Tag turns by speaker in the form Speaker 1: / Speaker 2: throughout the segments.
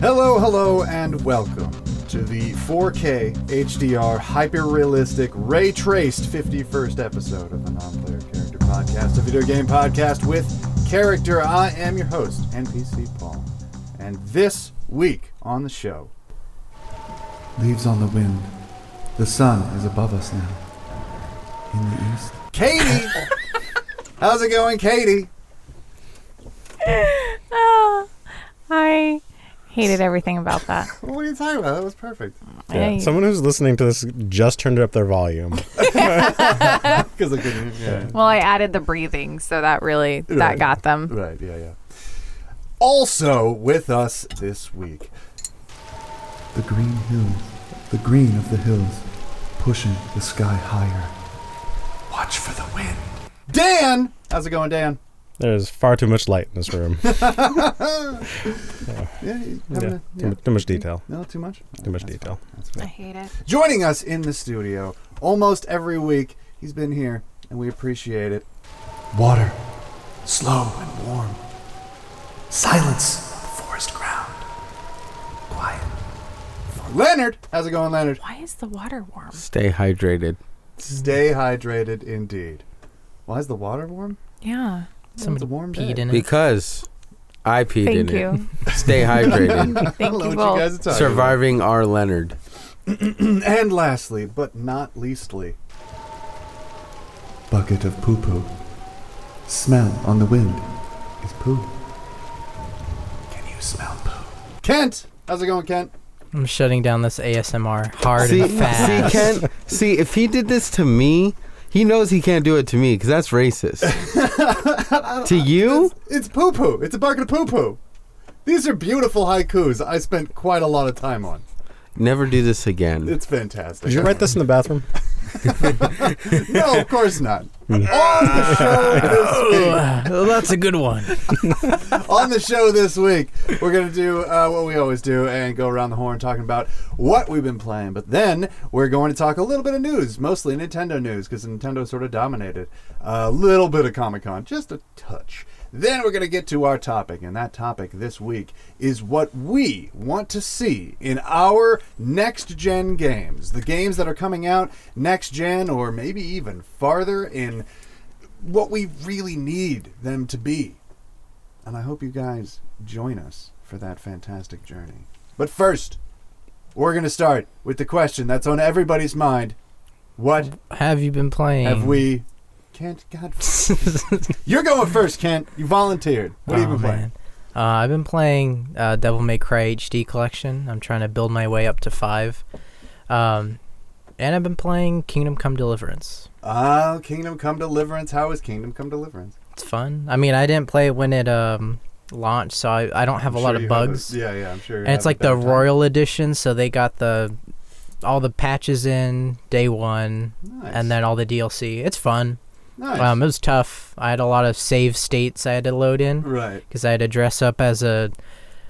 Speaker 1: Hello, hello, and welcome to the 4K HDR hyper realistic ray traced 51st episode of the Non Player Character Podcast, a video game podcast with character. I am your host, NPC Paul. And this week on the show, leaves on the wind. The sun is above us now. In the east. Katie! How's it going, Katie?
Speaker 2: Oh, I hated everything about that.
Speaker 1: What are you talking about? That was perfect.
Speaker 2: Yeah,
Speaker 3: Yeah.
Speaker 2: you-
Speaker 3: Someone who's listening to this just turned up their volume.
Speaker 1: Because I couldn't. Yeah.
Speaker 2: Well, I added the breathing, so that really that
Speaker 1: Right.
Speaker 2: got them.
Speaker 1: Right, yeah, yeah. Also with us this week,
Speaker 4: The green hills, the green of the hills, pushing the sky higher. Watch for the wind.
Speaker 1: Dan! How's it going, Dan?
Speaker 3: There's far too much light in this room.
Speaker 1: Yeah, you
Speaker 3: Yeah.
Speaker 1: having
Speaker 3: Too,
Speaker 1: a- yeah.
Speaker 3: mu- too much detail.
Speaker 1: No, too much?
Speaker 3: Too much
Speaker 1: That's
Speaker 3: detail.
Speaker 1: fine, that's fine.
Speaker 2: I hate it.
Speaker 1: Joining us in the studio almost every week, he's been here, and we appreciate it.
Speaker 4: Water, slow and warm. Silence on the forest ground. Quiet.
Speaker 1: Leonard! How's it going, Leonard?
Speaker 2: Why is the water warm?
Speaker 5: Stay hydrated.
Speaker 1: Stay hydrated indeed. Why is the water warm?
Speaker 2: Yeah.
Speaker 1: Somebody warm day.
Speaker 6: peed in it.
Speaker 5: Because I peed
Speaker 2: Thank
Speaker 5: in
Speaker 2: you.
Speaker 5: it. Stay hydrated.
Speaker 1: I
Speaker 2: Thank you
Speaker 1: don't know what you
Speaker 2: both.
Speaker 1: guys are talking
Speaker 5: Surviving our Leonard.
Speaker 1: about. And lastly, but not leastly,
Speaker 4: Bucket of poo poo. Smell on the wind is poo. Can you smell poo?
Speaker 1: Kent! How's it going, Kent?
Speaker 6: I'm shutting down this ASMR hard
Speaker 5: See,
Speaker 6: and
Speaker 5: see,
Speaker 6: fast.
Speaker 5: Ken. See, if he did this to me, he knows he can't do it to me because that's racist. to you,
Speaker 1: It's, it's poo poo. It's a bucket of poo poo. These are beautiful haikus I spent quite a lot of time on.
Speaker 5: never do this again.
Speaker 1: It's fantastic.
Speaker 3: Did you write this in the bathroom?
Speaker 1: no, of course not. on the show this week,
Speaker 6: Well, that's a good one.
Speaker 1: on the show this week, we're gonna do uh, what we always do and go around the horn talking about what we've been playing. But then we're going to talk a little bit of news, mostly Nintendo news, because Nintendo sort of dominated. A little bit of Comic Con, just a touch. Then we're gonna get to our topic, and that topic this week is what we want to see in our next gen games, the games that are coming out next gen, or maybe even farther in. What we really need them to be. And I hope you guys join us for that fantastic journey. But first, we're going to start with the question that's on everybody's mind. What
Speaker 6: Have you been playing?
Speaker 1: have we. Kent, God. You're going first, Kent. You volunteered. What have you
Speaker 6: Oh,
Speaker 1: been playing?
Speaker 6: man. Uh, I've been playing uh, Devil May Cry HD Collection. I'm trying to build my way up to five. Um, and I've been playing Kingdom Come Deliverance.
Speaker 1: Ah, Kingdom Come Deliverance. How is Kingdom Come Deliverance?
Speaker 6: It's fun. I mean, I didn't play it when it um, launched, so I, I don't have
Speaker 1: I'm
Speaker 6: a lot
Speaker 1: sure
Speaker 6: of
Speaker 1: you have
Speaker 6: bugs.
Speaker 1: yeah, yeah, I'm sure. you
Speaker 6: and it's
Speaker 1: have a
Speaker 6: like the
Speaker 1: better time.
Speaker 6: Royal Edition, so they got the all the patches in day one,
Speaker 1: Nice.
Speaker 6: and then all the DLC. It's fun.
Speaker 1: Nice.
Speaker 6: Um, it was tough. I had a lot of save states I had to load in
Speaker 1: right.
Speaker 6: because I had to dress up as a,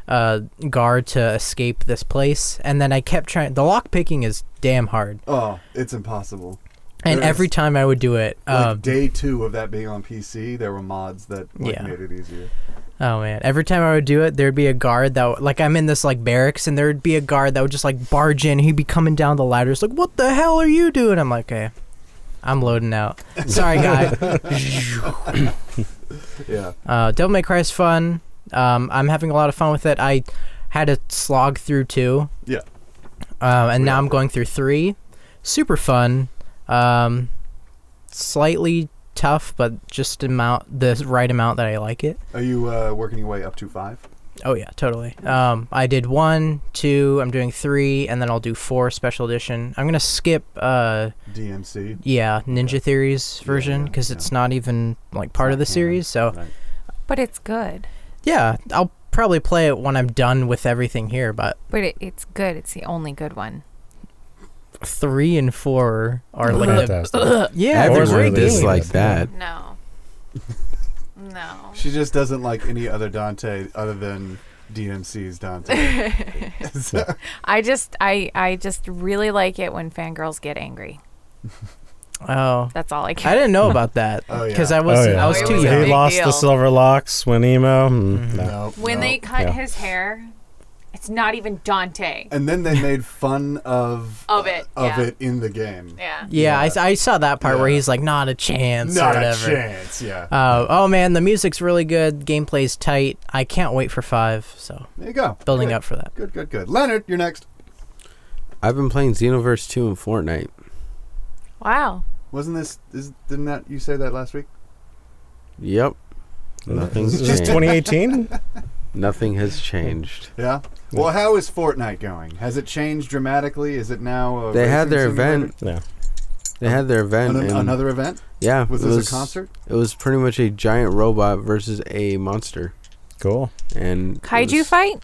Speaker 6: uh guard to escape this place, and then I kept trying. The lock picking is damn hard,
Speaker 1: Oh, it's impossible.
Speaker 6: and
Speaker 1: There is.
Speaker 6: every time I would do it, um,
Speaker 1: like day two of that being on PC, there were mods that like,
Speaker 6: Yeah.
Speaker 1: made it easier.
Speaker 6: oh man, every time I would do it, there'd be a guard that w- like I'm in this like barracks, and there'd be a guard that would just like barge in. He'd be coming down the ladders, like, "What the hell are you doing?" I'm like, "Okay, I'm loading out. Sorry, guy."
Speaker 1: Yeah.
Speaker 6: Uh, Devil May Cry is fun. Um, I'm having a lot of fun with it. I had to slog through two.
Speaker 1: Yeah.
Speaker 6: Um, and now
Speaker 1: Yeah.
Speaker 6: I'm going through three. Super fun. Um, slightly tough, but just amount the right amount that I like it.
Speaker 1: Are you uh, working your way up to five?
Speaker 6: Oh yeah, totally. Um, I did one, two. I'm doing three, and then I'll do four special edition. I'm gonna skip. Uh,
Speaker 1: DMC.
Speaker 6: yeah, Ninja Theories
Speaker 1: Yeah,
Speaker 6: version
Speaker 1: yeah,
Speaker 6: because
Speaker 1: yeah.
Speaker 6: it's not even like part of the
Speaker 1: Not canon.
Speaker 6: series. So
Speaker 1: Right.
Speaker 2: But it's good.
Speaker 6: yeah, I'll probably play it when I'm done with everything here. But
Speaker 2: But it, it's good. It's the only good one.
Speaker 6: three and four are like the,
Speaker 3: Fantastic.
Speaker 6: yeah, it's
Speaker 3: Everyone
Speaker 6: a great
Speaker 5: Everyone
Speaker 3: really
Speaker 6: game.
Speaker 3: is
Speaker 5: dislikes that.
Speaker 2: No. no.
Speaker 1: She just doesn't like any other Dante other than DMC's Dante. So-
Speaker 2: I just I I just really like it when fangirls get angry.
Speaker 6: Oh,
Speaker 2: That's all I
Speaker 6: I
Speaker 2: can.
Speaker 6: didn't know about that
Speaker 1: Oh, yeah.
Speaker 6: because I was
Speaker 3: yeah.
Speaker 6: I was
Speaker 2: Oh,
Speaker 6: too
Speaker 2: was a
Speaker 3: He
Speaker 2: big
Speaker 6: young.
Speaker 3: lost
Speaker 2: deal. Mm-hmm.
Speaker 3: the silver locks when emo. mm, no.
Speaker 1: no,
Speaker 2: When
Speaker 1: no.
Speaker 2: they cut
Speaker 3: Yeah.
Speaker 2: his hair It's not even Dante.
Speaker 1: And then they made fun of
Speaker 2: Of it,
Speaker 1: of
Speaker 2: yeah.
Speaker 1: it in the game.
Speaker 2: Yeah.
Speaker 6: Yeah, I s I I, saw that part where
Speaker 1: Yeah.
Speaker 6: he's like, not a chance
Speaker 1: Not
Speaker 6: or
Speaker 1: a
Speaker 6: whatever.
Speaker 1: chance. Yeah.
Speaker 6: Uh, oh man, the music's really good. Gameplay's tight. I can't wait for five. So
Speaker 1: there you go.
Speaker 6: building
Speaker 1: good.
Speaker 6: up for that.
Speaker 1: Good, good, good. Leonard, you're next.
Speaker 5: I've been playing Xenoverse 2 and Fortnite.
Speaker 2: Wow.
Speaker 1: Wasn't this? Is, didn't that you say that last week?
Speaker 5: Yep.
Speaker 3: Is
Speaker 5: Nothing's
Speaker 3: this
Speaker 5: changed.
Speaker 3: 2018?
Speaker 5: Nothing has changed.
Speaker 1: Yeah. Well, how is Fortnite going? Has it changed dramatically? Is it now? A
Speaker 5: They had
Speaker 1: racing
Speaker 5: their
Speaker 1: simulator?
Speaker 5: event.
Speaker 3: yeah.
Speaker 5: They had their event.
Speaker 1: An-
Speaker 5: and-
Speaker 1: another event?
Speaker 5: Yeah.
Speaker 1: Was
Speaker 5: it
Speaker 1: this a concert?
Speaker 5: It was pretty much a giant robot versus a monster.
Speaker 3: Cool.
Speaker 5: And it
Speaker 2: Kaiju
Speaker 5: was-
Speaker 2: fight?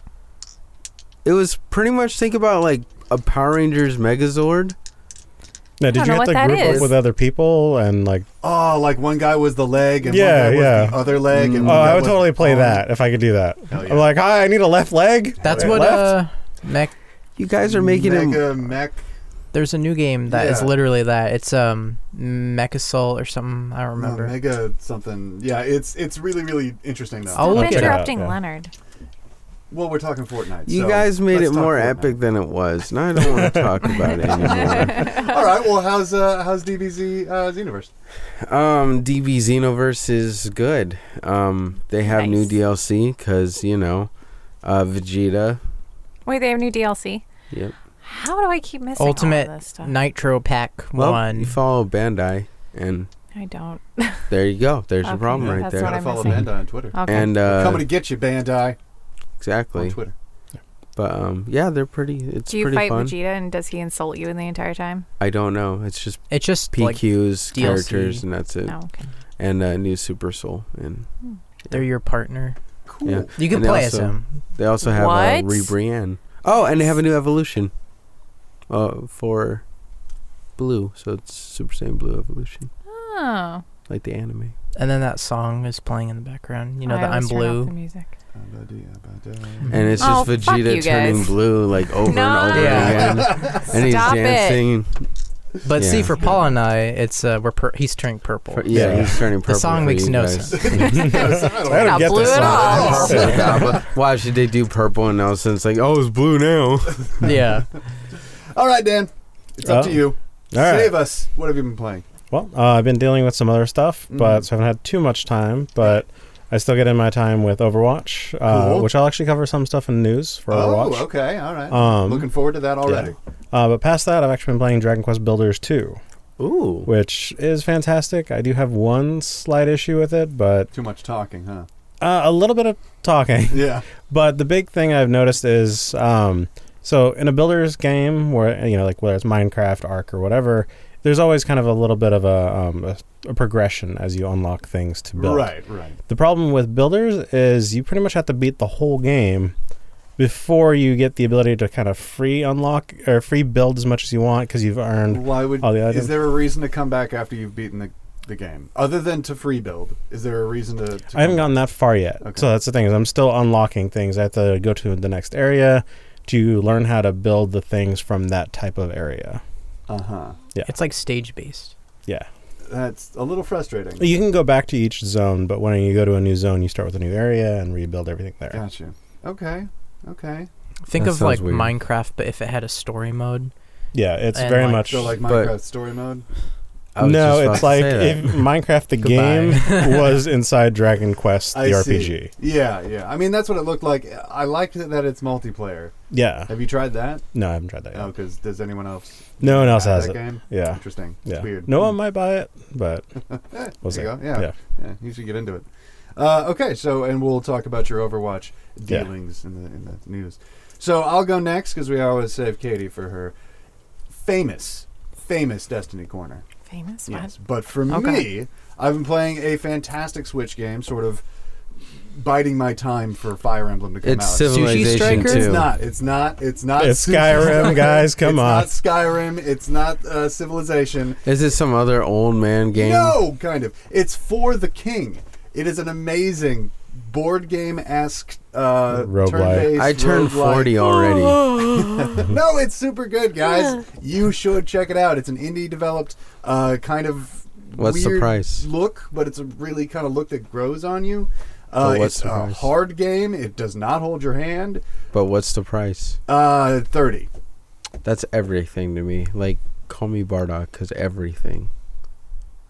Speaker 5: It was pretty much think about like a Power Rangers Megazord.
Speaker 3: Now, did
Speaker 2: don't know
Speaker 3: you have
Speaker 2: what
Speaker 3: to
Speaker 2: that
Speaker 3: group
Speaker 2: is.
Speaker 3: up with other people and like?
Speaker 1: Oh, like one guy was the leg and
Speaker 3: Yeah,
Speaker 1: one guy
Speaker 3: yeah.
Speaker 1: was the other leg. And
Speaker 5: Mm.
Speaker 3: Oh,
Speaker 1: one guy
Speaker 3: I would
Speaker 1: was
Speaker 3: totally play
Speaker 1: on-
Speaker 3: that if I could do that.
Speaker 1: Hell yeah.
Speaker 3: I'm like, hi, I need a left leg.
Speaker 6: That's
Speaker 3: Right,
Speaker 6: what
Speaker 3: left.
Speaker 6: uh, Mech.
Speaker 5: You guys are making him.
Speaker 1: Mega mech.
Speaker 6: There's a new game that is
Speaker 1: Yeah.
Speaker 6: literally that. It's um Mech Assault or something. I don't
Speaker 1: no,
Speaker 6: remember.
Speaker 1: Oh, mega something. Yeah, it's it's really really interesting though.
Speaker 6: I'll
Speaker 2: Stop
Speaker 6: look it up,
Speaker 2: interrupting
Speaker 3: yeah.
Speaker 2: Leonard.
Speaker 1: Well, we're talking Fortnite.
Speaker 5: You
Speaker 1: so
Speaker 5: guys made
Speaker 1: let's
Speaker 5: it
Speaker 1: talk
Speaker 5: more
Speaker 1: Fortnite.
Speaker 5: epic than it was. Now I don't want to talk about it anymore.
Speaker 1: All right. Well, how's uh, how's DBZ uh, Xenoverse?
Speaker 5: Um, DB Xenoverse is good. Um, they have new
Speaker 2: Nice.
Speaker 5: DLC because you know, uh, Vegeta.
Speaker 2: Wait, they have new DLC.
Speaker 5: Yep.
Speaker 2: How do I keep missing all of
Speaker 6: Ultimate
Speaker 2: this stuff?
Speaker 6: Nitro Pack
Speaker 5: Well,
Speaker 6: One.
Speaker 5: you follow Bandai, and
Speaker 2: I don't.
Speaker 5: there you go. There's your
Speaker 2: Okay,
Speaker 5: problem right
Speaker 2: that's
Speaker 5: there.
Speaker 2: what
Speaker 1: Gotta
Speaker 2: I'm
Speaker 1: follow
Speaker 2: missing.
Speaker 1: Bandai on uh, Twitter.
Speaker 2: Okay.
Speaker 5: And
Speaker 1: We're coming
Speaker 5: uh,
Speaker 1: to get you, Bandai on
Speaker 5: exactly.
Speaker 1: Twitter.
Speaker 5: But um, yeah, they're pretty. It's
Speaker 2: Do you
Speaker 5: pretty
Speaker 2: fight
Speaker 5: fun.
Speaker 2: Vegeta and does he insult you in the entire time?
Speaker 5: I don't know. It's just
Speaker 6: it's just like
Speaker 5: PQs,
Speaker 6: DLC.
Speaker 5: characters, and that's it.
Speaker 2: No. Oh, Okay.
Speaker 5: And uh, new Super Soul, and
Speaker 6: they're your partner.
Speaker 1: Cool.
Speaker 5: Yeah.
Speaker 6: You can
Speaker 5: And they
Speaker 6: play as
Speaker 5: also-
Speaker 6: him.
Speaker 5: they also have uh,
Speaker 2: What?
Speaker 5: Rebrian. Oh, and they have a new evolution. Uh, for Blue, so it's Super Saiyan Blue evolution,
Speaker 2: Oh.
Speaker 5: like the anime.
Speaker 6: And then that song is playing in the background. You know
Speaker 2: I
Speaker 6: the I'm
Speaker 2: always turn off the
Speaker 6: blue.
Speaker 2: music.
Speaker 6: Mm-hmm.
Speaker 5: And it's
Speaker 2: Oh,
Speaker 5: just
Speaker 2: fuck you
Speaker 5: Vegeta turning
Speaker 2: guys.
Speaker 5: blue like over and over
Speaker 6: Yeah.
Speaker 5: again, and he's
Speaker 2: Stop it.
Speaker 5: dancing.
Speaker 6: But see,
Speaker 5: Yeah.
Speaker 6: for Paul and I, it's uh, we're per- he's turning purple.
Speaker 5: For- yeah,
Speaker 3: Yeah.
Speaker 5: he's turning purple.
Speaker 6: the song
Speaker 5: for
Speaker 6: makes
Speaker 5: you
Speaker 6: no
Speaker 5: guys.
Speaker 6: sense.
Speaker 1: I
Speaker 3: don't
Speaker 2: Not
Speaker 3: get
Speaker 2: blue
Speaker 3: this
Speaker 2: at
Speaker 3: song.
Speaker 2: all.
Speaker 5: Purple, nah, but why should they do purple and all of a sudden it's like, oh, it's blue now?
Speaker 6: yeah.
Speaker 1: All right, Dan. It's up
Speaker 3: Oh.
Speaker 1: to you.
Speaker 3: All right.
Speaker 1: Save us. What have you been playing?
Speaker 3: Well, uh, I've been dealing with some other stuff,
Speaker 1: Mm-hmm.
Speaker 3: but so I haven't had too much time. But I still get in my time with Overwatch, uh,
Speaker 1: Cool.
Speaker 3: which I'll actually cover some stuff in the news for
Speaker 1: Oh,
Speaker 3: Overwatch.
Speaker 1: okay. All right.
Speaker 3: Um,
Speaker 1: Looking forward to that already.
Speaker 3: Uh, but past that, I've actually been playing Dragon Quest Builders 2,
Speaker 5: Ooh.
Speaker 3: which is fantastic. I do have one slight issue with it, but
Speaker 1: Too much talking, huh?
Speaker 3: uh, a little bit of talking.
Speaker 1: Yeah.
Speaker 3: But the big thing I've noticed is um, so in a builder's game, where you know, like whether it's Minecraft, Ark, or whatever, there's always kind of a little bit of a, um, a, a progression as you unlock things to build.
Speaker 1: Right, right.
Speaker 3: The problem with builders is you pretty much have to beat the whole game before you get the ability to kind of free unlock or free build as much as you want because you've earned.
Speaker 1: Why would
Speaker 3: Oh, the item.
Speaker 1: is there a reason to come back after you've beaten the, the game other than to free build? Is there a reason to? to
Speaker 3: I haven't
Speaker 1: come
Speaker 3: gotten that far yet,
Speaker 1: Okay.
Speaker 3: so that's the thing is I'm still unlocking things. I have to go to the next area to learn how to build the things from that type of area.
Speaker 1: back? Uh huh.
Speaker 6: It's like stage based.
Speaker 3: Yeah,
Speaker 1: That's a little frustrating.
Speaker 3: you can go back to each zone, but when you go to a new zone, you start with a new area and rebuild everything there.
Speaker 1: Gotcha. Okay. Okay.
Speaker 6: Think
Speaker 5: That
Speaker 6: of like
Speaker 5: sounds weird.
Speaker 6: Minecraft, but if it had a story mode.
Speaker 3: Yeah, it's
Speaker 6: And
Speaker 3: very
Speaker 6: like-
Speaker 3: much
Speaker 1: So like
Speaker 5: But-
Speaker 1: Minecraft story mode.
Speaker 5: I was
Speaker 3: no,
Speaker 5: just about
Speaker 3: it's
Speaker 5: to
Speaker 3: like
Speaker 5: say that.
Speaker 3: if Minecraft the
Speaker 6: Goodbye.
Speaker 3: game was inside Dragon Quest the
Speaker 1: I see.
Speaker 3: RPG.
Speaker 1: Yeah, yeah. I mean, that's what it looked like. I liked that- that it's multiplayer.
Speaker 3: Yeah.
Speaker 1: Have you tried that?
Speaker 3: No, I haven't tried that yet.
Speaker 1: Oh, because does anyone else?
Speaker 3: No one else
Speaker 1: have
Speaker 3: has it.
Speaker 1: that Game?
Speaker 3: Yeah.
Speaker 1: Interesting.
Speaker 3: Yeah.
Speaker 1: It's weird.
Speaker 3: No one might buy it, but
Speaker 1: Eh,
Speaker 3: we'll see.
Speaker 1: there you go. Yeah. yeah, you should get into it. Uh, okay, so and we'll talk about your Overwatch
Speaker 3: Yeah.
Speaker 1: dealings in the in the news. So I'll go next because we always save Katie for her famous, famous Destiny corner.
Speaker 2: Famous?
Speaker 1: Yes, but for
Speaker 2: Okay.
Speaker 1: me, I've been playing a fantastic Switch game, sort of biding my time for Fire Emblem to come
Speaker 5: It's
Speaker 1: out.
Speaker 5: Civilization
Speaker 6: Striker?
Speaker 1: It's
Speaker 5: 2.
Speaker 1: not. It's not. It's not.
Speaker 3: It's Skyrim, guys, come
Speaker 1: it's
Speaker 3: on.
Speaker 1: Not Skyrim. It's not uh, Civilization.
Speaker 5: Is it some other old man game?
Speaker 1: No, kind of. It's for the king. It is an amazing board game esque uh,
Speaker 3: Roguelike.
Speaker 1: turn-based
Speaker 5: I turned
Speaker 1: roguelike.
Speaker 5: 40 already.
Speaker 1: no, it's super good, guys. You should check it out. It's an indie developed uh, kind of
Speaker 5: What's the
Speaker 1: weird
Speaker 5: price?
Speaker 1: look, but it's a really kind of look that grows on you. Uh,
Speaker 5: But what's
Speaker 1: it's
Speaker 5: the
Speaker 1: a
Speaker 5: price?
Speaker 1: hard game. It does not hold your hand.
Speaker 5: But what's the price?
Speaker 1: Uh, thirty.
Speaker 5: That's everything to me. Like, call me Bardock, because everything.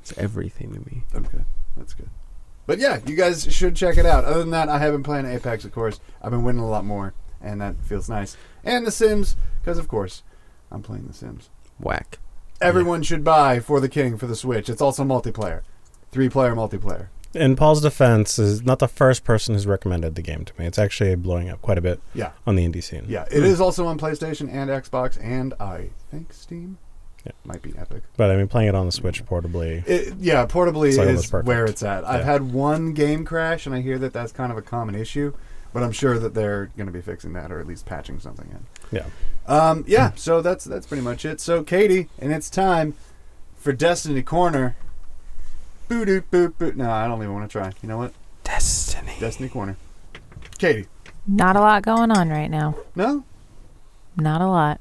Speaker 5: It's everything to me.
Speaker 1: Okay, that's good. But yeah, you guys should check it out. Other than that, I have been playing Apex, of course. I've been winning a lot more, and that feels nice. And The Sims, because of course, I'm playing The Sims.
Speaker 5: Whack.
Speaker 1: Everyone should buy For the King for the Switch. It's also multiplayer, three-player multiplayer.
Speaker 3: In Paul's defense, is not the first person who's recommended the game to me. It's actually blowing up quite a bit.
Speaker 1: Yeah.
Speaker 3: On the indie scene.
Speaker 1: Yeah, it is also on PlayStation and Xbox, and I think Steam.
Speaker 3: Yeah.
Speaker 1: might be Epic.
Speaker 3: But I mean, playing it on the Switch portably.
Speaker 1: It, yeah, portably
Speaker 3: It's like
Speaker 1: is
Speaker 3: almost perfect.
Speaker 1: where it's at. I've
Speaker 3: Yeah.
Speaker 1: had one game crash, and I hear that that's kind of a common issue, but I'm sure that they're going to be fixing that or at least patching something in.
Speaker 3: Yeah.
Speaker 1: Um, yeah, so that's that's pretty much it. So Katie, and it's time for Destiny Corner. Boo doo boo boo. No, I don't even want to try. You know what?
Speaker 5: Destiny.
Speaker 1: Destiny Corner. Katie,
Speaker 2: Not a lot going on right now.
Speaker 1: no,
Speaker 2: Not a lot.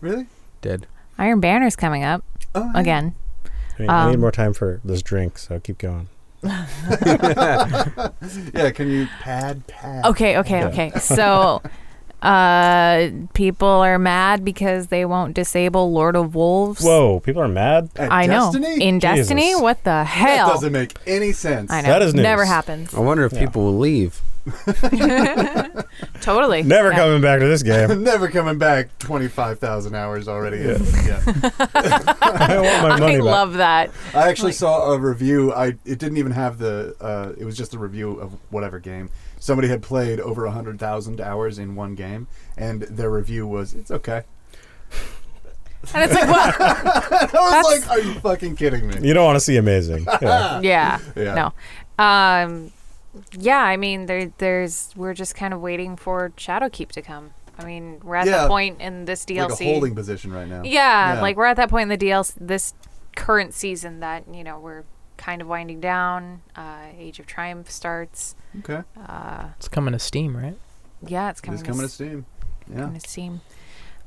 Speaker 1: really?
Speaker 5: Dead.
Speaker 2: Iron Banner's coming up
Speaker 1: Oh, yeah.
Speaker 2: again.
Speaker 3: I, mean, I need
Speaker 2: Um,
Speaker 3: more time for this drink, so keep going.
Speaker 1: Yeah, can you pad pad?
Speaker 2: Okay, okay,
Speaker 3: Yeah.
Speaker 2: okay. So uh people are mad because they won't disable Lord of Wolves.
Speaker 3: Whoa, people are mad.
Speaker 1: At
Speaker 2: I know.
Speaker 1: Destiny?
Speaker 2: In
Speaker 3: Jesus.
Speaker 2: Destiny? What the
Speaker 1: That
Speaker 2: hell?
Speaker 1: doesn't make any sense.
Speaker 2: I know.
Speaker 3: That is news.
Speaker 2: Never happens.
Speaker 5: I wonder if
Speaker 3: Yeah.
Speaker 5: people will leave.
Speaker 2: Totally.
Speaker 3: Never
Speaker 2: Yeah.
Speaker 3: coming back to this game.
Speaker 1: Never coming back. Twenty five thousand hours already. in. Yeah.
Speaker 3: I want my money
Speaker 2: I
Speaker 3: back.
Speaker 2: love that.
Speaker 1: I actually saw a review. I it didn't even have the. Uh, it was just a review of whatever game. Somebody had played over hundred thousand hours in one game, and their review was, "It's okay."
Speaker 2: And it's like, well,
Speaker 1: I was
Speaker 2: That's-
Speaker 1: like, "Are you fucking kidding me?"
Speaker 3: You don't want to see amazing. Yeah.
Speaker 2: yeah,
Speaker 1: Yeah.
Speaker 2: no. Um, yeah, I mean, there, there's we're just kind of waiting for Shadowkeep to come. I mean, we're at
Speaker 1: Yeah.
Speaker 2: the point in this DLC.
Speaker 1: Like a holding position right now.
Speaker 2: yeah,
Speaker 1: Yeah.
Speaker 2: like we're at that point in the DLC this current season that you know we're kind of winding down. Uh, Age of Triumph starts.
Speaker 1: Okay.
Speaker 2: Uh,
Speaker 6: It's coming to Steam, right?
Speaker 2: yeah, it's coming.
Speaker 1: It's
Speaker 2: to
Speaker 1: coming to
Speaker 2: s-
Speaker 1: Steam. Yeah.
Speaker 2: coming to Steam.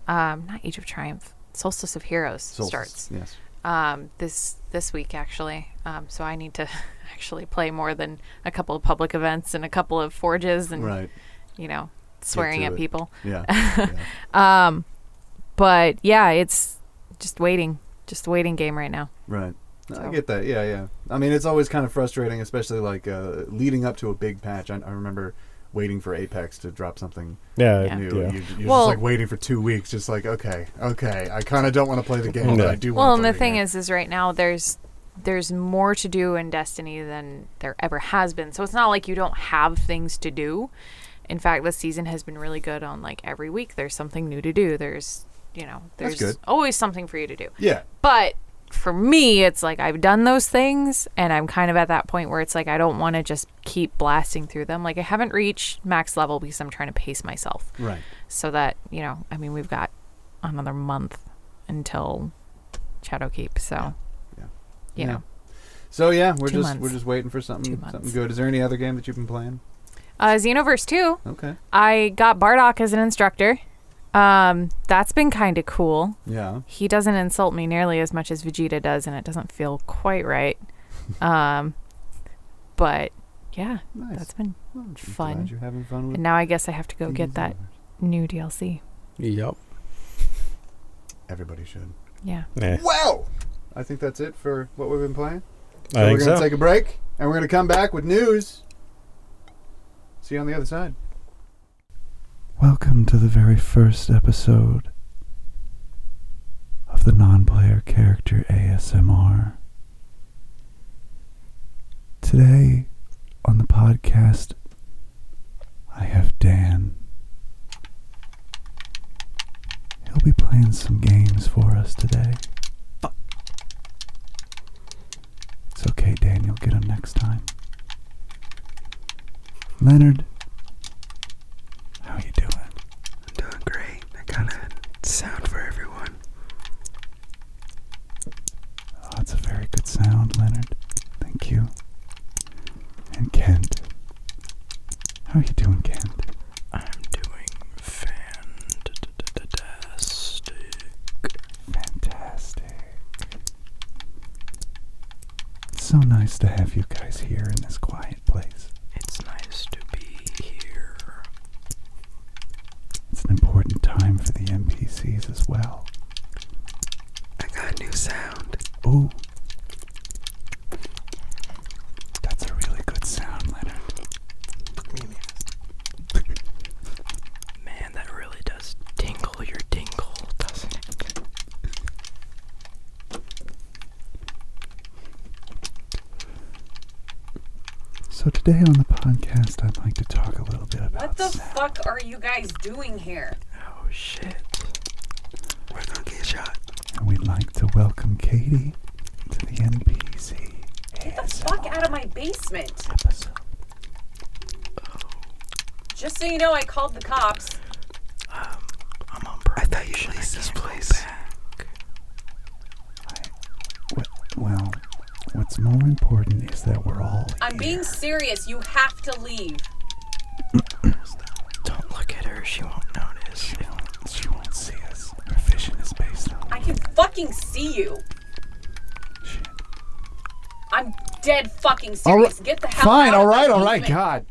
Speaker 2: Um, not Age of Triumph. Solstice of Heroes
Speaker 1: Souls.
Speaker 2: starts.
Speaker 1: Yes.
Speaker 2: um, this this week actually. Um, so I need to actually play more than a couple of public events and a couple of forges and
Speaker 1: Right.
Speaker 2: you know swearing
Speaker 1: to
Speaker 2: at
Speaker 1: it.
Speaker 2: people.
Speaker 1: Yeah. yeah.
Speaker 2: Um, but yeah, it's just waiting, just waiting game right now.
Speaker 1: Right. No, I
Speaker 2: So-
Speaker 1: get that. Yeah, yeah. I mean, it's always kind of frustrating, especially like uh, leading up to a big patch. I, I remember waiting for Apex to drop something
Speaker 3: Yeah.
Speaker 2: Yeah.
Speaker 1: new.
Speaker 3: yeah.
Speaker 1: You, you're
Speaker 2: Well-
Speaker 1: just like waiting for two weeks, just like okay, okay. I kind of don't want to play the game, but
Speaker 3: Yeah.
Speaker 1: I do.
Speaker 2: Well,
Speaker 1: want
Speaker 2: and
Speaker 1: to
Speaker 2: the thing is, is right now there's there's more to do in Destiny than there ever has been. So it's not like you don't have things to do. In fact, this season has been really good on like every week. There's something new to do. There's you know
Speaker 1: That's
Speaker 2: there's
Speaker 1: good.
Speaker 2: always something for you to do.
Speaker 1: yeah,
Speaker 2: But for me, it's like I've done those things and I'm kind of at that point where it's like I don't want to just keep blasting through them. Like I haven't reached max level because I'm trying to pace myself
Speaker 1: right.
Speaker 2: so that, you know, I mean, we've got another month until Shadowkeep. So,
Speaker 1: Yeah.
Speaker 2: you
Speaker 1: Yeah.
Speaker 2: know,
Speaker 1: So yeah, we're
Speaker 2: Two
Speaker 1: just
Speaker 2: months.
Speaker 1: we're just waiting for something
Speaker 2: Two months.
Speaker 1: something good. Is there any other game that you've been playing?
Speaker 2: uh, Xenoverse 2,
Speaker 1: Okay.
Speaker 2: I got Bardock as an instructor. Um, that's been kind of cool.
Speaker 1: Yeah.
Speaker 2: He doesn't insult me nearly as much as Vegeta does, and it doesn't feel quite right. Um, but yeah,
Speaker 1: Nice.
Speaker 2: that's been
Speaker 1: Well, I'm
Speaker 2: fun.
Speaker 1: glad you're having fun with.
Speaker 2: And now I guess I have to go
Speaker 1: Steam
Speaker 2: get that
Speaker 1: Xenoverse.
Speaker 2: new DLC.
Speaker 5: Yup.
Speaker 1: Everybody should.
Speaker 2: Yeah.
Speaker 3: Eh,
Speaker 1: Well, I think that's it for what we've been playing. So
Speaker 3: I
Speaker 1: we're
Speaker 3: think
Speaker 1: gonna
Speaker 3: so.
Speaker 1: take a break, and we're gonna come back with news. See you on the other side.
Speaker 4: Welcome to the very first episode of the non player character ASMR. Today on the podcast, I have Dan. He'll be playing some games for us today. It's okay, Dan, you'll get him next time. Leonard, how you doing?
Speaker 5: I'm doing great. I got a sound for everyone.
Speaker 4: Oh, that's a very good sound, Leonard. Thank you. And Kent. How are you doing, Kent?
Speaker 5: I'm doing fantastic.
Speaker 4: Fantastic. It's so nice to have you guys here in this quiet place.
Speaker 5: It's nice
Speaker 4: for the NPCs as well.
Speaker 5: I got a new sound.
Speaker 4: Ooh. That's a really good sound, Leonard.
Speaker 6: Man, that really does tingle your dingle, doesn't it?
Speaker 4: So today on the podcast, I'd like to talk a little bit about
Speaker 7: What the
Speaker 4: sound.
Speaker 7: fuck are you guys doing here?
Speaker 6: Oh shit.
Speaker 5: We're gonna get shot.
Speaker 4: and we'd like to welcome Katie to the NPC
Speaker 7: Fuck out of my basement.
Speaker 4: episode.
Speaker 7: Just so you know, I called the cops.
Speaker 6: Um, I'm on
Speaker 5: I thought you released this place.
Speaker 4: Wh- Well, what's more important is that we're all
Speaker 7: I'm being serious. You have to leave.
Speaker 6: Don't look at her, she won't notice.
Speaker 4: She won't, she won't see us. Her vision is based on
Speaker 7: I can fucking see you.
Speaker 4: shit.
Speaker 7: I'm dead fucking
Speaker 1: All right-
Speaker 7: serious. Get the hell
Speaker 1: Fine.
Speaker 7: out
Speaker 1: All
Speaker 7: of my
Speaker 1: right. All right.
Speaker 7: basement.
Speaker 1: God.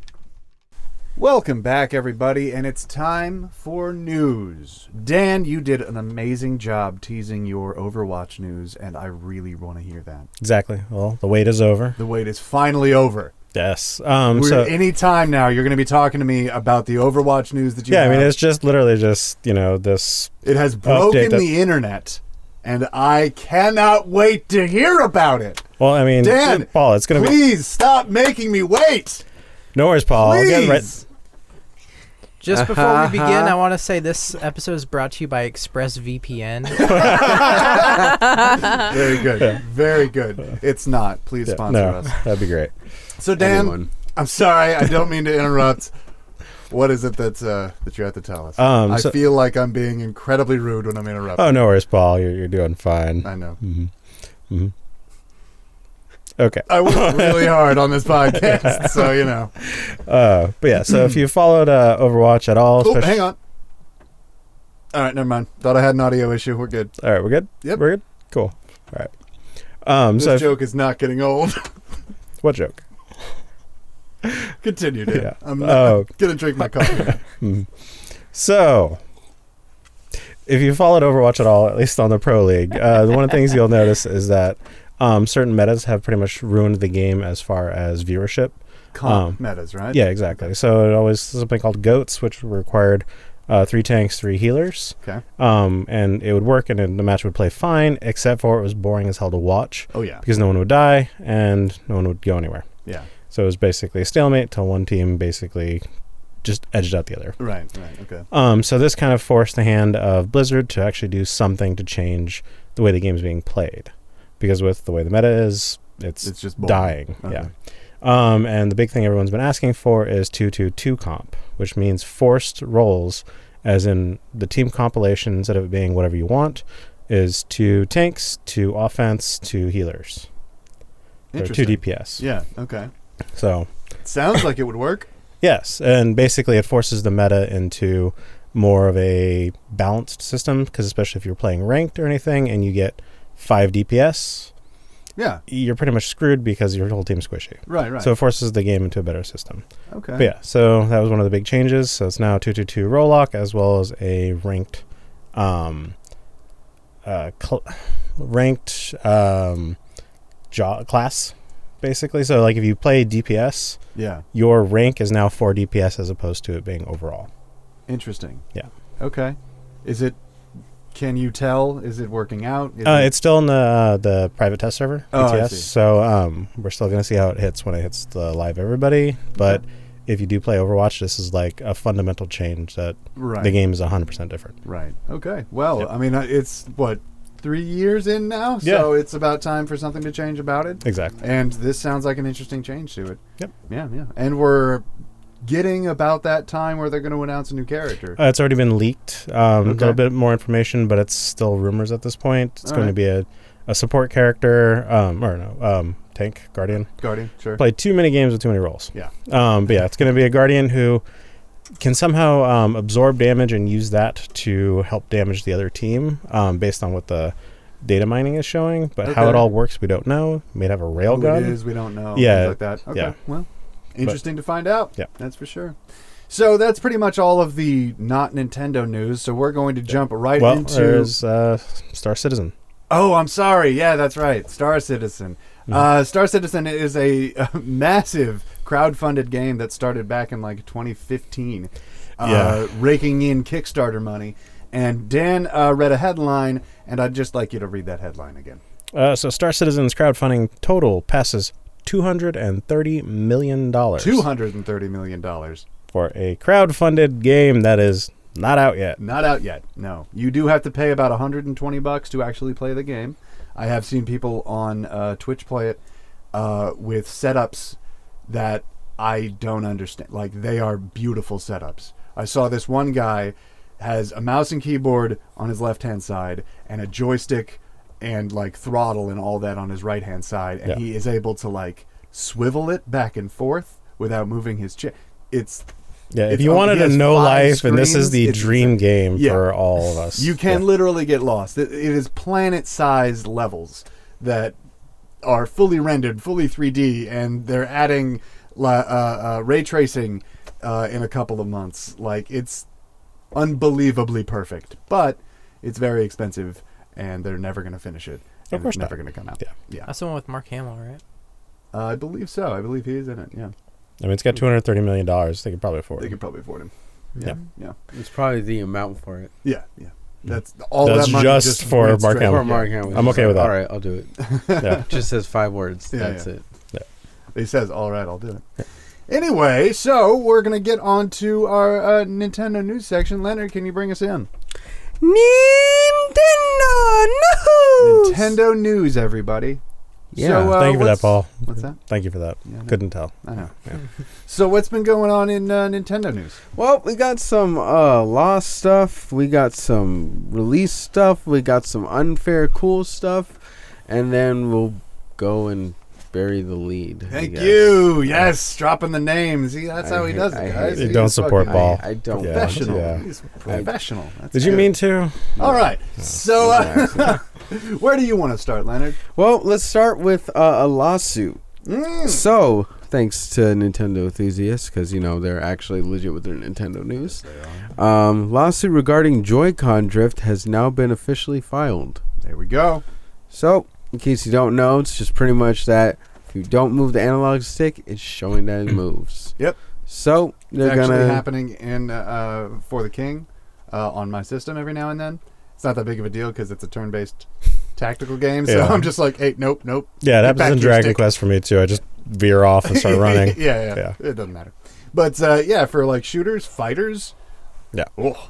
Speaker 1: Welcome back, everybody, and it's time for news. Dan, you did an amazing job teasing your Overwatch news, and I really want to hear that.
Speaker 3: Exactly. Well, the wait is over.
Speaker 1: The wait is finally over.
Speaker 3: Yes. Um.
Speaker 1: We're
Speaker 3: So
Speaker 1: any time now. You're going to be talking to me about the Overwatch news that you.
Speaker 3: yeah, I
Speaker 1: have.
Speaker 3: mean, it's just literally just you know this.
Speaker 1: it has broken
Speaker 3: that-
Speaker 1: the internet, and I cannot wait to hear about it.
Speaker 3: Well, I mean,
Speaker 1: Dan,
Speaker 3: Paul, it's gonna be
Speaker 1: Please stop making me wait.
Speaker 3: no worries, Paul. I'll get right-
Speaker 1: Please.
Speaker 6: Just
Speaker 5: Uh-huh.
Speaker 6: before we begin, I want to say this episode is brought to you by ExpressVPN.
Speaker 1: Very good. Very good. It's not. Please
Speaker 3: Yeah,
Speaker 1: sponsor
Speaker 3: no,
Speaker 1: us.
Speaker 3: that'd be great.
Speaker 1: So Dan,
Speaker 5: Anyone.
Speaker 1: I'm sorry, I don't mean to interrupt. What is it that's uh, that you have to tell us?
Speaker 3: Um,
Speaker 1: I
Speaker 3: so-
Speaker 1: feel like I'm being incredibly rude when I'm interrupted.
Speaker 3: Oh, no worries, Paul. You're you're doing fine. Mm-hmm.
Speaker 1: I know.
Speaker 3: Okay.
Speaker 1: I work really hard on this podcast, so you know.
Speaker 3: Uh, but yeah, so if you followed uh, Overwatch at all,
Speaker 1: Oh,
Speaker 3: especially-
Speaker 1: hang on. All right, never mind. Thought I had an audio issue. We're good.
Speaker 3: All right, we're good.
Speaker 1: Yep.
Speaker 3: we're good. Cool. All right. Um.
Speaker 1: This
Speaker 3: so if-
Speaker 1: joke is not getting old.
Speaker 3: what joke?
Speaker 1: Continue, dude.
Speaker 3: Yeah.
Speaker 1: I'm not
Speaker 3: Oh. Hmm.
Speaker 1: gonna drink my coffee.
Speaker 3: So, if you followed Overwatch at all, at least on the Pro League, uh, the one of the things you'll notice is that um, certain metas have pretty much ruined the game as far as viewership.
Speaker 1: Comp
Speaker 3: Um,
Speaker 1: metas, right?
Speaker 3: Yeah, exactly. So it always something called goats, which required uh, three tanks, three healers.
Speaker 1: Okay.
Speaker 3: Um, and it would work, and then the match would play fine, except for it was boring as hell to watch
Speaker 1: Oh yeah.
Speaker 3: because no one would die and no one would go anywhere.
Speaker 1: Yeah.
Speaker 3: So it was basically a stalemate till one team basically just edged out the other.
Speaker 1: Right. Right. Okay.
Speaker 3: Um, so this kind of forced the hand of Blizzard to actually do something to change the way the game's being played, because with the way the meta is, it's,
Speaker 1: It's just boring.
Speaker 3: dying.
Speaker 1: Okay.
Speaker 3: Yeah. Um, and the big thing everyone's been asking for is two two two comp, which means forced roles, as in the team compilation instead of it being whatever you want, is two tanks, two offense, two healers, or two
Speaker 1: Interesting.
Speaker 3: DPS.
Speaker 1: Yeah. Okay.
Speaker 3: So
Speaker 1: Sounds like it would work.
Speaker 3: Yes, uh, and basically it forces the meta into more of a balanced system because especially if you're playing ranked or anything and you get five DPS,
Speaker 1: Yeah.
Speaker 3: you're pretty much screwed because your whole team's squishy.
Speaker 1: Right. Right.
Speaker 3: So it forces the game into a better system.
Speaker 1: okay.
Speaker 3: But yeah, so that was one of the big changes. So it's now two two two roll lock as well as a ranked, um, uh, cl- ranked um, jo- class basically. So like if you play DPS,
Speaker 1: Yeah.
Speaker 3: your rank is now 4 DPS as opposed to it being overall.
Speaker 1: Interesting.
Speaker 3: Yeah.
Speaker 1: Okay. Is it? Can you tell? Is it working out? Is
Speaker 3: Uh,
Speaker 1: it-
Speaker 3: it's still in the uh, the private test server,
Speaker 1: Oh, I
Speaker 3: PTS,
Speaker 1: see.
Speaker 3: so um, we're still going to see how it hits when it hits the live everybody. But if you do play Overwatch, this is like a fundamental change that
Speaker 1: right.
Speaker 3: the game is 100% different.
Speaker 1: Right. Okay. Well,
Speaker 3: Yep.
Speaker 1: I mean, uh, it's what three years in now, so it's about time for something to change about it.
Speaker 3: Exactly.
Speaker 1: And this sounds like an interesting change to it.
Speaker 3: Yep.
Speaker 1: Yeah. Yeah. And we're getting about that time where they're going to announce a new character.
Speaker 3: Uh, it's already been leaked. Um, A
Speaker 1: Okay.
Speaker 3: little bit more information, but it's still rumors at this point. It's
Speaker 1: All
Speaker 3: going
Speaker 1: right.
Speaker 3: to be a, a support character, um, or no, um, tank, guardian.
Speaker 1: Guardian. Sure.
Speaker 3: Played too many games with too many roles.
Speaker 1: Yeah.
Speaker 3: Um, but yeah, it's going to be a guardian who can somehow um, absorb damage and use that to help damage the other team um, based on what the data mining is showing. But how it
Speaker 1: Okay.
Speaker 3: all works, we don't know. May have a rail
Speaker 1: Who it
Speaker 3: gun.
Speaker 1: is, we don't know.
Speaker 3: Yeah.
Speaker 1: Things like that. Okay.
Speaker 3: Yeah.
Speaker 1: Well, interesting to find out.
Speaker 3: Yeah.
Speaker 1: That's for sure. So that's pretty much all of the not Nintendo news. So we're going to jump right
Speaker 3: well,
Speaker 1: into.
Speaker 3: there's uh, Star Citizen.
Speaker 1: Oh, I'm sorry. Yeah, that's right. Star Citizen.
Speaker 3: Mm-hmm.
Speaker 1: Uh, Star Citizen is a, uh massive crowdfunded game that started back in like 2015, uh, raking in Kickstarter money. And Dan uh, read a headline, and I'd just like you to read that headline again.
Speaker 3: Uh, so Star Citizen's crowdfunding total passes two hundred and thirty million dollars.
Speaker 1: Two hundred and thirty million dollars.
Speaker 3: for a crowdfunded game that is not out yet.
Speaker 1: Not out yet. No, you do have to pay about 120 bucks to actually play the game. I have seen people on uh, Twitch play it uh, with setups that I don't understand. Like they are beautiful setups. I saw this one guy has a mouse and keyboard on his left hand side and a joystick and like throttle and all that on his right hand side, and
Speaker 3: Yeah.
Speaker 1: he is able to like swivel it back and forth without moving his chair. It's
Speaker 3: Yeah, if
Speaker 1: It's
Speaker 3: you
Speaker 1: on-
Speaker 3: wanted a
Speaker 1: he has
Speaker 3: no
Speaker 1: five
Speaker 3: life, and this is
Speaker 1: screens,
Speaker 3: the
Speaker 1: it's
Speaker 3: dream game
Speaker 1: Yeah.
Speaker 3: for all of us.
Speaker 1: You can
Speaker 3: Yeah.
Speaker 1: literally get lost. It, it is planet-sized levels that are fully rendered, fully 3D, and they're adding la- uh, uh, ray tracing uh, in a couple of months. Like it's unbelievably perfect, but it's very expensive, and they're never going to finish it. and
Speaker 3: course
Speaker 1: it's
Speaker 3: not.
Speaker 1: never going to come out.
Speaker 3: Yeah.
Speaker 1: yeah.
Speaker 6: That's the one with Mark Hamill, right?
Speaker 1: Uh, I believe so. I believe he is in it. Yeah,
Speaker 3: I mean, it's got two hundred thirty million dollars. They could probably afford
Speaker 1: they
Speaker 3: it.
Speaker 1: could probably afford him.
Speaker 3: Yeah.
Speaker 1: yeah,
Speaker 5: It's probably the amount for it.
Speaker 1: yeah, yeah. That's all.
Speaker 3: That's
Speaker 1: that money
Speaker 3: just for
Speaker 1: went
Speaker 3: Mark
Speaker 1: straight-
Speaker 3: Hamill.
Speaker 5: Or Mark Hamill.
Speaker 3: I'm
Speaker 5: He's
Speaker 3: okay
Speaker 5: like,
Speaker 3: with that.
Speaker 5: All right, I'll do it.
Speaker 3: yeah.
Speaker 5: Just says five words.
Speaker 1: Yeah,
Speaker 5: That's
Speaker 1: yeah.
Speaker 5: it.
Speaker 1: He says, "All right, I'll do it." Anyway, so we're gonna get on to our uh, Nintendo news section. Leonard, can you bring us in?
Speaker 5: Nintendo news.
Speaker 1: Nintendo news, everybody.
Speaker 5: Yeah.
Speaker 1: So, uh,
Speaker 3: Thank you for that,
Speaker 1: what's-
Speaker 3: Paul.
Speaker 1: What's that?
Speaker 3: Thank you for that.
Speaker 1: Yeah, I know.
Speaker 3: Couldn't tell.
Speaker 1: I know.
Speaker 3: Yeah.
Speaker 1: So, what's been going on in uh, Nintendo news?
Speaker 5: Well, we got some uh, lost stuff. We got some release stuff. We got some unfair cool stuff, and then we'll go and bury the lead. I
Speaker 1: Thank
Speaker 5: guess.
Speaker 1: you. Yes, dropping the names. See, that's
Speaker 5: I
Speaker 1: how he
Speaker 5: hate-
Speaker 1: does it,
Speaker 5: I
Speaker 1: guys.
Speaker 5: hate it.
Speaker 1: He's
Speaker 3: Don't support
Speaker 1: fucking
Speaker 3: Paul.
Speaker 5: I, I don't.
Speaker 3: Yeah.
Speaker 1: Professional.
Speaker 3: Yeah.
Speaker 1: He's professional. That's
Speaker 3: Did you
Speaker 1: good.
Speaker 3: mean to?
Speaker 1: All right. So, uh, where do you want to start, Leonard?
Speaker 5: Well, let's start with uh, a lawsuit.
Speaker 1: Mm.
Speaker 5: So, thanks to Nintendo enthusiasts, because you know they're actually legit with their Nintendo news. Um, lawsuit regarding Joy-Con drift has now been officially filed.
Speaker 1: There we go.
Speaker 5: So, in case you don't know, it's just pretty much that if you don't move the analog stick, it's showing that it moves.
Speaker 1: Yep.
Speaker 5: So they're
Speaker 1: it's actually
Speaker 5: gonna.
Speaker 1: happening in uh, uh, for the king uh, on my system every now and then. It's not that big of a deal because it's a turn-based tactical game. So
Speaker 3: Yeah.
Speaker 1: I'm just like, hey, nope, nope.
Speaker 3: Yeah, it
Speaker 1: Get
Speaker 3: happens
Speaker 1: back
Speaker 3: in
Speaker 1: to your
Speaker 3: Dragon
Speaker 1: stick.
Speaker 3: Quest for me too. I just veer off and start running.
Speaker 1: yeah, yeah,
Speaker 3: Yeah.
Speaker 1: It doesn't matter. But uh, yeah, for like shooters, fighters.
Speaker 3: Yeah.
Speaker 1: Oh,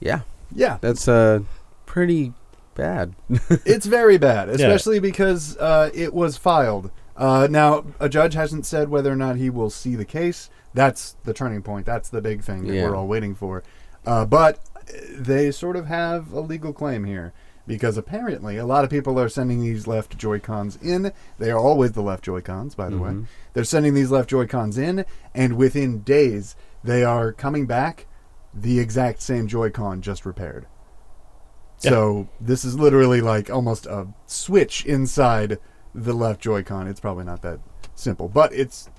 Speaker 5: Yeah,
Speaker 1: yeah.
Speaker 5: that's uh pretty bad.
Speaker 1: It's very bad, especially because uh, it was filed. Uh, now, a judge hasn't said whether or not he will see the case. That's the turning point. That's the big thing that
Speaker 5: Yeah.
Speaker 1: we're all waiting for. Uh, but uh, they sort of have a legal claim here because apparently a lot of people are sending these left Joy Cons in. They are always the left Joy Cons, by the way. They're sending these left Joy Cons in, and within days, they are coming back the exact same Joy Con just repaired.
Speaker 3: Yeah.
Speaker 1: So this is literally like almost a switch inside the left Joy-Con. It's probably not that simple, but it's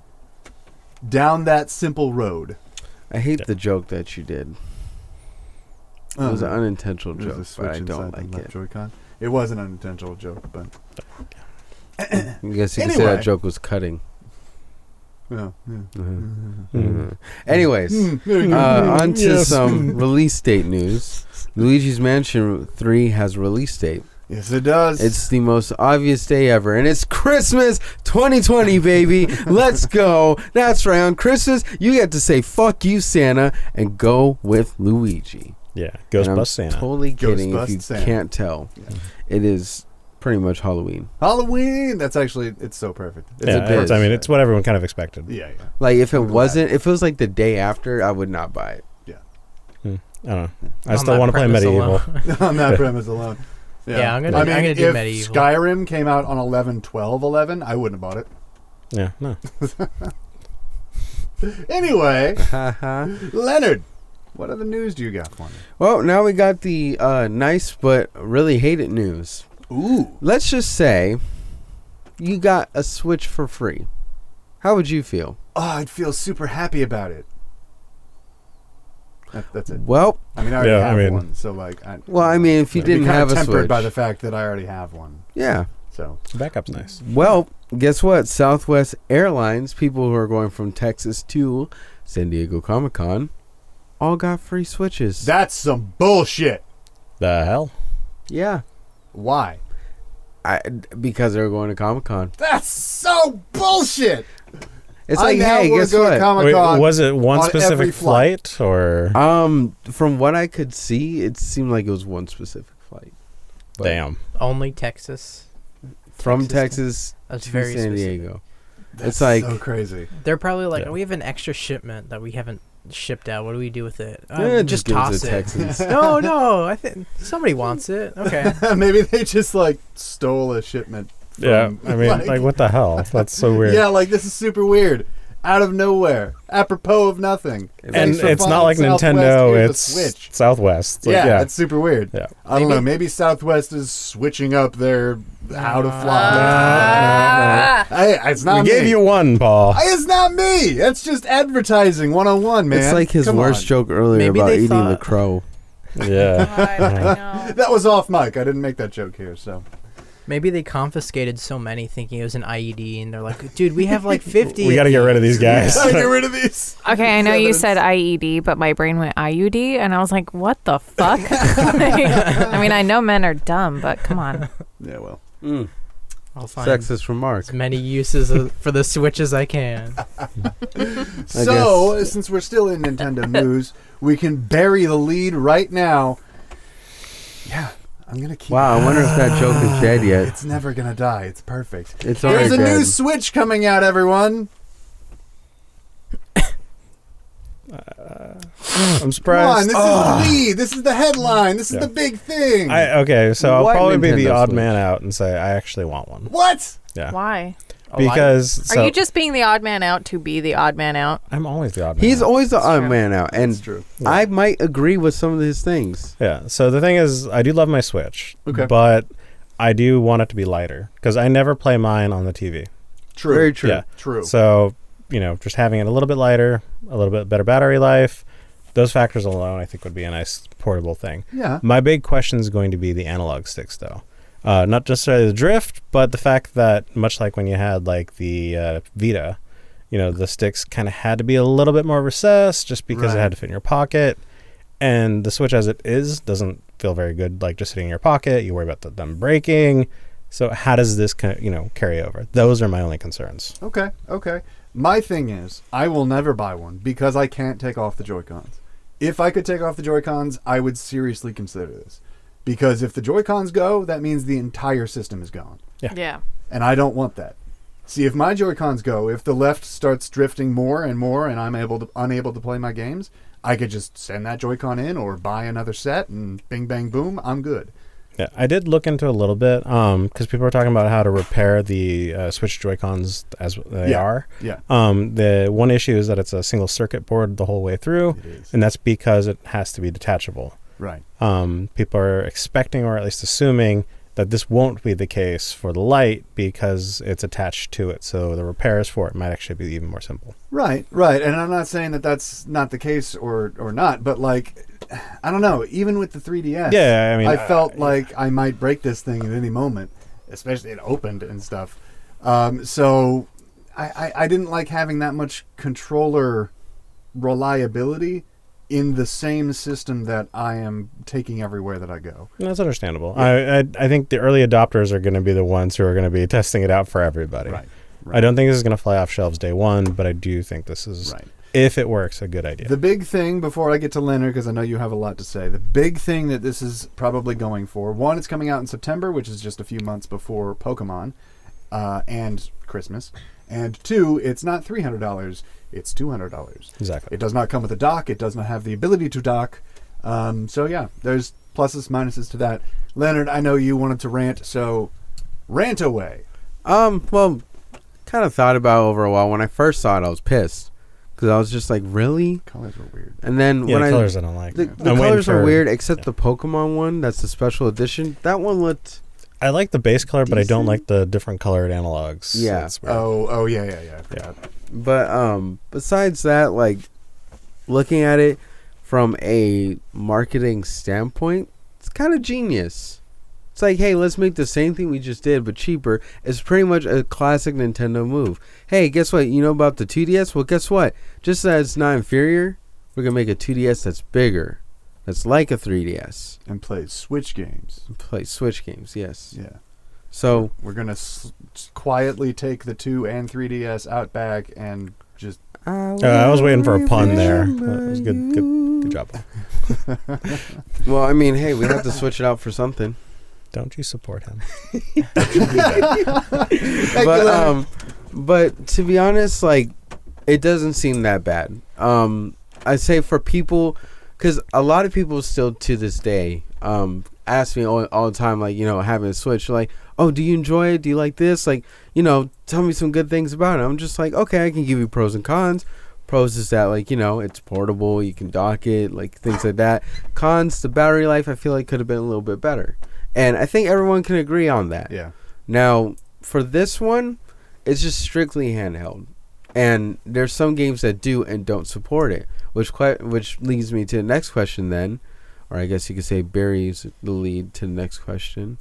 Speaker 1: down that simple road.
Speaker 5: I hate the joke that you did. it was an unintentional
Speaker 1: Um, Uh-huh. There's a
Speaker 5: joke, but I don't
Speaker 1: inside the
Speaker 5: like
Speaker 1: left
Speaker 5: it.
Speaker 1: Joy-Con. It was an unintentional joke, but
Speaker 5: I guess you could say
Speaker 1: Anyway.
Speaker 5: that joke was cutting.
Speaker 1: yeah. yeah.
Speaker 5: Mm-hmm.
Speaker 3: Mhm.
Speaker 5: Hmm. Anyways,
Speaker 1: Mm, Hmm. there you
Speaker 5: uh,
Speaker 1: go. Hmm.
Speaker 5: on to
Speaker 3: Yes.
Speaker 5: some release date news. Luigi's Mansion 3 has a release date.
Speaker 1: yes, it does.
Speaker 5: It's the most obvious day ever, and it's Christmas 2020, baby. Let's go. That's right. On Christmas, you get to say "fuck you, Santa" and go with Luigi.
Speaker 3: Yeah,
Speaker 5: And I'm
Speaker 3: Ghostbusters Santa.
Speaker 5: Totally kidding. If
Speaker 1: Ghostbust
Speaker 5: you
Speaker 1: Santa.
Speaker 5: can't tell,
Speaker 1: Yeah.
Speaker 5: it is pretty much Halloween.
Speaker 1: Halloween. That's actually it's so perfect. It's
Speaker 5: a
Speaker 3: Yeah,
Speaker 5: bit.
Speaker 3: it's- I mean, it's what everyone kind of expected.
Speaker 1: yeah, yeah.
Speaker 5: Like if it
Speaker 1: I'm glad.
Speaker 5: wasn't, if it was like the day after, I would not buy it.
Speaker 3: Hmm. I don't know. I
Speaker 6: On
Speaker 3: still
Speaker 6: that
Speaker 3: want to play
Speaker 6: premise
Speaker 3: Medieval.
Speaker 6: alone.
Speaker 1: on that premise alone.
Speaker 6: Yeah, I'm gonna-
Speaker 1: I
Speaker 6: I'm
Speaker 1: mean,
Speaker 6: gonna do
Speaker 1: if
Speaker 6: Medieval.
Speaker 1: Skyrim came out on 11 12 11, I wouldn't have bought
Speaker 3: Yeah, no.
Speaker 1: it. Anyway,
Speaker 5: Haha.
Speaker 1: Leonard, what other news do you got for me?
Speaker 5: well, now we got the uh, nice but really hated news.
Speaker 1: Ooh.
Speaker 5: Let's just say you got a Switch for free. How would you feel?
Speaker 1: Oh, I'd feel super happy about it. That- that's it.
Speaker 5: Well,
Speaker 1: I mean, I already
Speaker 3: Yeah, I
Speaker 1: have
Speaker 3: mean-
Speaker 1: one, so like, I,
Speaker 5: well, I mean, if you
Speaker 1: it'd be
Speaker 5: didn't
Speaker 1: kinda
Speaker 5: have a
Speaker 1: tempered
Speaker 5: switch,
Speaker 1: by the fact that I already have one.
Speaker 5: yeah.
Speaker 1: So
Speaker 3: So backup's nice.
Speaker 5: Well, guess what? Southwest Airlines people who are going from Texas to San Diego Comic Con all got free switches.
Speaker 1: that's some bullshit.
Speaker 3: The hell?
Speaker 5: yeah,
Speaker 1: Why?
Speaker 5: I, because they're going to Comic Con.
Speaker 1: That's so bullshit.
Speaker 5: It's
Speaker 1: I
Speaker 5: like,
Speaker 1: now
Speaker 5: hey,
Speaker 1: wanna
Speaker 5: guess
Speaker 1: go to
Speaker 5: what?
Speaker 1: Comic
Speaker 3: Wait,
Speaker 1: Con.
Speaker 3: was it one
Speaker 1: on every
Speaker 3: specific
Speaker 1: flight.
Speaker 3: flight. or?
Speaker 5: um, from what I could see, it seemed like it was one specific flight but-
Speaker 3: Damn.
Speaker 6: Only Texas.
Speaker 5: from
Speaker 6: Texas
Speaker 5: Texas,
Speaker 6: That's
Speaker 5: to
Speaker 6: very
Speaker 5: San
Speaker 6: specific.
Speaker 5: Diego.
Speaker 1: That's
Speaker 5: it's like-
Speaker 1: so crazy.
Speaker 6: They're probably like,
Speaker 3: Yeah.
Speaker 6: we have an extra shipment that we haven't shipped out. What do we do with it? Uh,
Speaker 5: Yeah,
Speaker 6: just
Speaker 5: give
Speaker 6: toss
Speaker 5: to
Speaker 6: it.
Speaker 5: Texans.
Speaker 6: no, no. I think somebody wants it. Okay.
Speaker 1: Maybe they just like stole a shipment. From,
Speaker 3: Yeah, I mean, like, what the hell? That's so weird.
Speaker 1: Yeah, like this is super weird. Out of nowhere, apropos of nothing.
Speaker 3: and
Speaker 1: Thanks for
Speaker 3: it's not
Speaker 1: finding
Speaker 3: like
Speaker 1: Southwest,
Speaker 3: Nintendo.
Speaker 1: here's a
Speaker 3: It's
Speaker 1: Switch.
Speaker 3: Southwest. It's like,
Speaker 1: yeah,
Speaker 3: yeah,
Speaker 1: it's super weird.
Speaker 3: Yeah.
Speaker 1: I don't
Speaker 6: Maybe-
Speaker 1: know. Maybe Southwest is switching up their how to fly.
Speaker 7: Ah!
Speaker 1: Hey, it's
Speaker 3: we
Speaker 1: not me.
Speaker 3: gave you one, Paul.
Speaker 1: Hey, It's not me. That's just advertising 101, man.
Speaker 5: It's like his
Speaker 1: Come
Speaker 5: worst
Speaker 1: on.
Speaker 5: joke earlier
Speaker 6: Maybe
Speaker 5: about
Speaker 6: they
Speaker 5: eating the
Speaker 6: thought- "Oh,
Speaker 5: crow.
Speaker 3: yeah.
Speaker 7: God, I know.
Speaker 1: That was off mic. I didn't make that joke here, so.
Speaker 6: Maybe they confiscated so many thinking it was an IED, and they're like, dude, we have like 50.
Speaker 3: We got to get rid of these guys.
Speaker 1: Gotta get rid of these.
Speaker 2: Okay, I know you
Speaker 1: Evidence.
Speaker 2: said IED, but my brain went IUD, and I was like, what the fuck? Like, I mean, I know men are dumb, but come on.
Speaker 1: Yeah, well.
Speaker 5: Mm,
Speaker 6: I'll find
Speaker 5: sexist remark.
Speaker 6: as many uses of, for the Switch as I can.
Speaker 1: So, since we're still in Nintendo news, we can bury the lead right now. Yeah, I'm going to keep
Speaker 5: Wow, I wonder if that joke is dead yet.
Speaker 1: It's never going to die. It's perfect.
Speaker 5: It's already
Speaker 1: There's a
Speaker 5: dead.
Speaker 1: new Switch coming out, everyone.
Speaker 3: I'm
Speaker 1: Come on,
Speaker 3: surprised.
Speaker 1: this is the lead. This is the headline. This is
Speaker 3: Yeah.
Speaker 1: the big thing.
Speaker 3: I, okay, so I'll
Speaker 5: What
Speaker 3: probably be the
Speaker 5: Nintendo
Speaker 3: odd
Speaker 5: Switch?
Speaker 3: man out and say I actually want one
Speaker 1: what?
Speaker 2: Why?
Speaker 3: because so
Speaker 2: Are you just being the odd man out to be the odd man out?
Speaker 3: I'm always the odd man.
Speaker 5: He's
Speaker 3: out.
Speaker 5: always the odd
Speaker 2: true.
Speaker 5: man out,
Speaker 1: It's
Speaker 5: and
Speaker 1: true.
Speaker 5: I might agree with some of his things.
Speaker 3: yeah. So the thing is, I do love my Switch,
Speaker 1: Okay.
Speaker 3: but I do want it to be lighter because I never play mine on the TV.
Speaker 1: True.
Speaker 5: Very true.
Speaker 3: Yeah.
Speaker 1: True.
Speaker 3: So you know, just having it a little bit lighter, a little bit better battery life, those factors alone, I think would be a nice portable thing.
Speaker 1: yeah.
Speaker 3: My big question is going to be the analog sticks, though. Uh, not necessarily the drift, but the fact that much like when you had like the uh, Vita, you know, the sticks kind of had to be a little bit more recessed just because
Speaker 1: Right.
Speaker 3: it had to fit in your pocket. And the Switch, as it is, doesn't feel very good. Like just sitting in your pocket, you worry about the, them breaking. So how does this, kind of, you know, carry over? Those are my only concerns.
Speaker 1: Okay. Okay. My thing is, I will never buy one because I can't take off the Joy Cons. If I could take off the Joy Cons, I would seriously consider this. Because if the Joy Cons go, that means the entire system is gone.
Speaker 3: Yeah.
Speaker 2: Yeah.
Speaker 1: And I don't want that. See, if my Joy Cons go, if the left starts drifting more and more and I'm able to, unable to play my games, I could just send that Joy Con in or buy another set and bing, bang, boom, I'm good.
Speaker 3: Yeah, I did look into it a little bit because people were talking about how to repair the uh, Switch Joy Cons as they
Speaker 1: Yeah.
Speaker 3: are.
Speaker 1: Yeah.
Speaker 3: Um, the one issue is that it's a single circuit board the whole way through,
Speaker 1: It is.
Speaker 3: and that's because it has to be detachable.
Speaker 1: Right.
Speaker 3: Um, people are expecting, or at least assuming, that this won't be the case for the light because it's attached to it. So the repairs for it might actually be even more simple.
Speaker 1: Right, right, and I'm not saying that that's not the case or or not, but like, I don't know. Even with the 3ds,
Speaker 3: Yeah, I mean, uh,
Speaker 1: I felt like I might break this thing at any moment, especially it opened and stuff. Um, so I, I I didn't like having that much controller reliability in the same system that I am taking everywhere that I go.
Speaker 3: And That's understandable. I, I I think the early adopters are going to be the ones who are going to be testing it out for everybody.
Speaker 1: Right,
Speaker 3: I don't think this is going to fly off shelves day one, but I do think this is,
Speaker 1: Right.
Speaker 3: if it works, a good idea.
Speaker 1: The big thing before I get to Leonard, because I know you have a lot to say, the big thing that this is probably going for one, it's coming out in September, which is just a few months before Pokemon uh, and Christmas. And two, it's not $300, it's $200.
Speaker 3: exactly.
Speaker 1: It does not come with a dock, it does not have the ability to dock. Um, so, yeah, there's pluses, minuses to that. Leonard, I know you wanted to rant, so rant away.
Speaker 5: Um, well, kind of thought about it over a while. When I first saw it, I was pissed because I was just like, really?
Speaker 1: Colors were weird.
Speaker 5: And then
Speaker 3: Yeah,
Speaker 5: when
Speaker 3: the
Speaker 5: I
Speaker 3: colors I don't like.
Speaker 5: the,
Speaker 3: I'm
Speaker 5: the
Speaker 3: waiting
Speaker 5: colors are
Speaker 3: for-
Speaker 5: weird, except
Speaker 3: yeah.
Speaker 5: the Pokemon one. That's the special edition. That one looked.
Speaker 3: I like the base color, but I don't
Speaker 5: Decent.
Speaker 3: like the different colored analogs.
Speaker 5: Yeah.
Speaker 3: It's weird.
Speaker 1: Oh, oh yeah, yeah, yeah. I
Speaker 3: Yeah.
Speaker 1: forgot.
Speaker 5: But um, besides that, like looking at it, from a marketing standpoint, it's kind of genius. It's like, hey, let's make the same thing we just did but cheaper. It's pretty much a classic Nintendo move. Hey, guess what? You know about the 2DS? Well, guess what? Just that it's not inferior, we're gonna make a 2DS that's bigger, that's like a 3DS.
Speaker 1: and play Switch games.
Speaker 5: Play Switch games, yes.
Speaker 1: Yeah.
Speaker 5: So
Speaker 1: We're going to s- s- quietly take the 2 and 3DS out back and just.
Speaker 3: Uh, I was waiting for a pun there. That was good. Good, good job.
Speaker 5: Well, I mean, hey, we have to switch it out for something.
Speaker 3: Don't you support him?
Speaker 1: you,
Speaker 5: but
Speaker 1: Leonard.
Speaker 5: um, but to be honest, like, it doesn't seem that bad. Um, I say for people, because a lot of people still to this day um ask me all, all the time, like you know, having a switch, like, oh, do you enjoy it? Do you like this? Like, you know, tell me some good things about it. I'm just like, okay, I can give you pros and cons. Pros is that like you know it's portable, you can dock it, like things like that. Cons, the battery life I feel like could have been a little bit better, and I think everyone can agree on that.
Speaker 1: Yeah.
Speaker 5: Now, for this one, it's just strictly handheld. And there's some games that do and don't support it, which que- which leads me to the next question then, or I guess you could say buries the lead to the next question.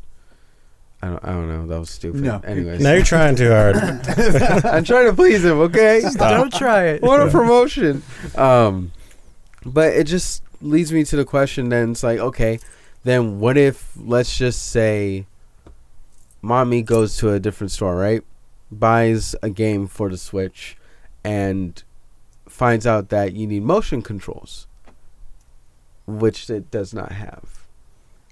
Speaker 5: I don't, I don't know. That was stupid.
Speaker 1: No.
Speaker 5: Anyways,
Speaker 3: now you're trying too hard.
Speaker 5: I'm trying to please him. Okay.
Speaker 6: Don't try it.
Speaker 5: What a promotion. Um, but it just leads me to the question then it's like, okay, then what if, let's just say, mommy goes to a different store, right? Buys a game for the Switch and finds out that you need motion controls, which it does not have.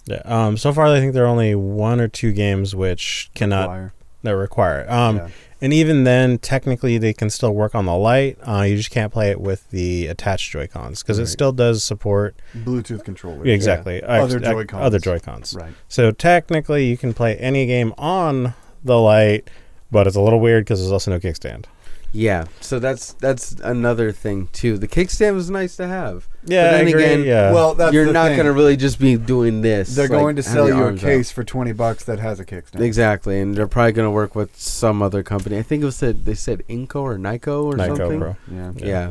Speaker 3: Yeah, um, so far, I think there are only one or two games which cannot
Speaker 1: Wire.
Speaker 3: that require. it. Um,
Speaker 1: Yeah.
Speaker 3: And even then, technically, they can still work on the light. Uh, you just can't play it with the attached Joy Cons because it
Speaker 1: Right.
Speaker 3: still does support
Speaker 1: Bluetooth controller.
Speaker 3: Yeah, exactly
Speaker 1: Other
Speaker 3: Ex- ex-
Speaker 1: Joy-Cons.
Speaker 3: Other Joy Cons.
Speaker 1: Right.
Speaker 3: So technically, you can play any game on the light, but it's a little weird because there's also no kickstand.
Speaker 5: Yeah, so that's that's another thing too. The kickstand was nice to have.
Speaker 3: Yeah,
Speaker 5: then
Speaker 3: I agree,
Speaker 5: again,
Speaker 3: yeah.
Speaker 1: Well, that's
Speaker 5: You're
Speaker 1: the
Speaker 5: not
Speaker 1: thing.
Speaker 5: gonna really just be doing this.
Speaker 1: They're
Speaker 5: like,
Speaker 1: going to
Speaker 5: have
Speaker 1: sell
Speaker 5: your
Speaker 1: you a
Speaker 5: arms out.
Speaker 1: case for 20 bucks that has a kickstand.
Speaker 5: Exactly, and they're probably going to work with some other company. I think it was said they said Inco or Nyko or
Speaker 3: Night
Speaker 5: something.
Speaker 3: GoPro.
Speaker 1: Yeah.
Speaker 5: Yeah.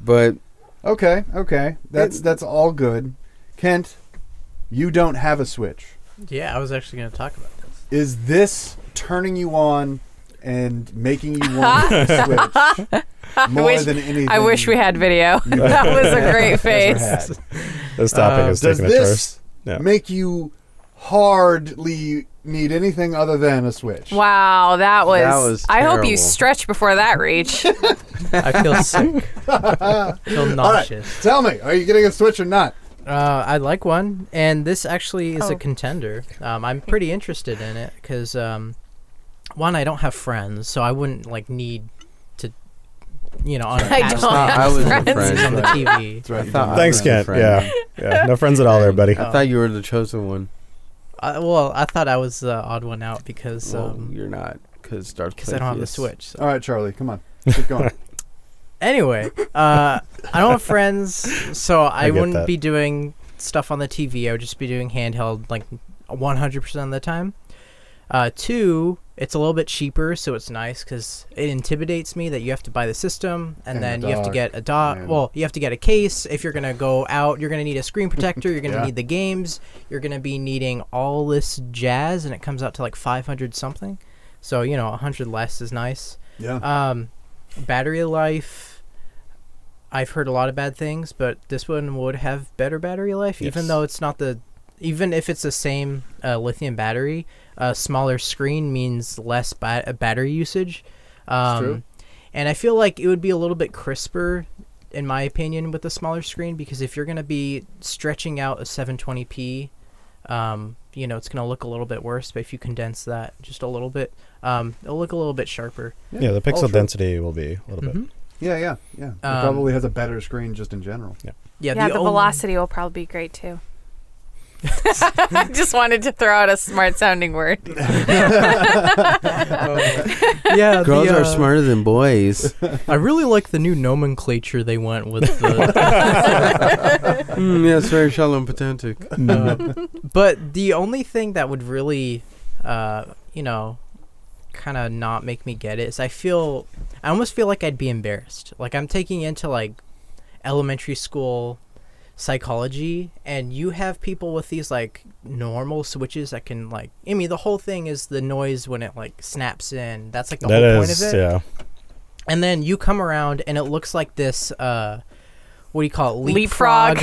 Speaker 5: but
Speaker 1: Okay, okay. That's
Speaker 5: It-
Speaker 1: that's all good. Kent, you don't have a Switch.
Speaker 6: Yeah, I was actually going to talk about this.
Speaker 1: Is this turning you on and making you want a Switch more
Speaker 2: wish-
Speaker 1: than anything?
Speaker 2: I wish we had video.
Speaker 1: you
Speaker 2: that was a great
Speaker 1: ever
Speaker 2: face.
Speaker 1: had?
Speaker 3: This topic
Speaker 6: Uh,
Speaker 3: is
Speaker 1: Does
Speaker 3: taking a turn.
Speaker 1: this
Speaker 3: Yeah.
Speaker 1: make you hardly need anything other than a Switch?
Speaker 2: Wow, that was.
Speaker 5: was
Speaker 2: I hope
Speaker 5: terrible.
Speaker 2: you stretch before that reach.
Speaker 6: I feel sick. I feel
Speaker 1: All right,
Speaker 6: nauseous.
Speaker 1: tell me, are you getting a Switch or not?
Speaker 6: Uh, I like one, and this actually is
Speaker 2: Oh.
Speaker 6: a contender. Um, I'm pretty interested in it because um, one, I don't have friends, so I wouldn't like need to, you know, on an
Speaker 2: I
Speaker 6: app
Speaker 2: don't
Speaker 6: stop
Speaker 5: have I was
Speaker 6: on
Speaker 5: friends. friends.
Speaker 6: the TV.
Speaker 1: That's right.
Speaker 5: I
Speaker 1: you
Speaker 5: thought
Speaker 1: don't.
Speaker 3: Thanks,
Speaker 5: I
Speaker 3: Kent.
Speaker 5: friend.
Speaker 3: Yeah, yeah. No friends at all there, buddy.
Speaker 5: I thought you were the chosen one.
Speaker 6: I, Uh, well, I thought I was the odd one out because
Speaker 5: well,
Speaker 6: um,
Speaker 5: you're not because Dark.
Speaker 6: because I don't have the
Speaker 5: Plagueis.
Speaker 6: Switch. So.
Speaker 1: All right, Charlie, come on. Keep going.
Speaker 6: Anyway, uh, I don't have friends, so I,
Speaker 3: I get
Speaker 6: wouldn't
Speaker 3: that.
Speaker 6: be doing stuff on the TV. I would just be doing handheld, like 100% of the time. Uh, two, it's a little bit cheaper, so it's nice because it intimidates me that you have to buy the system and,
Speaker 1: And
Speaker 6: then
Speaker 1: the
Speaker 6: you have to
Speaker 1: dock,
Speaker 6: get a dock.
Speaker 1: and-
Speaker 6: Well, you have to get a case. If you're going to go out, you're going to need a screen protector. You're going to
Speaker 1: Yeah.
Speaker 6: need the games. You're going to be needing all this jazz, and it comes out to like 500 something. So, you know, 100 less is nice.
Speaker 1: Yeah.
Speaker 6: Um, battery life. I've heard a lot of bad things, but this one would have better battery life, even
Speaker 3: Yes.
Speaker 6: though it's not the, even if it's the same uh, lithium battery. A smaller screen means less ba- uh, battery usage. Um,
Speaker 1: true.
Speaker 6: And I feel like it would be a little bit crisper, in my opinion, with a smaller screen because if you're going to be stretching out a 720p, um, you know it's going to look a little bit worse. But if you condense that just a little bit, um, it'll look a little bit sharper.
Speaker 3: Yeah, the pixel
Speaker 1: Ultra.
Speaker 3: density will be a little
Speaker 2: Mm-hmm.
Speaker 3: bit.
Speaker 6: Mhm.
Speaker 1: Yeah, yeah, yeah. It
Speaker 6: Um,
Speaker 1: probably has a better screen just in general.
Speaker 6: Yeah,
Speaker 2: Yeah,
Speaker 6: the,
Speaker 2: the,
Speaker 6: only-
Speaker 2: velocity will probably be great too. I just wanted to throw out a smart sounding word.
Speaker 6: yeah,
Speaker 5: Girls
Speaker 6: the,
Speaker 5: are
Speaker 6: uh,
Speaker 5: smarter than boys.
Speaker 6: I really like the new nomenclature they went with the. uh,
Speaker 5: mm, yeah, it's very shallow and pedantic.
Speaker 3: Mm-hmm.
Speaker 6: uh, but the only thing that would really, uh, you know, kind of not make me get it is I feel I almost feel like I'd be embarrassed. Like I'm taking into like elementary school psychology and you have people with these like normal switches that can like I mean the whole thing is the noise when it like snaps in. That's like the
Speaker 3: That
Speaker 6: whole
Speaker 3: is,
Speaker 6: point of it.
Speaker 3: yeah.
Speaker 6: And then you come around and it looks like this uh what do you call it?
Speaker 2: Leapfrog.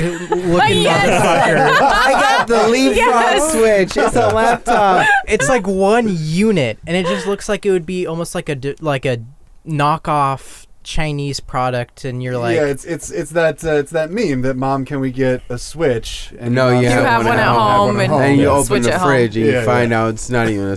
Speaker 6: looking
Speaker 2: Yes.
Speaker 6: motherfucker.
Speaker 5: I got the leaf
Speaker 2: Yes.
Speaker 5: switch. It's a laptop.
Speaker 6: it's like one unit and it just looks like it would be almost like a d- like a knockoff Chinese product and you're like
Speaker 1: yeah, it's it's it's that uh, it's that meme that mom, can we get a switch? And
Speaker 5: No,
Speaker 1: your mom
Speaker 5: you
Speaker 1: said,
Speaker 5: have
Speaker 1: "I
Speaker 5: one at
Speaker 1: have
Speaker 2: home and-
Speaker 5: And you
Speaker 1: yeah.
Speaker 5: open
Speaker 2: Switch
Speaker 5: the
Speaker 2: at home.
Speaker 5: fridge and you
Speaker 1: Yeah,
Speaker 5: find out it's not even a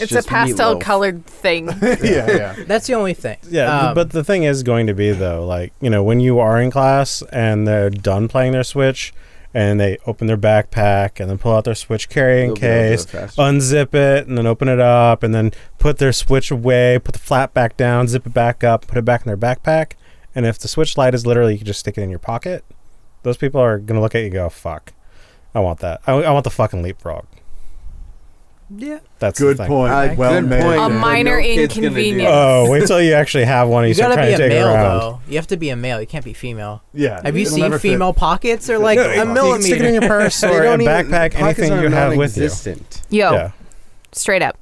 Speaker 2: It's a pastel colored thing.
Speaker 1: yeah, yeah.
Speaker 6: that's the only thing.
Speaker 3: Yeah, th-
Speaker 6: Um,
Speaker 3: but the thing is going to be though, like you know, when you are in class and they're done playing their Switch, and they open their backpack and then pull out their Switch carrying case, unzip it, and then open it up, and then put their Switch away, put the flap back down, zip it back up, put it back in their backpack, and if the Switch light is literally you can just stick it in your pocket, those people are gonna look at you and go, "Fuck, I want that. I, I want the fucking leapfrog."
Speaker 6: yeah.
Speaker 3: That's the
Speaker 1: Good
Speaker 3: thing.
Speaker 1: point.
Speaker 5: Uh,
Speaker 1: well
Speaker 5: good
Speaker 1: made.
Speaker 5: point.
Speaker 2: A
Speaker 5: Yeah.
Speaker 2: minor
Speaker 5: No kid's gonna do it.
Speaker 2: inconvenience.
Speaker 3: Oh, wait till you actually have one. And you,
Speaker 6: You
Speaker 3: start
Speaker 6: gotta
Speaker 3: trying
Speaker 6: be
Speaker 3: to
Speaker 6: a
Speaker 3: take it
Speaker 6: male
Speaker 3: around.
Speaker 6: though. You have to be a male. You can't be female.
Speaker 1: Yeah.
Speaker 6: Have you
Speaker 1: it'll
Speaker 6: seen
Speaker 1: never fit.
Speaker 6: female pockets? They're like
Speaker 1: No,
Speaker 6: a
Speaker 1: it's-
Speaker 3: Stick it in
Speaker 6: millimeter.
Speaker 3: your purse or a backpack, anything you have with you.
Speaker 2: Yo,
Speaker 3: Yeah.
Speaker 2: straight up.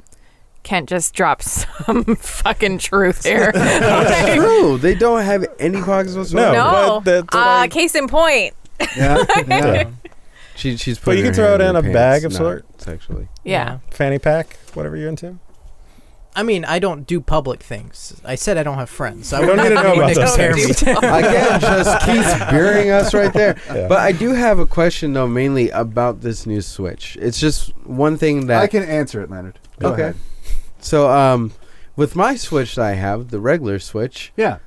Speaker 2: Kent just dropped some fucking truth there.
Speaker 5: It's true. They don't have any pockets whatsoever.
Speaker 3: No.
Speaker 2: no.
Speaker 3: but that's
Speaker 2: Uh,
Speaker 3: like-
Speaker 2: case in point.
Speaker 1: Yeah. yeah.
Speaker 5: She, she's
Speaker 3: But
Speaker 5: putting
Speaker 3: you can
Speaker 5: her
Speaker 3: throw
Speaker 5: hand
Speaker 3: it in
Speaker 5: her
Speaker 3: a
Speaker 5: pants,
Speaker 3: bag of
Speaker 5: not
Speaker 3: sort.
Speaker 5: Sexually.
Speaker 2: Yeah.
Speaker 3: Fanny pack, whatever you're into.
Speaker 6: I mean, I don't do public things. I said I don't have friends. So I
Speaker 3: We don't
Speaker 6: wouldn't
Speaker 3: need to
Speaker 6: have
Speaker 3: know
Speaker 6: anyone
Speaker 3: about those
Speaker 6: compare
Speaker 3: things.
Speaker 6: me to.
Speaker 5: Again, just keeps burying us right there.
Speaker 3: Yeah.
Speaker 5: But I do have a question though, mainly about this new Switch. It's just one thing that
Speaker 1: I can answer it, Leonard. Go
Speaker 5: Okay.
Speaker 1: ahead.
Speaker 5: So, um, with my Switch that I have, the regular Switch,
Speaker 1: Yeah.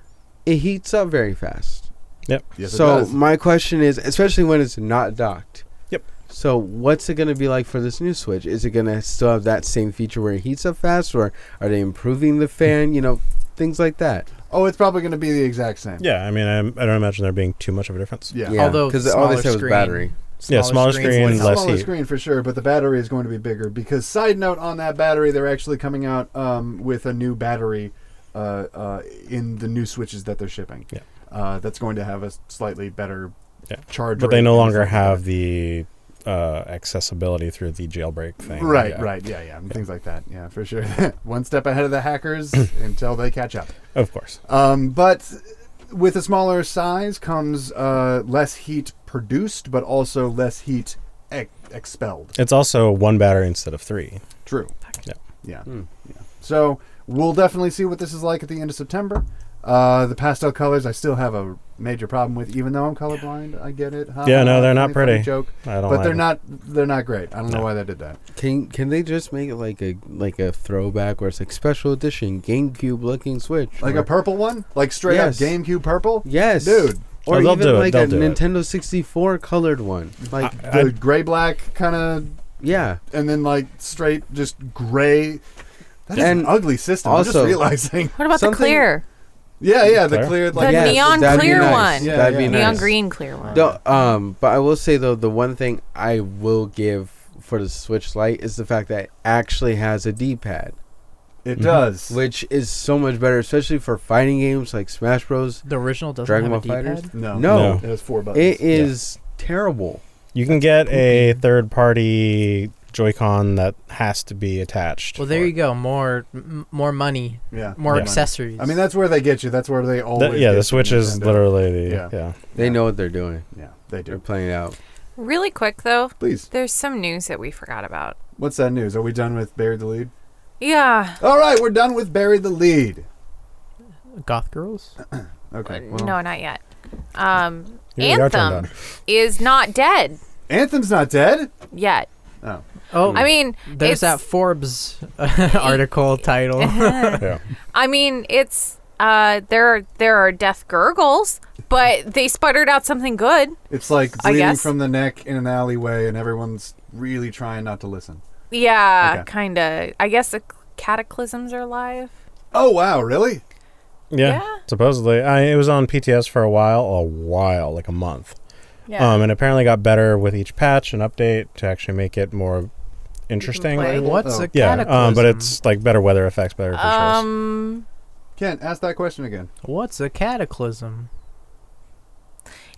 Speaker 5: it heats up very fast.
Speaker 1: Yes, it
Speaker 5: so
Speaker 1: does.
Speaker 5: my question is, especially when it's not docked.
Speaker 3: Yep.
Speaker 5: So what's it going to be like for this new Switch? Is it going to still have that same feature where it heats up fast, or are they improving the fan? You know, things like that.
Speaker 1: oh, it's probably going to be the exact same.
Speaker 3: Yeah, I mean, I, I don't imagine there being too much of a difference.
Speaker 1: Yeah.
Speaker 6: Although
Speaker 5: all they
Speaker 6: smaller
Speaker 5: said was
Speaker 6: screen.
Speaker 5: battery.
Speaker 3: Yeah, smaller
Speaker 6: screens
Speaker 3: screen,
Speaker 6: would help.
Speaker 3: less
Speaker 1: Smaller
Speaker 3: heat.
Speaker 1: screen for sure, but the battery is going to be bigger because side note on that battery, they're actually coming out um, with a new battery uh, uh, in the new switches that they're shipping.
Speaker 3: Yeah.
Speaker 1: Uh, that's going to have a slightly better
Speaker 3: Yeah.
Speaker 1: charge.
Speaker 3: But they
Speaker 1: rate
Speaker 3: no
Speaker 1: and
Speaker 3: longer
Speaker 1: stuff like
Speaker 3: have the uh, accessibility through the jailbreak thing.
Speaker 1: Right,
Speaker 3: Yeah.
Speaker 1: right, yeah, yeah, and things like that. Yeah, for sure. One step ahead of the hackers until they catch up.
Speaker 3: Of course.
Speaker 1: Um, but with a smaller size comes uh, less heat produced, but also less heat ex- expelled.
Speaker 3: It's also one battery instead of three.
Speaker 1: True.
Speaker 3: Yeah.
Speaker 1: Yeah.
Speaker 5: Hmm.
Speaker 1: yeah. So we'll definitely see what this is like at the end of September. Uh, the pastel colors, I still have a major problem with, even though I'm colorblind. I get it. Ha,
Speaker 3: Yeah,
Speaker 1: ha,
Speaker 3: no,
Speaker 1: ha,
Speaker 3: they're not
Speaker 1: funny, funny
Speaker 3: pretty.
Speaker 1: Joke,
Speaker 3: I don't.
Speaker 1: but they're
Speaker 3: like-
Speaker 1: not. They're not great. I don't know
Speaker 3: No.
Speaker 1: why they did that.
Speaker 5: Can can they just make it like a like a throwback where it's like special edition GameCube looking Switch?
Speaker 1: Like
Speaker 5: or-
Speaker 1: a purple one, like straight
Speaker 5: Yes.
Speaker 1: up GameCube purple,
Speaker 5: yes,
Speaker 1: dude.
Speaker 5: or
Speaker 3: Oh, they'll
Speaker 5: even
Speaker 3: do it,
Speaker 5: like
Speaker 3: they'll
Speaker 5: a
Speaker 3: do it.
Speaker 5: Nintendo 64 colored one. Like
Speaker 3: I-
Speaker 1: The gray black kind of,
Speaker 5: yeah.
Speaker 1: and then like straight just gray. That's an
Speaker 5: And
Speaker 1: ugly system. I'm
Speaker 5: also-
Speaker 1: just realizing.
Speaker 2: What about the
Speaker 5: Something-
Speaker 2: clear?
Speaker 1: yeah, yeah, the
Speaker 3: Clear?
Speaker 1: clear
Speaker 2: The
Speaker 1: like
Speaker 2: Yes. neon
Speaker 5: that'd be
Speaker 2: clear
Speaker 5: nice.
Speaker 2: one.
Speaker 1: Yeah,
Speaker 5: that'd be
Speaker 1: yeah.
Speaker 5: nice.
Speaker 2: Neon green clear one.
Speaker 5: The, um, but I will say though, the one thing I will give for the Switch Lite is the fact that it actually has a D-pad, Mm-hmm.
Speaker 1: it
Speaker 3: Mhm.
Speaker 1: does.
Speaker 5: which is so much better, especially for fighting games like Smash Bros.
Speaker 6: The original doesn't
Speaker 5: Dragon
Speaker 6: have a
Speaker 5: Ball
Speaker 6: D-pad.
Speaker 5: Fighters?
Speaker 1: No,
Speaker 5: No.
Speaker 1: it has four buttons.
Speaker 5: It is terrible.
Speaker 3: You can get a
Speaker 5: Mm-hmm.
Speaker 3: third-party Joy-Con that has to be attached.
Speaker 6: Well,
Speaker 3: for
Speaker 6: there
Speaker 3: it.
Speaker 6: you go. More, m- more money,
Speaker 1: yeah,
Speaker 6: more
Speaker 3: Yeah.
Speaker 6: accessories.
Speaker 1: I mean, that's where they get you. That's where they always.
Speaker 3: That- yeah,
Speaker 1: get you,
Speaker 3: the Switch is
Speaker 1: Nintendo.
Speaker 3: literally the
Speaker 1: Yeah.
Speaker 3: yeah.
Speaker 5: They
Speaker 1: Yeah.
Speaker 5: know what they're doing.
Speaker 1: Yeah, they
Speaker 5: They're
Speaker 1: do.
Speaker 5: playing it out.
Speaker 2: Really quick though,
Speaker 1: Please,
Speaker 2: there's some news that we forgot about.
Speaker 1: what's that news? Are we done with bury the lead?
Speaker 2: Yeah.
Speaker 1: All right, we're done with bury the lead.
Speaker 6: goth girls.
Speaker 1: Okay.
Speaker 2: Uh,
Speaker 1: well,
Speaker 2: no, not yet. Um,
Speaker 3: You really are turned
Speaker 2: Anthem is not dead
Speaker 1: Anthem's not dead.
Speaker 2: yet.
Speaker 1: Oh,
Speaker 6: Oh,
Speaker 2: I mean,
Speaker 6: there's
Speaker 2: it's-
Speaker 6: that Forbes article title.
Speaker 3: on. yeah.
Speaker 2: I mean, it's uh, there. Are, there are death gurgles, but they sputtered out something good.
Speaker 1: it's like
Speaker 2: I
Speaker 1: bleeding
Speaker 2: guess.
Speaker 1: from the neck in an alleyway, and everyone's really trying not to listen.
Speaker 2: Yeah,
Speaker 1: Okay.
Speaker 2: kind of. I guess the cataclysms are live.
Speaker 1: Oh wow, really?
Speaker 3: Yeah.
Speaker 2: Yeah.
Speaker 3: Supposedly, I, it was on PTS for a while, a while, like a month.
Speaker 2: Yeah.
Speaker 3: Um, and apparently got better with each patch and update to actually make it more interesting.
Speaker 2: play.
Speaker 6: What's
Speaker 1: Oh.
Speaker 6: a
Speaker 3: Yeah,
Speaker 6: cataclysm?
Speaker 3: um, but it's like better weather effects, better visuals.
Speaker 1: Uh.
Speaker 2: Um,
Speaker 1: Kent, ask that question again.
Speaker 6: What's a cataclysm?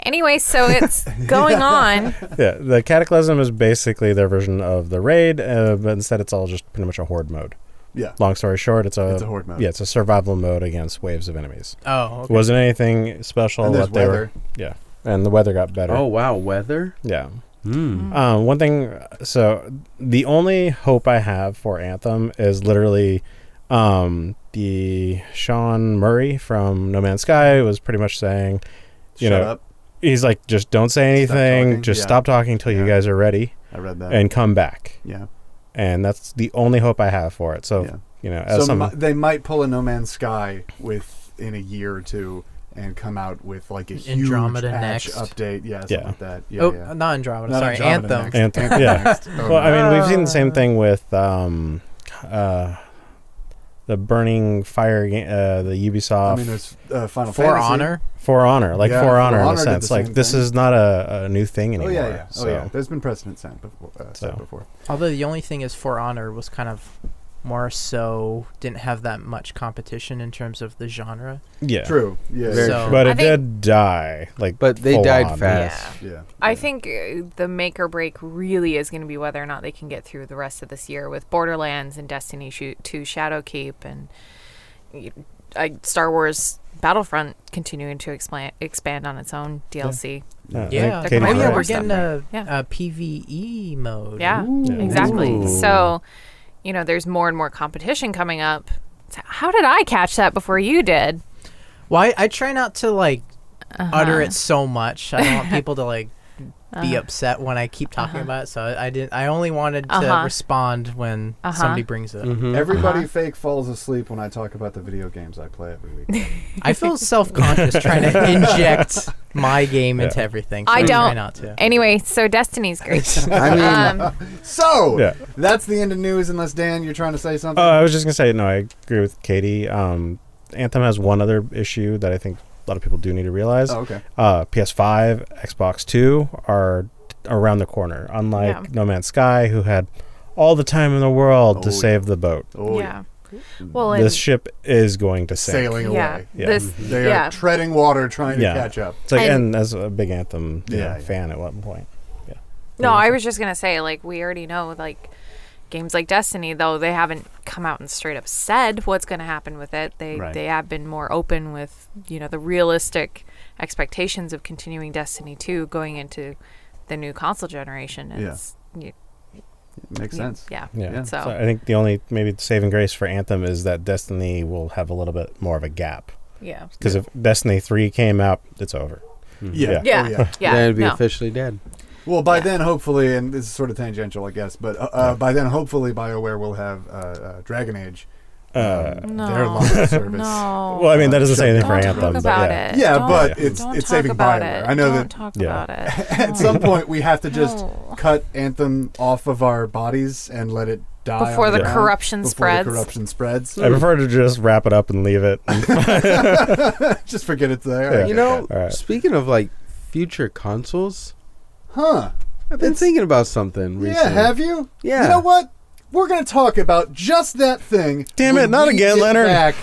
Speaker 2: Anyway, so it's going on.
Speaker 3: yeah, the Cataclysm is basically their version of the raid, uh, but instead it's all just pretty much a horde mode.
Speaker 1: Yeah.
Speaker 3: Long story short, it's a,
Speaker 1: It's a horde mode.
Speaker 3: Yeah, it's a survival mode against waves of enemies.
Speaker 6: Oh, okay.
Speaker 3: Wasn't anything special.
Speaker 1: And there's
Speaker 3: what they were-
Speaker 1: weather.
Speaker 3: yeah, and the weather got better.
Speaker 5: Oh wow, weather.
Speaker 3: yeah.
Speaker 5: Mm.
Speaker 3: Um, one thing, so the only hope I have for Anthem is literally um, the Sean Murray from No Man's Sky was pretty much saying, you
Speaker 1: Shut
Speaker 3: know,
Speaker 1: up.
Speaker 3: he's like, just don't say
Speaker 1: Stop
Speaker 3: anything,
Speaker 1: talking,
Speaker 3: just
Speaker 1: yeah.
Speaker 3: stop talking until
Speaker 1: Yeah.
Speaker 3: you guys are ready
Speaker 1: I read that.
Speaker 3: and come back.
Speaker 1: yeah.
Speaker 3: And that's the only hope I have for it. So,
Speaker 1: yeah.
Speaker 3: you know, as
Speaker 1: so
Speaker 3: Uh, some,
Speaker 1: mi- they might pull a No Man's Sky within a year or two and come out with like a huge
Speaker 6: Andromeda
Speaker 1: patch
Speaker 6: next.
Speaker 1: update. Yeah, something
Speaker 3: Yeah.
Speaker 1: like that. Yeah,
Speaker 6: oh,
Speaker 1: yeah.
Speaker 6: not Andromeda.
Speaker 1: Not
Speaker 6: sorry,
Speaker 1: Andromeda
Speaker 6: Anthem.
Speaker 1: next.
Speaker 3: Anthem,
Speaker 1: Anthem
Speaker 3: yeah.
Speaker 1: next. Oh,
Speaker 3: well, I mean, we've seen the same thing with um, uh, the Burning Fire, ga- uh, the Ubisoft
Speaker 1: I mean, there's uh, Final
Speaker 6: For
Speaker 1: Fantasy.
Speaker 6: Honor.
Speaker 3: For Honor, like
Speaker 1: Yeah,
Speaker 3: For
Speaker 1: For
Speaker 3: Honor, in
Speaker 1: Honor
Speaker 3: a
Speaker 1: did the
Speaker 3: sense. Like
Speaker 1: same
Speaker 3: this
Speaker 1: thing.
Speaker 3: is not a, a new thing
Speaker 1: Oh
Speaker 3: anymore.
Speaker 1: yeah, yeah. Oh
Speaker 3: so.
Speaker 1: yeah. There's been precedent set before. Uh, set
Speaker 3: So.
Speaker 1: before.
Speaker 6: Although the only thing is For Honor was kind of more so didn't have that much competition in terms of the genre.
Speaker 3: Yeah.
Speaker 1: True. Yeah.
Speaker 5: Very
Speaker 1: yeah,
Speaker 6: so
Speaker 3: But
Speaker 2: I
Speaker 3: it
Speaker 2: think-
Speaker 3: did die. Like,
Speaker 5: But they
Speaker 3: full
Speaker 5: died
Speaker 3: on.
Speaker 5: fast.
Speaker 2: Yeah.
Speaker 1: yeah.
Speaker 2: I
Speaker 1: yeah.
Speaker 2: think uh, the make or break really is going to be whether or not they can get through the rest of this year with Borderlands and Destiny Shu- 2 Shadowkeep and y- uh, Star Wars Battlefront continuing to expand expand on its own DLC.
Speaker 3: Yeah. I think
Speaker 6: Yeah.
Speaker 3: Katie's
Speaker 2: coming out with
Speaker 6: Oh, yeah,
Speaker 3: right.
Speaker 6: we're
Speaker 2: more
Speaker 6: getting
Speaker 2: stuff,
Speaker 6: a,
Speaker 2: Yeah.
Speaker 6: a PVE mode.
Speaker 2: Yeah,
Speaker 3: Yeah.
Speaker 2: exactly.
Speaker 5: Ooh.
Speaker 2: So, you know, there's more and more competition coming up. So How did I catch that before you did?
Speaker 6: Well, I, I try not to like utter
Speaker 2: Uh-huh.
Speaker 6: it so much. I don't want people to like be upset when I keep talking about it. So I, I didn't. I only wanted to
Speaker 2: Uh-huh.
Speaker 6: respond when
Speaker 2: Uh-huh.
Speaker 6: somebody brings it. up.
Speaker 3: Mm-hmm.
Speaker 1: Mm-hmm. Everybody
Speaker 6: Uh-huh.
Speaker 1: fake falls asleep when I talk about the video games I play every week.
Speaker 6: I feel self conscious trying to inject my game into everything. So
Speaker 2: I
Speaker 6: I, Try
Speaker 2: don't-
Speaker 6: not to.
Speaker 2: Anyway, so Destiny's great.
Speaker 5: I mean,
Speaker 1: uh,
Speaker 2: um,
Speaker 1: so
Speaker 3: Yeah.
Speaker 1: that's the end of news. Unless Dan, you're trying to say something.
Speaker 3: Oh, I was just gonna say no. I agree with Katie. Um, Anthem has one other issue that I think a lot of people do need to realize.
Speaker 1: oh, okay.
Speaker 3: Uh, PS5, Xbox Two are around the corner. Unlike
Speaker 2: Yeah.
Speaker 3: No Man's Sky, who had all the time in the world
Speaker 1: Oh,
Speaker 3: to
Speaker 1: yeah.
Speaker 3: save the boat.
Speaker 1: Oh,
Speaker 2: yeah. Well, and
Speaker 3: this ship is going to sink.
Speaker 1: Sailing
Speaker 2: yeah,
Speaker 1: away.
Speaker 3: Yeah.
Speaker 2: this
Speaker 1: They
Speaker 2: yeah.
Speaker 1: are treading water trying
Speaker 3: Yeah.
Speaker 1: to catch up.
Speaker 3: It's like,
Speaker 2: And-
Speaker 3: and, as a big anthem you
Speaker 1: Yeah,
Speaker 3: know,
Speaker 1: yeah.
Speaker 3: fan at one point.
Speaker 2: No, I was just gonna say, like, we already know, like, games like Destiny, though they haven't come out and straight up said what's gonna happen with it. They
Speaker 1: Right.
Speaker 2: they have been more open with, you know, the realistic expectations of continuing Destiny two going into the new console generation.
Speaker 1: Yeah.
Speaker 2: It's, you-
Speaker 1: Makes
Speaker 2: you-
Speaker 1: sense.
Speaker 2: Yeah.
Speaker 3: Yeah.
Speaker 1: Yeah.
Speaker 2: So-
Speaker 3: So. I think the only maybe saving grace for Anthem is that Destiny will have a little bit more of a gap
Speaker 2: Yeah.
Speaker 3: because if Destiny three came out, it's over.
Speaker 1: Yeah.
Speaker 3: Yeah.
Speaker 1: Oh,
Speaker 2: Yeah. Yeah.
Speaker 5: then it'd be
Speaker 2: no.
Speaker 5: officially dead.
Speaker 1: Well, by
Speaker 2: Yeah.
Speaker 1: then, hopefully, and this is sort of tangential, I guess, but uh, uh, by then, hopefully, BioWare will have uh, uh, Dragon Age. um,
Speaker 3: Uh,
Speaker 1: Their
Speaker 2: No.
Speaker 1: launch service.
Speaker 2: No.
Speaker 3: well, I mean that doesn't say anything
Speaker 2: don't
Speaker 3: for
Speaker 2: talk
Speaker 3: Anthem, but
Speaker 2: about
Speaker 3: yeah.
Speaker 2: it.
Speaker 1: Yeah,
Speaker 2: Don't-
Speaker 1: but it's-
Speaker 2: don't
Speaker 1: it's
Speaker 2: talk
Speaker 1: saving
Speaker 2: about
Speaker 1: BioWare.
Speaker 2: it.
Speaker 1: I know
Speaker 2: Don't
Speaker 1: that-
Speaker 2: Talk
Speaker 3: Yeah.
Speaker 2: about it.
Speaker 1: At some point, we have to just
Speaker 2: No.
Speaker 1: cut Anthem off of our bodies and let it die
Speaker 2: before
Speaker 1: on
Speaker 2: the
Speaker 1: ground
Speaker 2: corruption
Speaker 1: before
Speaker 2: spreads.
Speaker 1: The corruption spreads.
Speaker 2: Mm-hmm.
Speaker 3: I prefer to just wrap it up and leave it.
Speaker 1: just forget it's there.
Speaker 3: Yeah.
Speaker 5: You know,
Speaker 3: All right.
Speaker 5: speaking of like future consoles,
Speaker 1: huh?
Speaker 5: I've been thinking about something recently.
Speaker 1: Yeah, have you?
Speaker 5: Yeah.
Speaker 1: You know what? We're gonna talk about just that thing.
Speaker 3: Damn
Speaker 1: when
Speaker 3: it, not
Speaker 1: we
Speaker 3: again,
Speaker 1: get
Speaker 3: Leonard.
Speaker 1: Back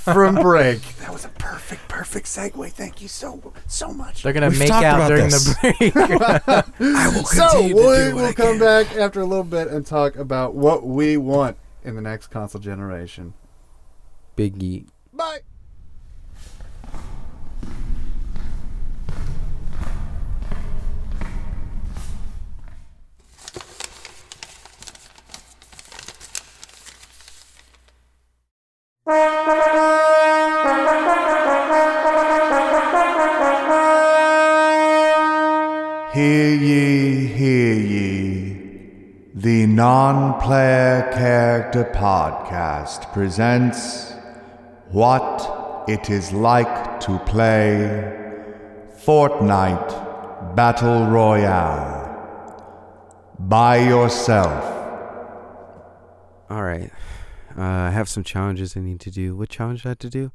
Speaker 1: from break. That was a perfect, perfect segue. Thank you so, so much.
Speaker 6: They're gonna
Speaker 3: We've
Speaker 6: make
Speaker 3: talked
Speaker 6: out
Speaker 3: about
Speaker 6: during
Speaker 3: this.
Speaker 6: the break.
Speaker 1: So we will come back after a little bit and talk about what we want in the next console generation.
Speaker 5: Big Yeet.
Speaker 1: Bye.
Speaker 8: Hear ye, hear ye. The Non Player Character Podcast presents What It Is Like to Play Fortnite Battle Royale by yourself.
Speaker 5: All right. Uh, I have some challenges I need to do. What challenge did I have to do?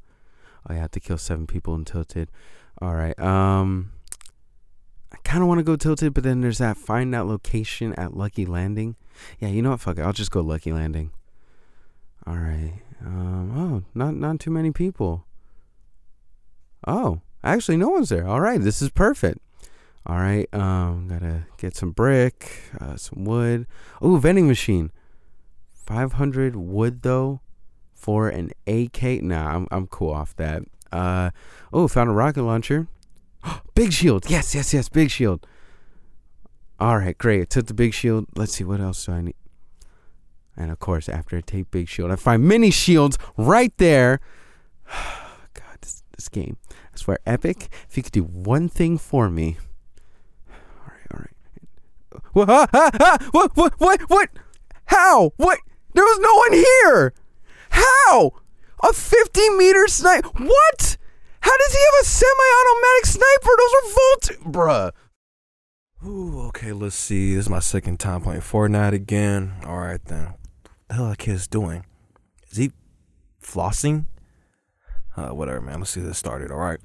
Speaker 5: Oh, I have to kill seven people in Tilted. All right. Um, I kind of want to go Tilted, but then there's that find that location at Lucky Landing. Yeah, you know what? Fuck it. I'll just go Lucky Landing. All right. Um, oh, not not too many people. Oh, Actually, no one's there. All right, this is perfect. All right, um, gotta get some brick, uh, some wood. Ooh, vending machine. Five hundred wood though, for an AK. Nah, I'm I'm cool off that. Uh, oh, found a rocket launcher. big shield. Yes, yes, yes. Big shield. All right, great. Took the big shield. Let's see what else do I need. And of course, after I take big shield, I find mini shields right there. God, this, this game. I swear, Epic, if you could do one thing for me. All right, all right. What, ah, ah, ah, what, what, what, what? How? What? There was no one here! How? A 50 meter snipe? What? How does he have a semi automatic sniper? Those are volt. Bruh.
Speaker 9: Ooh, okay, let's see. This is my second time playing Fortnite again. All right, then. What the hell that kid's doing? Is he flossing? Uh, whatever, man. Let's see this started. All right.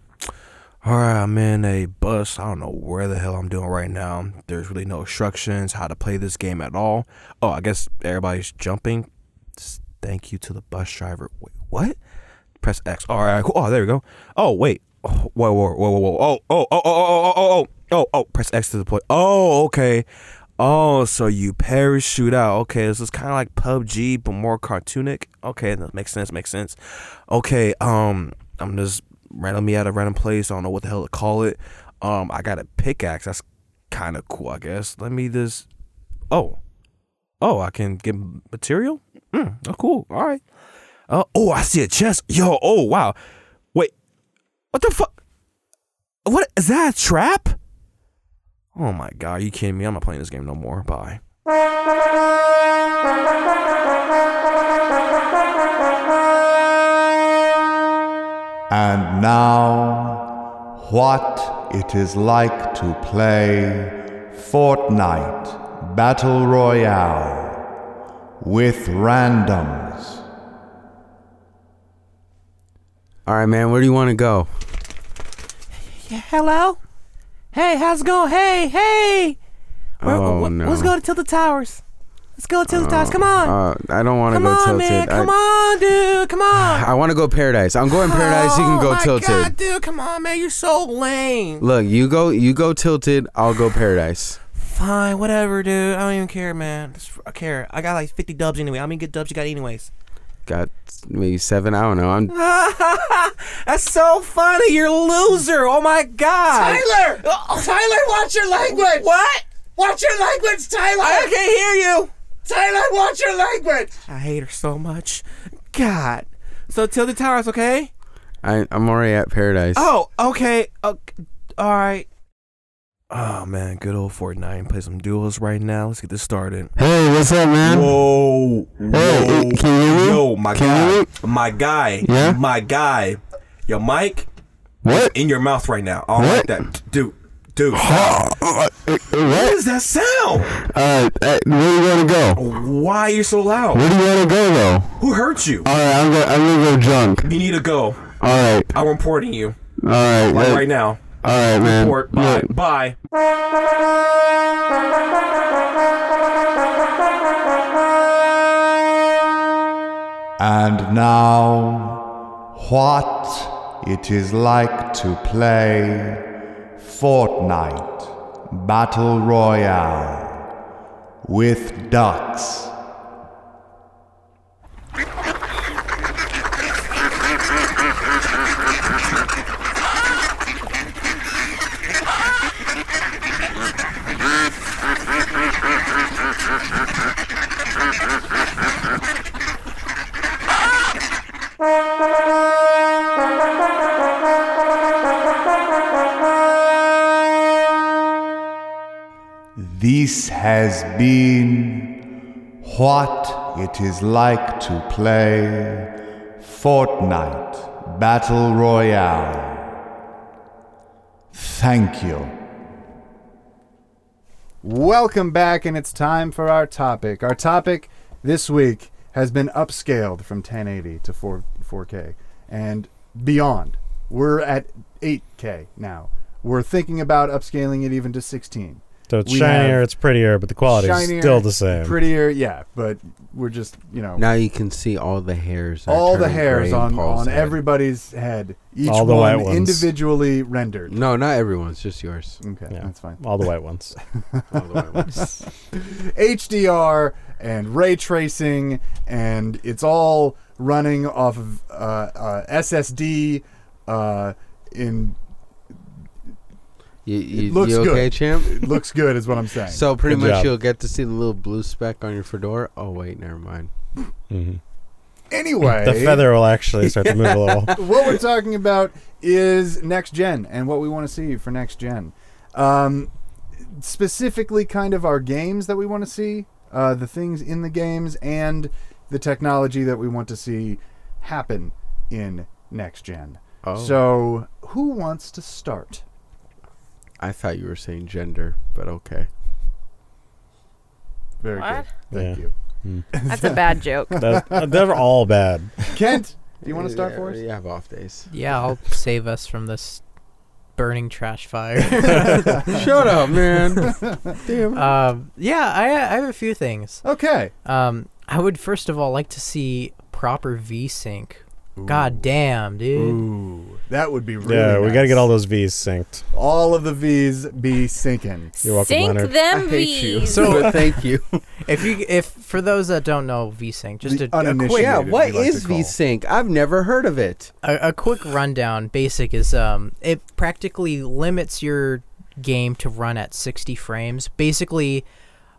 Speaker 9: All right, I'm in a bus. I don't know where the hell I'm doing right now. There's really no instructions how to play this game at all. Oh, I guess everybody's jumping. S- Thank you to the bus driver. Wait, what? Press X. All right. Cool. Oh, there we go. Oh, wait. Oh, whoa, whoa, whoa, whoa, whoa. Oh, oh, oh, oh, oh, oh, oh, oh, oh, oh. Press X to deploy. Oh, okay. Oh, so you parachute out. Okay, this is kind of like PUBG, but more cartoonic. Okay, that makes sense. Makes sense. Okay. Um, I'm just randomly at a random place. I don't know what the hell to call it. Um, I got a pickaxe. That's kind of cool, I guess. Let me just. Oh, oh, I can get material. Mm, oh, cool. All right. Uh, oh, I see a chest. Yo. Oh, wow. Wait. What the fuck? What is that? A trap? Oh my god. Are you kidding me? I'm not playing this game no more. Bye.
Speaker 8: And now, what it is like to play Fortnite Battle Royale with randoms.
Speaker 5: All right, man. Where do you want to go?
Speaker 10: Yeah, hello? Hey, how's it going? Hey, hey! Where-
Speaker 5: Oh,
Speaker 10: wh-
Speaker 5: no.
Speaker 10: Let's go to Tilted Towers. Let's go to Tilted Towers. Come on.
Speaker 5: Uh, I don't want to
Speaker 10: Come
Speaker 5: go
Speaker 10: on,
Speaker 5: tilted.
Speaker 10: man.
Speaker 5: I,
Speaker 10: Come on, dude. Come on.
Speaker 5: I want to go paradise. I'm going paradise. You can
Speaker 10: oh
Speaker 5: go
Speaker 10: my
Speaker 5: tilted.
Speaker 10: God, dude. Come on, man. You're so lame.
Speaker 5: Look, you go. You go tilted. I'll go paradise.
Speaker 10: Fine, whatever, dude. I don't even care, man. Just- I care. I got like 50 dubs anyway. How many good dubs you got, anyways?
Speaker 5: Got maybe seven. I don't know. I'm
Speaker 10: That's so funny. You're a loser. Oh my god.
Speaker 11: Tyler! Oh, Uh, Tyler, watch your language!
Speaker 10: What?
Speaker 11: Watch your language, Tyler!
Speaker 10: I can't hear you.
Speaker 11: Tyler, watch your language!
Speaker 10: I hate her so much. God. So Tilted Towers, okay?
Speaker 5: I, I'm already at paradise.
Speaker 10: Oh, okay. okay. All right.
Speaker 9: Oh man, good old Fortnite. Play some duels right now. Let's get this started.
Speaker 5: Hey, what's up, man?
Speaker 9: Whoa, whoa, yo, my guy, my guy,
Speaker 5: Yeah?
Speaker 9: my guy, your mic,
Speaker 5: What?
Speaker 9: in your mouth right now? I don't like that, dude, dude. What is that sound?
Speaker 5: Uh, where do you want to go?
Speaker 9: Why are you so loud?
Speaker 5: Where do you want to go, though?
Speaker 9: Who hurt you?
Speaker 5: All right, I'm gonna, I'm gonna go junk.
Speaker 9: You need to go.
Speaker 5: All right,
Speaker 9: I'm reporting you
Speaker 5: all right,
Speaker 9: like
Speaker 5: that-
Speaker 9: right now.
Speaker 5: all right, man.
Speaker 9: Report. Bye.
Speaker 5: Look,
Speaker 9: Bye.
Speaker 8: And now, what it is like to play Fortnite Battle Royale with ducks. This has been what it is like to play Fortnite Battle Royale. Thank you.
Speaker 1: Welcome back, and it's time for our topic. Our topic this week has been upscaled from 1080 to 4 4K and beyond. We're at 8K now. We're thinking about upscaling it even to 16.
Speaker 3: So it's
Speaker 1: we
Speaker 3: shinier,
Speaker 1: have
Speaker 3: it's prettier, but the quality
Speaker 1: shinier,
Speaker 3: is still the same.
Speaker 1: Prettier, yeah, but we're just you know
Speaker 5: Now you can see all the hairs. are
Speaker 1: all the
Speaker 5: turning gray
Speaker 1: hairs
Speaker 5: in
Speaker 1: on
Speaker 5: Paul's
Speaker 1: on
Speaker 5: head.
Speaker 1: everybody's head, each
Speaker 5: All the white
Speaker 1: one
Speaker 5: ones.
Speaker 1: individually rendered.
Speaker 5: No, not everyone's, just yours.
Speaker 1: Okay, that's fine.
Speaker 3: All the white ones.
Speaker 5: all the white ones.
Speaker 1: HDR and ray tracing, and it's all running off of uh, uh, SSD. Uh, in
Speaker 5: You, you,
Speaker 1: looks
Speaker 5: you
Speaker 1: good.
Speaker 5: okay, champ?
Speaker 1: It looks good, is what I'm saying.
Speaker 5: So pretty
Speaker 1: Good
Speaker 5: much
Speaker 1: job.
Speaker 5: you'll get to see the little blue speck on your fedora. Oh wait, never mind.
Speaker 3: Mm-hmm.
Speaker 1: Anyway,
Speaker 3: The feather will actually start to move a little.
Speaker 1: what we're talking about is next gen and what we want to see for next gen. Um, specifically, kind of our games that we want to see, uh, the things in the games, and the technology that we want to see happen in next gen.
Speaker 5: Oh.
Speaker 1: So, who wants to start?
Speaker 5: I thought you were saying gender, but okay.
Speaker 1: Very
Speaker 2: What?
Speaker 1: good. Thank
Speaker 3: Yeah. Mm.
Speaker 1: you.
Speaker 2: That's a bad joke.
Speaker 3: That- they're all bad.
Speaker 1: Kent, do you want to start for us?
Speaker 5: You have off days.
Speaker 6: Yeah, I'll save us from this burning trash fire.
Speaker 5: Shut up, man. Damn it.
Speaker 6: Um, yeah, I, I have a few things.
Speaker 1: Okay.
Speaker 6: Um, I would first of all like to see proper V sync. God damn, dude.
Speaker 1: Ooh, that would be really.
Speaker 3: yeah, we got to
Speaker 1: nice.
Speaker 3: get all those V's synced.
Speaker 1: all of the V's be sinking.
Speaker 3: You're welcome, Sink Leonard.
Speaker 2: them I hate you, V's.
Speaker 5: So thank you.
Speaker 6: If you if for those that don't know V sync, just
Speaker 1: The
Speaker 6: a, a
Speaker 1: uninitiated.
Speaker 6: quick
Speaker 5: yeah,
Speaker 1: we
Speaker 5: what
Speaker 1: like
Speaker 5: is
Speaker 1: to call.
Speaker 5: VSync? I've never heard of it.
Speaker 6: a, a quick rundown. Basic is um, it practically limits your game to run at 60 frames. Basically,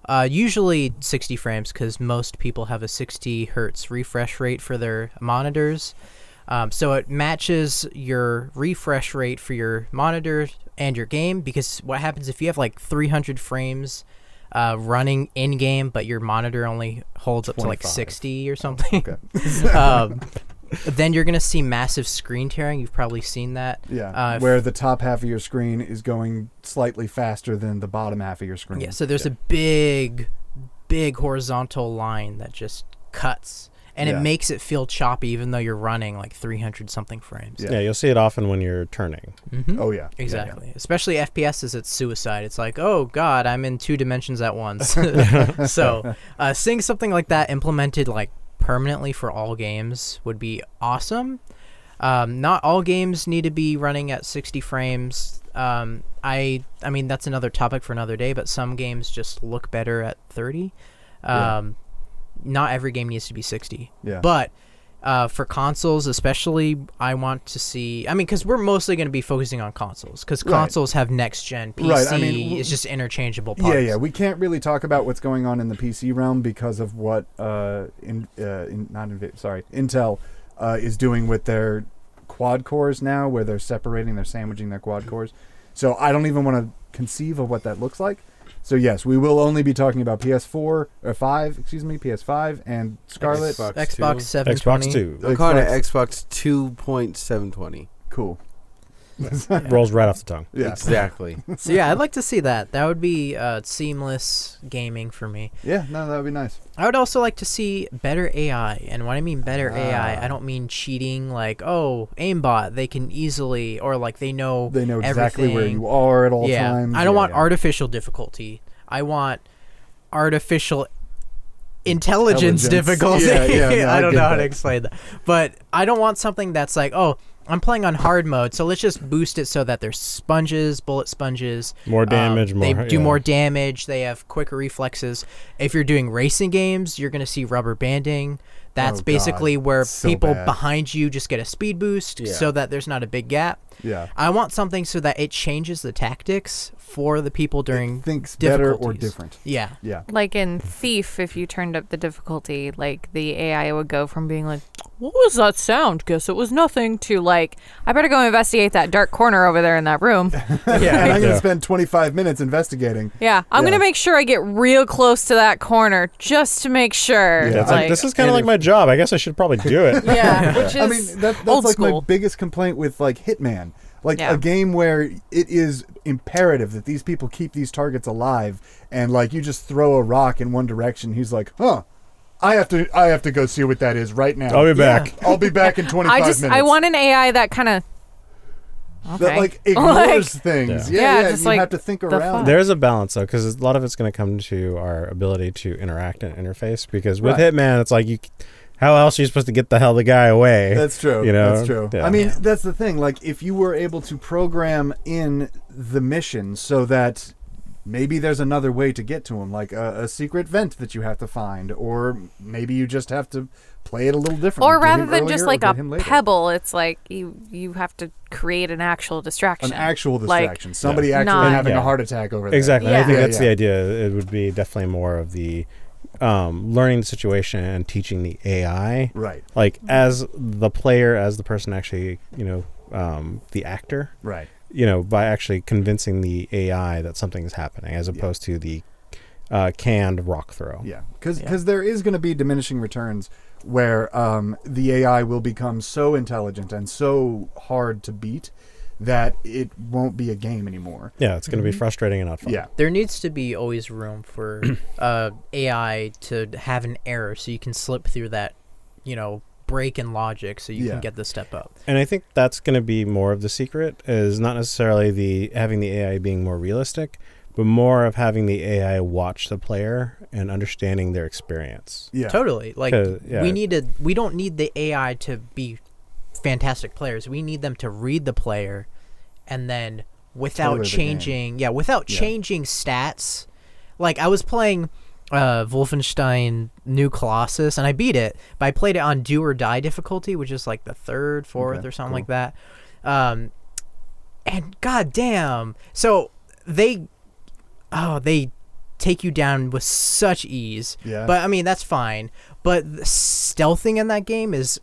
Speaker 6: uh, usually 60 frames because most people have a 60 hertz refresh rate for their monitors. Um, so it matches your refresh rate for your monitor and your game because what happens if you have like 300 frames uh, running in game, but your monitor only holds up to like
Speaker 1: 25.
Speaker 6: 60 or something.
Speaker 1: Okay.
Speaker 6: um, then you're gonna see massive screen tearing. You've probably seen that.
Speaker 1: Yeah,
Speaker 6: Uh,
Speaker 1: where the top half of your screen is going slightly faster than the bottom half of your screen.
Speaker 6: Yeah, so there's a big, big horizontal line that just cuts, and
Speaker 1: Yeah.
Speaker 6: it makes it feel choppy, even though you're running like 300 something frames.
Speaker 1: Yeah.
Speaker 3: Yeah, you'll see it often when you're turning.
Speaker 6: Mhm.
Speaker 1: Oh yeah,
Speaker 6: Exactly. Especially FPS is its suicide. It's like, oh god, I'm in two dimensions at once. so, uh, seeing something like that implemented like permanently for all games would be awesome. Um, not all games need to be running at 60 frames. Um, I I mean that's another topic for another day, but some games just look better at 30.
Speaker 1: Yeah.
Speaker 6: Um, Not every game needs to be 60.
Speaker 1: Yeah.
Speaker 6: But uh, for consoles, especially, I want to see. I mean, because we're mostly going to be focusing on consoles, because
Speaker 1: Right.
Speaker 6: consoles have next gen. PC
Speaker 1: Right, I mean, w-
Speaker 6: is just interchangeable
Speaker 1: Yeah,
Speaker 6: parts.
Speaker 1: yeah. We can't really talk about what's going on in the PC realm because of what uh, in, uh, in not Invi- sorry Intel uh, is doing with their quad cores now, where they're separating, they're sandwiching their quad cores. So I don't even want to conceive of what that looks like. So yes, we will only be talking about PS4 or five, excuse me, PS5 and Scarlet.
Speaker 5: Xbox.
Speaker 6: Xbox 720.
Speaker 5: Two.
Speaker 3: Xbox Two
Speaker 5: I'm calling it
Speaker 1: Xbox-
Speaker 5: Xbox 2.720.
Speaker 1: Cool.
Speaker 3: rolls right off the tongue.
Speaker 1: Yeah.
Speaker 5: Exactly.
Speaker 6: So yeah, I'd like to see that. That would be uh, seamless gaming for me.
Speaker 1: Yeah. No, that would be nice.
Speaker 6: I would also like to see better AI. And when I mean better AI,
Speaker 1: Ah.
Speaker 6: I don't mean cheating like, oh, aimbot, they can easily or like they know
Speaker 1: They know exactly where
Speaker 6: everything.
Speaker 1: you are at all
Speaker 6: yeah.
Speaker 1: times.
Speaker 6: I don't
Speaker 1: Yeah,
Speaker 6: want
Speaker 1: yeah.
Speaker 6: artificial difficulty. I want artificial intelligence,
Speaker 1: Intelligence.
Speaker 6: difficulty.
Speaker 1: Yeah, yeah, no, I
Speaker 6: I don't
Speaker 1: get
Speaker 6: know how to
Speaker 1: that.
Speaker 6: explain that. But I don't want something that's like, oh, I'm playing on hard mode, so let's just boost it so that there's sponges, bullet sponges. um,
Speaker 3: More damage,
Speaker 6: They
Speaker 3: more-
Speaker 6: do
Speaker 3: yeah.
Speaker 6: more damage. They have quicker reflexes. If you're doing racing games, you're gonna see rubber banding. That's
Speaker 1: Oh, God.
Speaker 6: basically where
Speaker 1: So
Speaker 6: people
Speaker 1: bad.
Speaker 6: behind you just get a speed boost
Speaker 5: Yeah.
Speaker 6: so that there's not a big gap.
Speaker 1: Yeah.
Speaker 6: I want something so that it changes the tactics for the people during
Speaker 1: Thinks better or
Speaker 6: difficulties.
Speaker 1: different.
Speaker 6: Yeah.
Speaker 1: Yeah.
Speaker 2: Like in Thief, if you turned up the difficulty, like the AI would go from being like, "What was that sound? Guess it was nothing." To like, "I better go investigate that dark corner over there in that room."
Speaker 1: and I'm going to
Speaker 3: Yeah.
Speaker 1: spend 25 minutes investigating.
Speaker 2: Yeah, I'm
Speaker 1: Yeah.
Speaker 2: gonna make sure I get real close to that corner just to make sure.
Speaker 1: Yeah,
Speaker 3: It's like, this is kind of like my job. I guess I should probably do it.
Speaker 2: yeah, which is
Speaker 1: I mean, that, that's
Speaker 2: old
Speaker 1: like my
Speaker 2: school.
Speaker 1: biggest complaint with like Hitman, like
Speaker 2: Yeah.
Speaker 1: a game where it is imperative that these people keep these targets alive, and like you just throw a rock in one direction, he's like, huh. I have to. I have to go see what that is right now.
Speaker 3: I'll be back.
Speaker 1: I'll be back in 25
Speaker 2: I just
Speaker 1: minutes.
Speaker 2: I want an AI that kind of
Speaker 1: that like ignores things. Yeah, yeah, you have to think around.
Speaker 3: There is a balance though, because a lot of it's going to come to our ability to interact and interface. Because with
Speaker 1: Right.
Speaker 3: Hitman, it's like you, c- how else are you supposed to get the hell the guy away?
Speaker 1: That's true.
Speaker 3: You know,
Speaker 1: that's true.
Speaker 3: Yeah.
Speaker 1: I mean, that's the thing. Like, if you were able to program in the mission so that maybe there's another way to get to him, like a, a secret vent that you have to find, or maybe you just have to play it a little differently.
Speaker 2: Or
Speaker 1: Do
Speaker 2: rather
Speaker 1: him
Speaker 2: than
Speaker 1: earlier
Speaker 2: just
Speaker 1: or
Speaker 2: like
Speaker 1: do
Speaker 2: a
Speaker 1: him later.
Speaker 2: pebble, it's like you you have to create an actual distraction.
Speaker 1: an actual
Speaker 2: Like,
Speaker 1: distraction. Somebody actually
Speaker 2: not-
Speaker 1: having
Speaker 3: Yeah.
Speaker 1: a heart attack over there.
Speaker 3: Exactly. I
Speaker 1: Yeah.
Speaker 3: think
Speaker 1: Yeah,
Speaker 3: that's
Speaker 1: yeah.
Speaker 3: the idea. It would be definitely more of the um, learning the situation and teaching the AI.
Speaker 1: Right.
Speaker 3: Like as the player, as the person actually, you know, um, the actor.
Speaker 1: Right.
Speaker 3: You know, by actually convincing the AI that something is happening, as opposed to the uh, canned rock throw.
Speaker 1: Yeah, because there is going to be diminishing returns where um, the AI will become so intelligent and so hard to beat that it won't be a game anymore.
Speaker 3: Yeah, it's going to be
Speaker 2: Mm-hmm.
Speaker 6: Mhm.
Speaker 3: frustrating and not fun.
Speaker 1: Mm-hmm. Yeah.
Speaker 6: There needs to be always room for uh, AI to have an error so you can slip through that, you know, break in logic so you
Speaker 3: Yeah.
Speaker 6: can get the step up.
Speaker 3: And I think that's going to be more of the secret is not necessarily the having the AI being more realistic, but more of having the AI watch the player and understanding their experience.
Speaker 6: Totally. Like
Speaker 3: 'Cause, yeah,
Speaker 6: we need to we don't need the AI to be fantastic players. We need them to read the player and then
Speaker 10: Tailor
Speaker 6: without
Speaker 10: the game.
Speaker 6: changing yeah, without
Speaker 10: Yeah.
Speaker 6: changing stats. Like I was playing uh Wolfenstein New Colossus and I beat it, but I played it on do or die difficulty, which is like the third, fourth
Speaker 10: Okay,
Speaker 6: or something
Speaker 10: cool.
Speaker 6: like that. Um and goddamn. So they oh, they take you down with such ease.
Speaker 10: Yeah.
Speaker 6: But I mean, that's fine. But the stealthing in that game is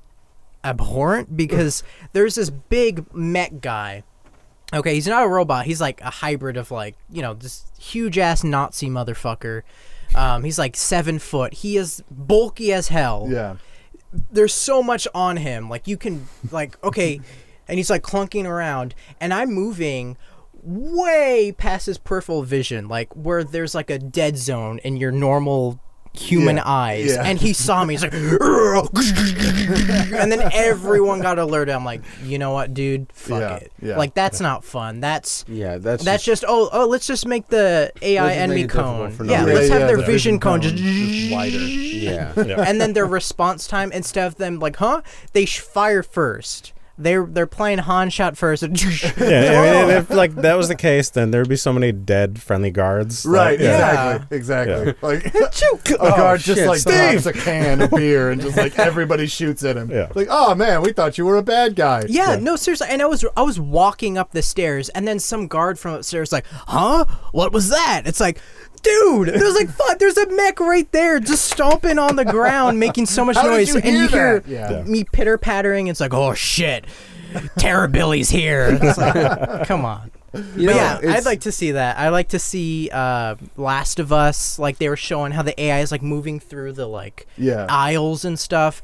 Speaker 6: abhorrent because there's this big mech guy. Okay, he's not a robot. He's like a hybrid of like, you know, this huge ass Nazi motherfucker. Um, he's like seven foot. He is bulky as hell
Speaker 1: Yeah.
Speaker 6: there's so much on him. Like you can like okay, and he's like clunking around, and I'm moving way past his peripheral vision, like where there's like a dead zone in your normal human
Speaker 10: Yeah.
Speaker 6: eyes,
Speaker 10: Yeah.
Speaker 6: and he saw me. He's like, and then everyone got alerted. I'm like, you know what, dude, fuck
Speaker 5: Yeah,
Speaker 6: it.
Speaker 5: yeah.
Speaker 6: Like that's not fun. That's
Speaker 5: Yeah, that's
Speaker 6: that's just, oh oh let's just make the AI
Speaker 5: Let's just make
Speaker 6: enemy
Speaker 5: it difficult
Speaker 6: cone.
Speaker 5: for
Speaker 6: Yeah,
Speaker 5: no
Speaker 6: let's
Speaker 5: reason.
Speaker 6: have
Speaker 5: Yeah,
Speaker 6: their
Speaker 5: the
Speaker 6: vision
Speaker 5: vision
Speaker 6: cone
Speaker 5: cone
Speaker 6: just,
Speaker 2: Mm-hmm.
Speaker 5: wider. Yeah. Yeah.
Speaker 6: and then their response time instead of them like huh they sh- fire first. They're they're playing Han shot first.
Speaker 3: yeah, I mean, if like that was the case, then there'd be so many dead friendly guards. that-
Speaker 1: Right,
Speaker 3: yeah.
Speaker 1: exactly, exactly.
Speaker 3: Yeah.
Speaker 1: Like
Speaker 6: a
Speaker 3: Oh,
Speaker 1: guard just
Speaker 3: shit,
Speaker 1: like
Speaker 3: Steve!
Speaker 1: drops a can of beer and just like everybody shoots at him.
Speaker 3: Yeah.
Speaker 1: Like, oh man, we thought you were a bad guy.
Speaker 6: Yeah, no, seriously. And I was I was walking up the stairs, and then some guard from upstairs like, "Huh? What was that?" It's like, dude, there's like, fuck, there's a mech right there, just stomping on the ground, making so much
Speaker 10: How did
Speaker 6: noise,
Speaker 10: you
Speaker 6: and you
Speaker 10: hear
Speaker 6: hear
Speaker 10: that? Yeah.
Speaker 6: me pitter pattering. It's like, oh shit, Terrorbilly's here. It's like, come on.
Speaker 5: You
Speaker 6: but
Speaker 5: know,
Speaker 6: yeah, I'd
Speaker 5: it's-
Speaker 6: like to see that. I like to see uh, Last of Us. Like they were showing how the AI is like moving through the like
Speaker 1: Yeah.
Speaker 6: aisles and stuff.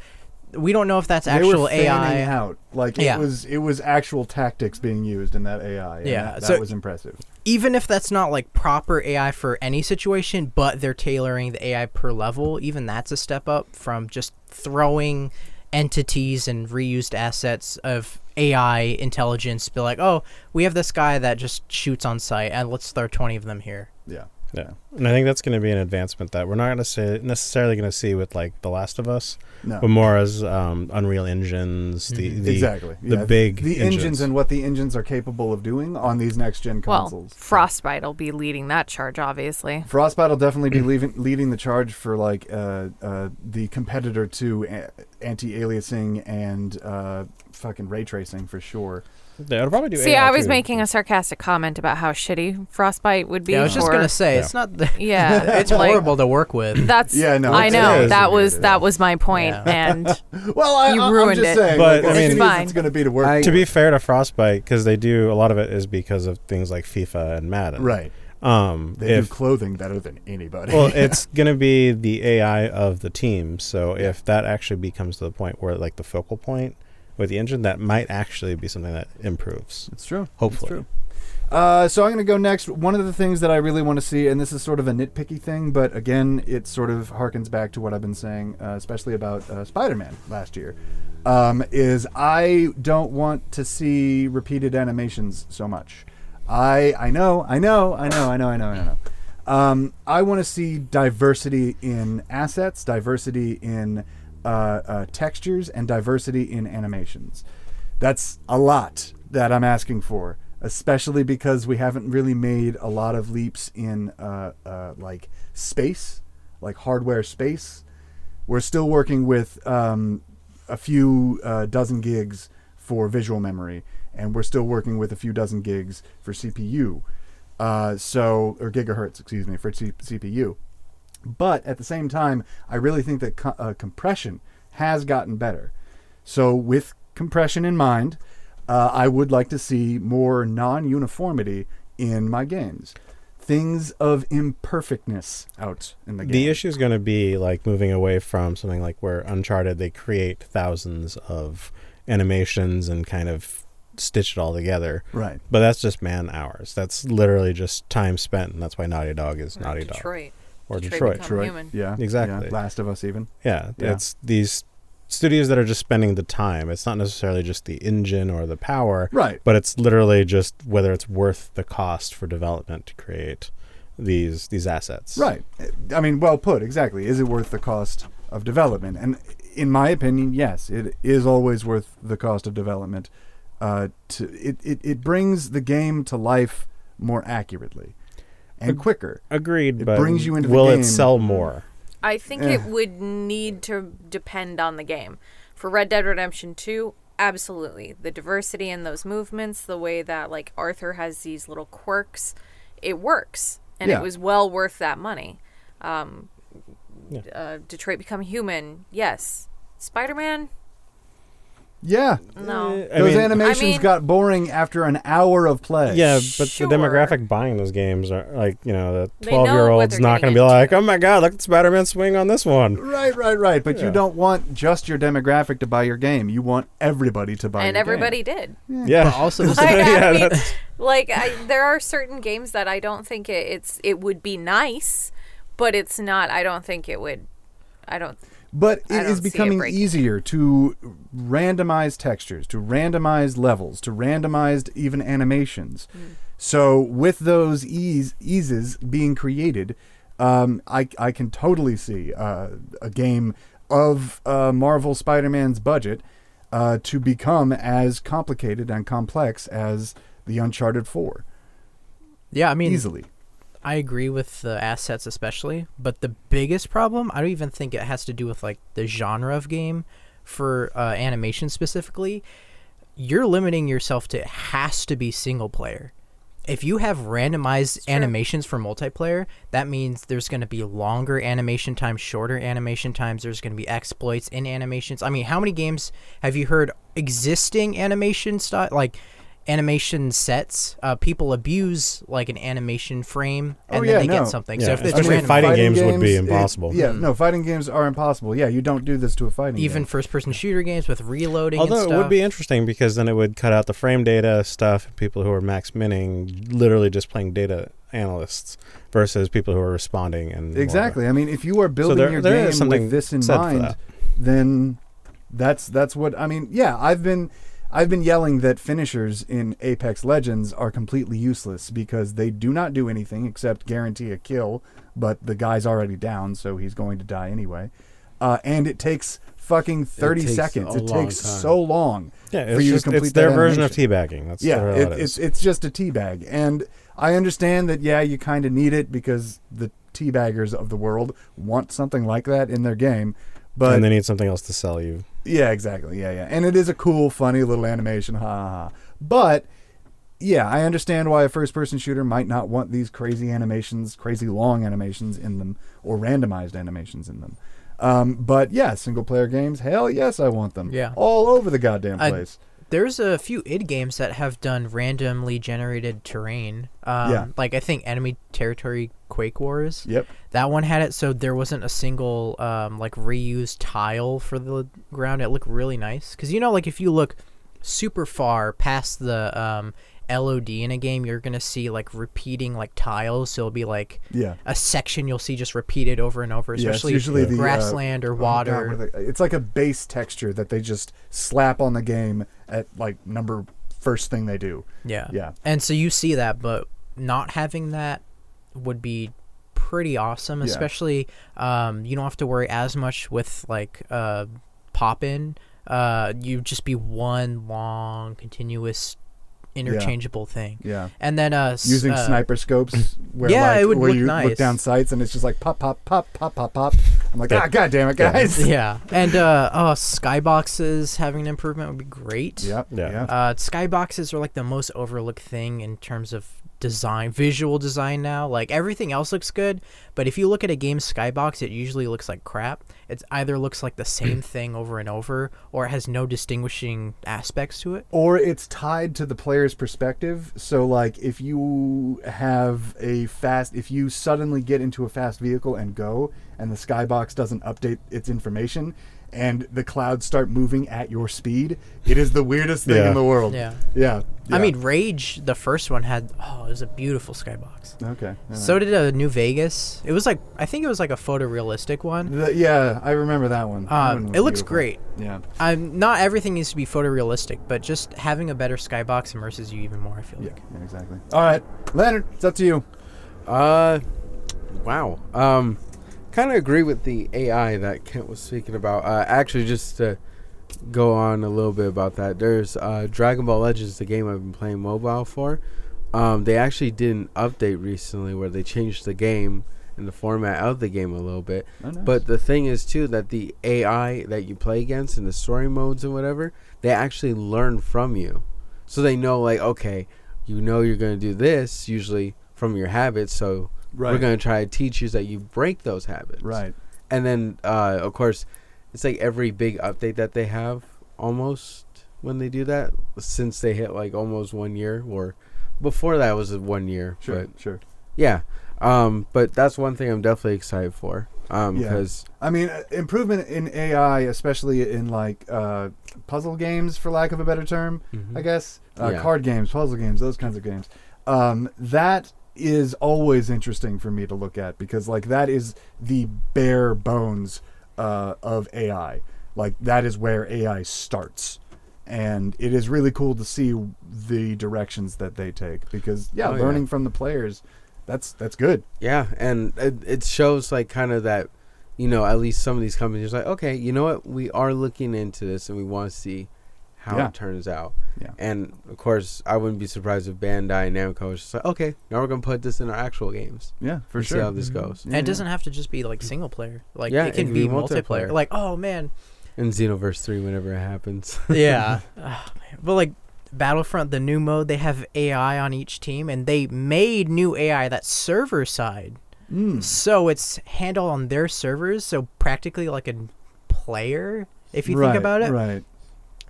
Speaker 6: We don't know if that's
Speaker 1: they
Speaker 6: actual
Speaker 1: were fanning
Speaker 6: AI
Speaker 1: out. Like
Speaker 6: Yeah.
Speaker 1: it was it was actual tactics being used in that AI. and
Speaker 6: Yeah,
Speaker 1: That, that
Speaker 6: so-
Speaker 1: was impressive.
Speaker 6: even if that's not like proper AI for any situation, but they're tailoring the AI per level, even that's a step up from just throwing entities and reused assets of AI intelligence. Be like, oh, we have this guy that just shoots on sight, and let's throw 20 of them here.
Speaker 1: Yeah.
Speaker 3: Yeah. And I think that's going to be an advancement that we're not going to say, necessarily going to see with like The Last of Us,
Speaker 1: No. Mm-hmm.
Speaker 3: but more as um, Unreal Engines, the, the
Speaker 1: exactly
Speaker 3: the
Speaker 1: yeah.
Speaker 3: big
Speaker 1: the engines. and what the engines are capable of doing on these next gen
Speaker 2: well,
Speaker 1: consoles.
Speaker 2: Frostbite will be leading that charge, obviously.
Speaker 1: Frostbite will definitely be leaving, leading the charge for like uh, uh, the competitor to a- anti-aliasing and uh, fucking ray tracing for sure.
Speaker 3: Yeah, it'll probably do.
Speaker 2: See, I was making a sarcastic comment about how shitty Frostbite would be.
Speaker 6: Yeah, I was just
Speaker 2: for-
Speaker 6: gonna say it's not. The,
Speaker 2: Yeah,
Speaker 6: it's
Speaker 2: like-
Speaker 6: horrible to work with.
Speaker 2: That's yeah, no, I know that was that was my point, and
Speaker 1: well, I,
Speaker 2: you
Speaker 1: I- I'm
Speaker 2: ruined
Speaker 1: just
Speaker 2: it.
Speaker 1: saying,
Speaker 3: But
Speaker 1: like,
Speaker 3: I
Speaker 1: as
Speaker 3: mean,
Speaker 2: fine.
Speaker 1: it's going to be to work.
Speaker 3: to be fair to Frostbite, because they do a lot of it is because of things like FIFA and Madden.
Speaker 1: Right.
Speaker 3: Um,
Speaker 1: they
Speaker 3: if
Speaker 1: do clothing better than anybody.
Speaker 3: well, it's going to be the AI of the team. So if that actually becomes to the point where like the focal point with the engine, that might actually be something that improves.
Speaker 1: It's true.
Speaker 3: Hopefully.
Speaker 1: true. Uh, so I'm going to go next. One of the things that I really want to see, and this is sort of a nitpicky thing, but again, it sort of harkens back to what I've been saying, uh, especially about uh, Spider-Man last year. um, is I don't want to see repeated animations so much. I I know I know I know I know I know I know. Um, I want to see diversity in assets, diversity in uh, uh, textures, and diversity in animations. That's a lot that I'm asking for, especially because we haven't really made a lot of leaps in uh, uh, like space, like hardware space. We're still working with um, a few uh, dozen gigs for visual memory, and we're still working with a few dozen gigs for CPU. Uh, so, or gigahertz, excuse me, for C- CPU. But at the same time, I really think that co- uh, compression has gotten better. So, with compression in mind, uh, I would like to see more non uniformity in my games. Things of imperfectness out in the game.
Speaker 3: The issue is going to be like moving away from something like where Uncharted they create thousands of animations and kind of stitch it all together.
Speaker 1: Right.
Speaker 3: But that's just man hours. That's literally just time spent, and that's why Naughty Dog is Naughty Dog.
Speaker 2: Detroit.
Speaker 3: Or
Speaker 2: Detroit
Speaker 3: Detroit.
Speaker 2: Become Detroit. Human.
Speaker 1: Yeah,
Speaker 3: Exactly.
Speaker 1: yeah. Last of Us even.
Speaker 3: Yeah.
Speaker 1: Yeah.
Speaker 3: It's these studios that are just spending the time. It's not necessarily just the engine or the power.
Speaker 1: Right.
Speaker 3: But it's literally just whether it's worth the cost for development to create these these assets.
Speaker 1: Right. I mean, well put. Exactly. Is it worth the cost of development? And in my opinion, yes, it is always worth the cost of development. Uh, to it, it, it brings the game to life more accurately and
Speaker 3: Ag-
Speaker 1: quicker.
Speaker 3: Agreed.
Speaker 1: It
Speaker 3: but
Speaker 1: brings you into the
Speaker 3: will
Speaker 1: game. Eh,
Speaker 3: it sell more?
Speaker 2: I think it would need to depend on the game. For Red Dead Redemption 2, absolutely. The diversity in those movements, the way that like Arthur has these little quirks, it works. And
Speaker 7: Yeah.
Speaker 2: it was well worth that money. Um,
Speaker 3: Yeah.
Speaker 2: uh, Detroit Become Human, yes. Spider Man,
Speaker 1: Yeah.
Speaker 2: No.
Speaker 3: Eh, I
Speaker 1: Those
Speaker 3: mean-
Speaker 1: animations
Speaker 2: I mean-
Speaker 1: got boring after an hour of play.
Speaker 3: Yeah, but the demographic buying those games are like, you know, the
Speaker 1: They know what
Speaker 3: 12 year old's
Speaker 1: they're
Speaker 3: not going to be like, oh my God, look at Spider Man swing on this one.
Speaker 1: Right, right, right. But
Speaker 3: Yeah.
Speaker 1: you don't want just your demographic to buy your game. You want everybody to buy.
Speaker 2: and
Speaker 1: your
Speaker 2: everybody did.
Speaker 1: Game.
Speaker 3: Yeah. But also the
Speaker 2: I, I
Speaker 3: Yeah,
Speaker 2: mean,
Speaker 3: that's-
Speaker 2: like I, there are certain games that I don't think it, it's it would be nice, but it's not. I don't think it would. I don't.
Speaker 1: But
Speaker 2: I
Speaker 1: it
Speaker 2: don't
Speaker 1: is
Speaker 2: see it
Speaker 1: becoming
Speaker 2: breaking.
Speaker 1: easier to randomize textures, to randomize levels, to randomize even animations.
Speaker 2: Hmm.
Speaker 1: So with those ease, eases being created, um, I, I can totally see uh, a game of uh, Marvel Spider-Man's budget uh, to become as complicated and complex as the Uncharted 4.
Speaker 6: Yeah, I mean,
Speaker 1: Easily.
Speaker 6: I agree with the assets, especially, but the biggest problem, I don't even think it has to do with like the genre of game for uh, animation specifically. You're limiting yourself to it has to be single player. If you have randomized animations for multiplayer, that means there's going to be longer animation times, shorter animation times. There's going to be exploits in animations. I mean, how many games have you heard existing animation style like animation sets? Uh, people abuse like an animation frame
Speaker 3: Oh,
Speaker 6: and then they get something. so if it's
Speaker 3: especially
Speaker 6: random-
Speaker 3: fighting games would be impossible.
Speaker 1: yeah, no, fighting games are impossible. Yeah, you don't do this to a fighting
Speaker 6: Hmm. even
Speaker 1: game.
Speaker 6: first-person shooter games with reloading. and
Speaker 3: Although it would
Speaker 6: stuff.
Speaker 3: be interesting because then it would cut out the frame data stuff and people who are max minning, literally just playing data analysts versus people who are responding and more of a-
Speaker 1: Exactly. I mean, if you are building
Speaker 3: there-
Speaker 1: your
Speaker 3: there is
Speaker 1: game
Speaker 3: something
Speaker 1: with this in
Speaker 3: said for
Speaker 1: mind,
Speaker 3: that.
Speaker 1: then that's that's what I mean. Yeah, I've been I've been yelling that finishers in Apex Legends are completely useless because they do not do anything except guarantee a kill, but the guy's already down, so he's going to die anyway. Uh, and it takes fucking thirty
Speaker 3: takes
Speaker 1: seconds.
Speaker 3: a
Speaker 1: It
Speaker 3: long
Speaker 1: takes
Speaker 3: time.
Speaker 1: so long
Speaker 3: Yeah,
Speaker 1: for
Speaker 3: it's
Speaker 1: you
Speaker 3: just-
Speaker 1: to
Speaker 3: it's
Speaker 1: complete
Speaker 3: their
Speaker 1: that
Speaker 3: version of
Speaker 1: animation.
Speaker 3: teabbagging. That's
Speaker 1: yeah,
Speaker 3: literally all it
Speaker 1: it's
Speaker 3: is.
Speaker 1: it's just a teabag, and I understand that. Yeah, you kind of need it because the teabaggers of the world want something like that in their game, but
Speaker 3: and they need something else to sell you.
Speaker 1: yeah, exactly. Yeah, yeah. And it is a cool, funny little animation. Ha ha. ha. But yeah, I understand why a first-person shooter might not want these crazy animations, crazy long animations in them, or randomized animations in them. Um, but yeah, single-player games. Hell yes, I want them.
Speaker 6: Yeah.
Speaker 1: all over the goddamn
Speaker 6: I-
Speaker 1: place.
Speaker 6: There's a few id games that have done randomly generated terrain. Um,
Speaker 1: Yeah.
Speaker 6: Like I think Enemy Territory Quake Wars.
Speaker 1: Yep.
Speaker 6: That one had it so there wasn't a single um, like reused tile for the ground. It looked really nice because you know like if you look super far past the um, LOD in a game, you're gonna see like repeating like tiles. So it'll be like
Speaker 1: Yeah.
Speaker 6: a section you'll see just repeated over and over,
Speaker 1: Yeah, it's
Speaker 6: especially
Speaker 1: usually the, uh,
Speaker 6: grassland
Speaker 1: oh
Speaker 6: or
Speaker 1: my God,
Speaker 6: water.
Speaker 1: what are they- it's like a base texture that they just slap on the game at like number first thing they do.
Speaker 6: Yeah.
Speaker 1: Yeah.
Speaker 6: And so you see that, but not having that would be pretty awesome,
Speaker 1: Yeah.
Speaker 6: especially um, you don't have to worry as much with like uh, pop in. Uh, you just be one long, continuous, interchangeable thing.
Speaker 1: Yeah.
Speaker 6: And then uh, s-
Speaker 1: Using
Speaker 6: uh,
Speaker 1: sniper scopes where
Speaker 6: yeah,
Speaker 1: like,
Speaker 6: it would
Speaker 1: where
Speaker 6: look
Speaker 1: you
Speaker 6: nice.
Speaker 1: look down sights and it's just like pop pop pop pop pop pop. I'm like,
Speaker 6: Yeah.
Speaker 1: ah god damn it guys.
Speaker 6: Yeah. And uh oh skyboxes having an improvement would be great.
Speaker 1: Yep, Yeah. yeah.
Speaker 6: Uh skyboxes are like the most overlooked thing in terms of design, visual design now. Like everything else looks good, but if you look at a game's skybox, it usually looks like crap. It's either looks like the same thing over and over or it has no distinguishing aspects to it.
Speaker 1: or it's tied to the player's perspective. So, like, if you have a fast, if you suddenly get into a fast vehicle and go, and the skybox doesn't update its information, and the clouds start moving at your speed, it is the weirdest thing
Speaker 6: Yeah.
Speaker 1: in the world.
Speaker 6: Yeah.
Speaker 1: yeah,
Speaker 6: I
Speaker 1: yeah.
Speaker 6: mean, Rage, the first one had oh, it was a beautiful skybox.
Speaker 1: Okay, alright.
Speaker 6: So did a New Vegas. It was like I think it was like a photorealistic one.
Speaker 1: The- yeah, I remember that one. That
Speaker 6: Um,
Speaker 1: one was
Speaker 6: it looks
Speaker 1: beautiful.
Speaker 6: great.
Speaker 1: Yeah.
Speaker 6: I'm not everything needs to be photorealistic, but just having a better skybox immerses you even more. I feel like.
Speaker 1: Yeah, exactly. All right, Leonard, it's up to you.
Speaker 5: Uh, wow. Um, kind of agree with the AI that Kent was speaking about. Uh, actually, just to go on a little bit about that, there's uh, Dragon Ball Legends, the game I've been playing mobile for. Um, they actually did an update recently where they changed the game and the format of the game a little bit.
Speaker 12: Oh, nice.
Speaker 5: But the thing is too that the AI that you play against in the story modes and whatever, they actually learn from you. So they know like, okay, you know you're gonna do this usually from your habits, so we're
Speaker 1: Right.
Speaker 5: gonna try to teach you that you break those habits.
Speaker 1: Right.
Speaker 5: And then uh, of course it's like every big update that they have almost when they do that since they hit like almost one year or before that was one year.
Speaker 1: Sure,
Speaker 5: but
Speaker 1: sure.
Speaker 5: Yeah. Um, but that's one thing I'm definitely excited for. Um,
Speaker 1: Yeah.
Speaker 5: because
Speaker 1: I mean, uh, improvement in AI, especially in like uh, puzzle games, for lack of a better term, I guess, uh,
Speaker 5: Mm-hmm. Yeah.
Speaker 1: card games, puzzle games, those kinds of games. Um, that is always interesting for me to look at because like that is the bare bones uh, of AI. Like that is where AI starts. And it is really cool to see the directions that they take because yeah,
Speaker 5: Oh, yeah.
Speaker 1: learning from the players, that's that's good.
Speaker 5: Yeah, and it, it shows like kind of that, you know, at least some of these companies are like, okay, you know what, we are looking into this and we want to see how
Speaker 1: Yeah.
Speaker 5: it turns out.
Speaker 1: Yeah.
Speaker 5: And of course, I wouldn't be surprised if Bandai Namco was just like, okay, now we're gonna put this in our actual games.
Speaker 1: Yeah, for
Speaker 5: and
Speaker 1: sure.
Speaker 5: See how this goes.
Speaker 6: Mm-hmm. and it doesn't have to just be like single player. Like
Speaker 5: Yeah,
Speaker 6: it can be, multiplayer. Like oh man,
Speaker 5: In Xenoverse Three, whenever it happens.
Speaker 6: yeah. Ah, man. But like Battlefront, the new mode, they have AI on each team, and they made new AI that's server side.
Speaker 1: Hmm.
Speaker 6: So it's handled on their servers. So practically like a player, if you
Speaker 1: Right,
Speaker 6: think about it.
Speaker 1: right.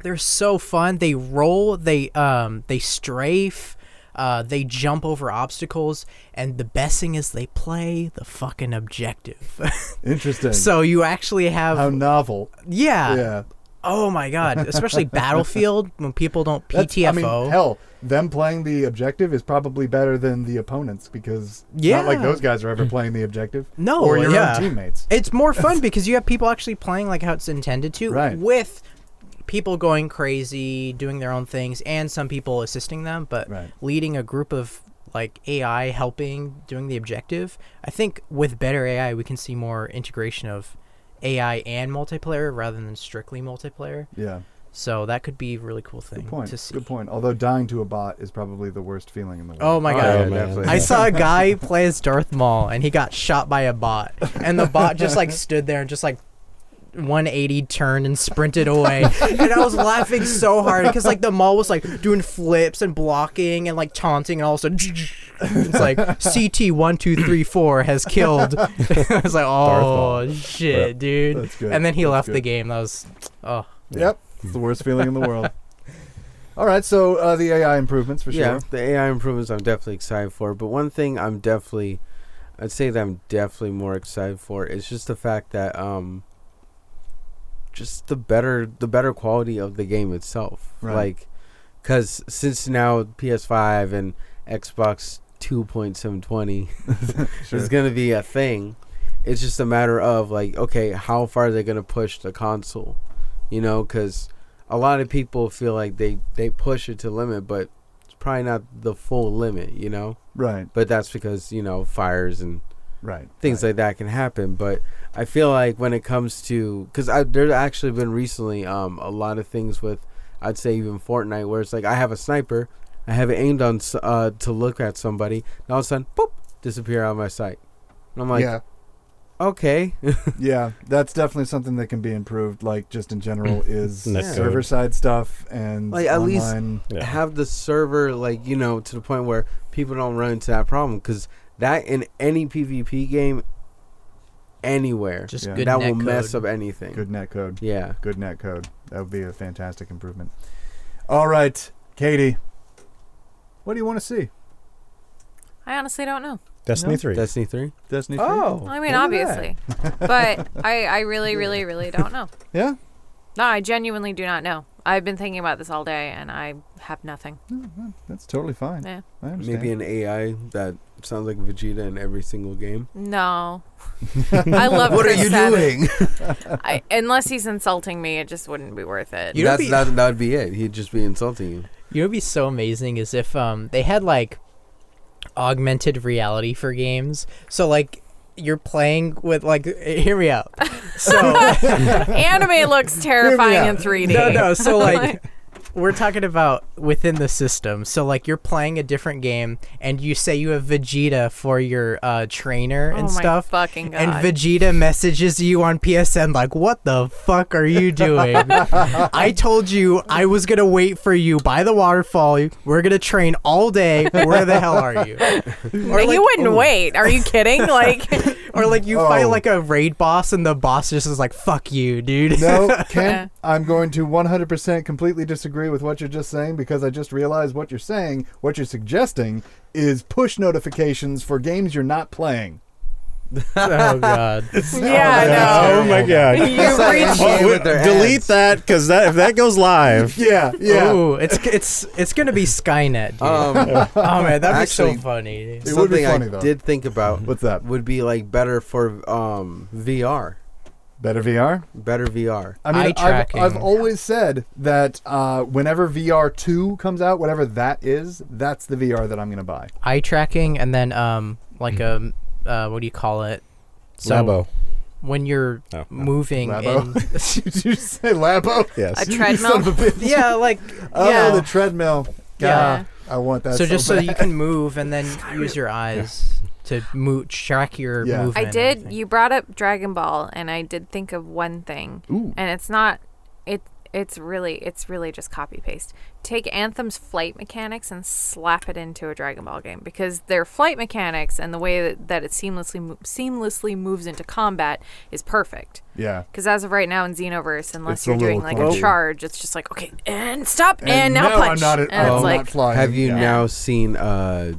Speaker 6: They're so fun. They roll. They um. They strafe. Uh, they jump over obstacles, and the best thing is they play the fucking objective.
Speaker 1: Interesting.
Speaker 6: So you actually have
Speaker 1: how novel.
Speaker 6: Yeah.
Speaker 1: Yeah.
Speaker 6: Oh my god! Especially Battlefield when people don't
Speaker 1: That's-
Speaker 6: PTFO.
Speaker 1: I mean, hell, them playing the objective is probably better than the opponents because
Speaker 6: Yeah.
Speaker 1: not like those guys are ever playing the objective.
Speaker 6: no,
Speaker 1: or your
Speaker 6: yeah.
Speaker 1: own teammates.
Speaker 6: It's more fun because you have people actually playing like how it's intended to,
Speaker 1: Right.
Speaker 6: with people going crazy, doing their own things, and some people assisting them, but leading a group of like AI helping doing the objective. I think with better AI, we can see more integration of AI and multiplayer rather than strictly multiplayer.
Speaker 1: Yeah.
Speaker 6: So that could be a really cool thing
Speaker 1: Good point.
Speaker 6: to see.
Speaker 1: Good point. Although dying to a bot is probably the worst feeling in the world.
Speaker 6: Oh my god! I saw a guy play as Darth Maul, and he got shot by a bot, and the bot just like stood there and just like 180 turned and sprinted away, and I was laughing so hard because like the Maul was like doing flips and blocking and like taunting, and all of a sudden it's like CT one two three four has killed. I was like, oh
Speaker 1: Maul.
Speaker 6: shit,
Speaker 1: Yep.
Speaker 6: dude!
Speaker 1: That's good.
Speaker 6: And then he
Speaker 1: That's
Speaker 6: left the
Speaker 1: good.
Speaker 6: game. That was oh.
Speaker 1: Yep. It's the worst feeling in the world. All right, so uh, the AI improvements for sure.
Speaker 5: Yeah, the AI improvements I'm definitely excited for. But one thing I'm definitely, I'd say that I'm definitely more excited for is just the fact that um, just the better the better quality of the game itself.
Speaker 1: Right.
Speaker 5: Like, because since now PS5 and Xbox 2.720
Speaker 1: Sure.
Speaker 5: is going to be a thing, it's just a matter of like, okay, how far are they going to push the console? You know, because a lot of people feel like they they push it to limit, but it's probably not the full limit. You know,
Speaker 1: Right.
Speaker 5: But that's because you know fires and
Speaker 1: Right,
Speaker 5: things like that can happen. But I feel like when it comes to because I there's actually been recently um a lot of things with I'd say even Fortnite where it's like I have a sniper, I have it aimed on s- uh to look at somebody, and all of a sudden boop disappear out of my sight, and I'm like,
Speaker 1: Yeah.
Speaker 5: okay,
Speaker 1: yeah, that's definitely something that can be improved. Like just in general, is
Speaker 5: Net code.
Speaker 1: server side stuff and
Speaker 5: like at
Speaker 1: online-
Speaker 5: least have the server like you know to the point where people don't run into that problem because that in any PvP game anywhere
Speaker 1: Yeah.
Speaker 5: that will mess up anything.
Speaker 1: Good net code.
Speaker 5: Yeah.
Speaker 1: Good net code. That would be a fantastic improvement. All right, Katie. What do you want to see?
Speaker 2: I honestly don't know.
Speaker 3: Destiny
Speaker 1: No?
Speaker 3: three.
Speaker 5: Destiny three.
Speaker 1: Destiny
Speaker 2: Oh.
Speaker 5: Oh.
Speaker 2: I mean, obviously, but I, I really, really, really don't know.
Speaker 1: Yeah.
Speaker 2: No, I genuinely do not know. I've been thinking about this all day, and I have nothing.
Speaker 5: Mm-hmm.
Speaker 1: That's totally fine.
Speaker 2: Yeah.
Speaker 1: I understand.
Speaker 5: Maybe an AI that sounds like Vegeta in every single game.
Speaker 2: No, I love.
Speaker 5: What are
Speaker 2: Chris
Speaker 5: you
Speaker 2: Evans.
Speaker 5: doing?
Speaker 2: I, unless he's insulting me, it just wouldn't be worth it.
Speaker 5: That's, that, that would be it. He'd just be insulting you.
Speaker 6: You know, it'd be so amazing is if um they had like augmented reality for games. So like you're playing with like hear me out. So
Speaker 2: Anime looks terrifying in
Speaker 6: Hear me
Speaker 2: 3D.
Speaker 6: out. No, no. So like, we're talking about within the system. So like, you're playing a different game, and you say you have Vegeta for your uh, trainer
Speaker 2: Oh
Speaker 6: and
Speaker 2: my
Speaker 6: stuff.
Speaker 2: fucking
Speaker 6: And
Speaker 2: God.
Speaker 6: Vegeta messages you on PSN like, "What the fuck are you doing? I told you I was gonna wait for you by the waterfall. We're gonna train all day. Where the hell are you?" Or
Speaker 2: you
Speaker 6: like-
Speaker 2: wouldn't
Speaker 6: ooh.
Speaker 2: wait. Are you kidding? Like,
Speaker 6: Or like you fight like a raid boss, and the boss just is like, "Fuck you, dude."
Speaker 1: No, Ken, I'm going to 100% completely disagree with what you're just saying because I just realized what you're saying, what you're suggesting, is push notifications for games you're not playing.
Speaker 6: oh God!
Speaker 2: Yeah,
Speaker 3: Oh my god! Oh, wait, delete that because that if that goes live. oh.
Speaker 1: Yeah,
Speaker 6: yeah. Ooh, it's it's it's gonna be Skynet. dude. oh man, that'd
Speaker 5: Um, actually,
Speaker 6: be so funny.
Speaker 5: Something I did think about. What's
Speaker 1: that?
Speaker 5: Would be like better for um, VR.
Speaker 1: Better VR.
Speaker 5: Better VR.
Speaker 1: I mean, I've, I've always said that uh, whenever VR2 comes out, whatever that is, that's the VR that I'm going to buy.
Speaker 6: Eye tracking, and then um,
Speaker 5: Hmm.
Speaker 6: like a uh, what do you call it?
Speaker 3: Labo.
Speaker 6: When you're
Speaker 5: Oh,
Speaker 6: moving,
Speaker 1: Labo?
Speaker 6: in-
Speaker 1: Did you say Labo?
Speaker 3: Yes.
Speaker 6: A treadmill? Yeah, like-
Speaker 1: oh,
Speaker 6: yeah.
Speaker 1: the treadmill.
Speaker 6: Yeah.
Speaker 1: God, I want that.
Speaker 6: so just so
Speaker 1: bad.
Speaker 6: you can move and then use your eyes to mo- track your
Speaker 2: I
Speaker 6: movement.
Speaker 2: did. You brought up Dragon Ball, and I did think of one thing,
Speaker 6: Ooh.
Speaker 2: and it's not. It it's really it's really just copy paste. Take Anthem's flight mechanics and slap it into a Dragon Ball game because their flight mechanics and the way that, that it seamlessly mo- seamlessly moves into combat is perfect.
Speaker 1: Yeah.
Speaker 2: Because as of right now in Xenoverse, unless
Speaker 1: It's a
Speaker 2: you're doing
Speaker 1: little
Speaker 2: like
Speaker 1: clunky.
Speaker 2: a charge, it's just like okay, and stop, and,
Speaker 1: And
Speaker 2: now,
Speaker 1: now I'm
Speaker 2: punch.
Speaker 1: not at-
Speaker 2: and
Speaker 1: I'm
Speaker 2: it's
Speaker 1: not
Speaker 2: like,
Speaker 1: flying.
Speaker 5: Have you
Speaker 1: Yeah.
Speaker 5: now seen uh,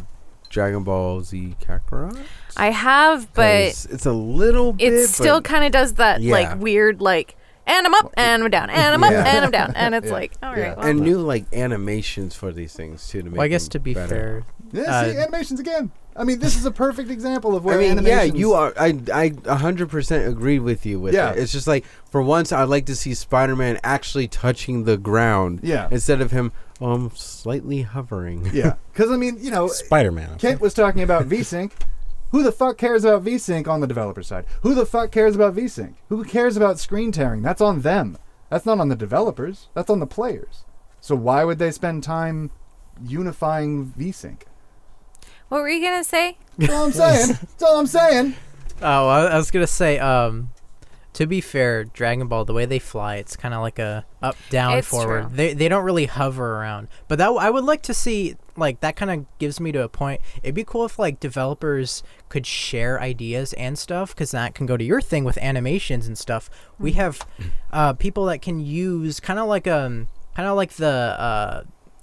Speaker 5: Dragon Ball Z Kakarot?
Speaker 2: I have, but
Speaker 5: 'Cause it's a little.
Speaker 2: it
Speaker 5: bit,
Speaker 2: still
Speaker 5: but-
Speaker 2: kind of does that
Speaker 5: Yeah.
Speaker 2: like weird like and I'm up and I'm down and I'm up
Speaker 5: Yeah.
Speaker 2: and I'm down and it's
Speaker 5: Yeah.
Speaker 2: like all right
Speaker 5: Yeah.
Speaker 2: well,
Speaker 5: and new like animations for these things too. To make
Speaker 6: Well, I guess
Speaker 5: them
Speaker 6: to be
Speaker 5: better.
Speaker 6: fair,
Speaker 1: Yeah, see,
Speaker 6: uh,
Speaker 1: animations again. I mean, this is a perfect example of
Speaker 5: I
Speaker 1: where
Speaker 5: mean, yeah,
Speaker 1: animations.
Speaker 5: you are. I I 100% agree with you with
Speaker 1: Yeah.
Speaker 5: that. It's just like for once, I'd like to see Spider-Man actually touching the ground.
Speaker 1: Yeah.
Speaker 5: Instead of him, oh, I'm slightly hovering.
Speaker 1: Yeah, because I mean, you know,
Speaker 3: Spider-Man.
Speaker 1: Kent was talking about VSync. Who the fuck cares about VSync on the developer side? Who the fuck cares about VSync? Who cares about screen tearing? That's on them. That's not on the developers. That's on the players. So why would they spend time unifying VSync?
Speaker 2: what were you gonna say
Speaker 1: That's all I'm saying. That's all I'm saying.
Speaker 6: Oh, I, I was gonna say. Um, to be fair, Dragon Ball, the way they fly, it's kind of like a up, down,
Speaker 2: It's
Speaker 6: forward.
Speaker 2: true.
Speaker 6: They they don't really hover around. But that I would like to see. Like that kind of gives me to a point. It'd be cool if like developers could share ideas and stuff, because that can go to your thing with animations and stuff. We
Speaker 2: Mm-hmm.
Speaker 6: have uh, people that can use kind of like um kind of like the uh,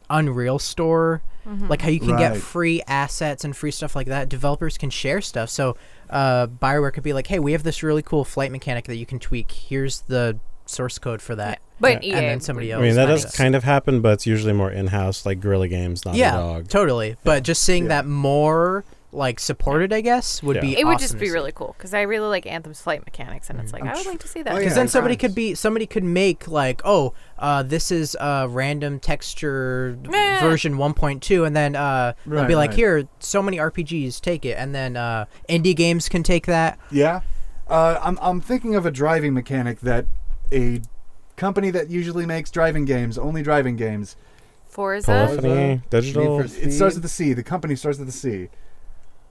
Speaker 6: Unreal Store,
Speaker 2: Mm-hmm.
Speaker 13: Mhm.
Speaker 6: like how you can get
Speaker 13: Right.
Speaker 6: free assets and free stuff like that. Developers can share stuff. So uh, Bioware could be like, hey, we have this really cool flight mechanic that you can tweak. Here's the source code for that.
Speaker 2: But
Speaker 6: Yeah.
Speaker 2: EA
Speaker 6: And then somebody
Speaker 2: would-
Speaker 6: else.
Speaker 3: I mean, that does
Speaker 6: Yes.
Speaker 3: kind of happen, but it's usually more in-house, like Guerrilla Games, not
Speaker 6: yeah,
Speaker 3: Dog.
Speaker 6: totally. But just seeing that more like supported, I guess, would
Speaker 3: Yeah.
Speaker 6: be.
Speaker 2: It would just
Speaker 6: awesome
Speaker 2: be
Speaker 6: to see.
Speaker 2: really cool because I really like Anthem's flight mechanics, and it's like
Speaker 6: I'm
Speaker 2: I would
Speaker 6: sure-
Speaker 2: like to see that.
Speaker 1: Oh,
Speaker 6: because then somebody could be somebody could make like oh uh, this is uh, random texture
Speaker 2: Yeah.
Speaker 6: version 1.2 and then uh, they'll
Speaker 1: Right,
Speaker 6: be like
Speaker 1: right.
Speaker 6: here so many RPGs take it and then uh, indie games can take that
Speaker 1: Yeah. Uh, I'm, I'm thinking of a driving mechanic that a company that usually makes driving games, only driving games.
Speaker 2: Forza.
Speaker 6: E,
Speaker 3: Polyphony, digital.
Speaker 1: It starts with the C. The company starts with the C.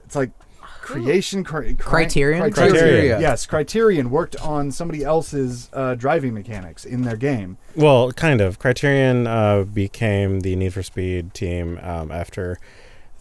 Speaker 1: It's like creation cri- cri-
Speaker 6: Criterion?
Speaker 1: criterion.
Speaker 3: Criterion.
Speaker 1: Yes, Criterion worked on somebody else's uh, driving mechanics in their game.
Speaker 3: Well, kind of. Criterion uh, became the Need for Speed team um, after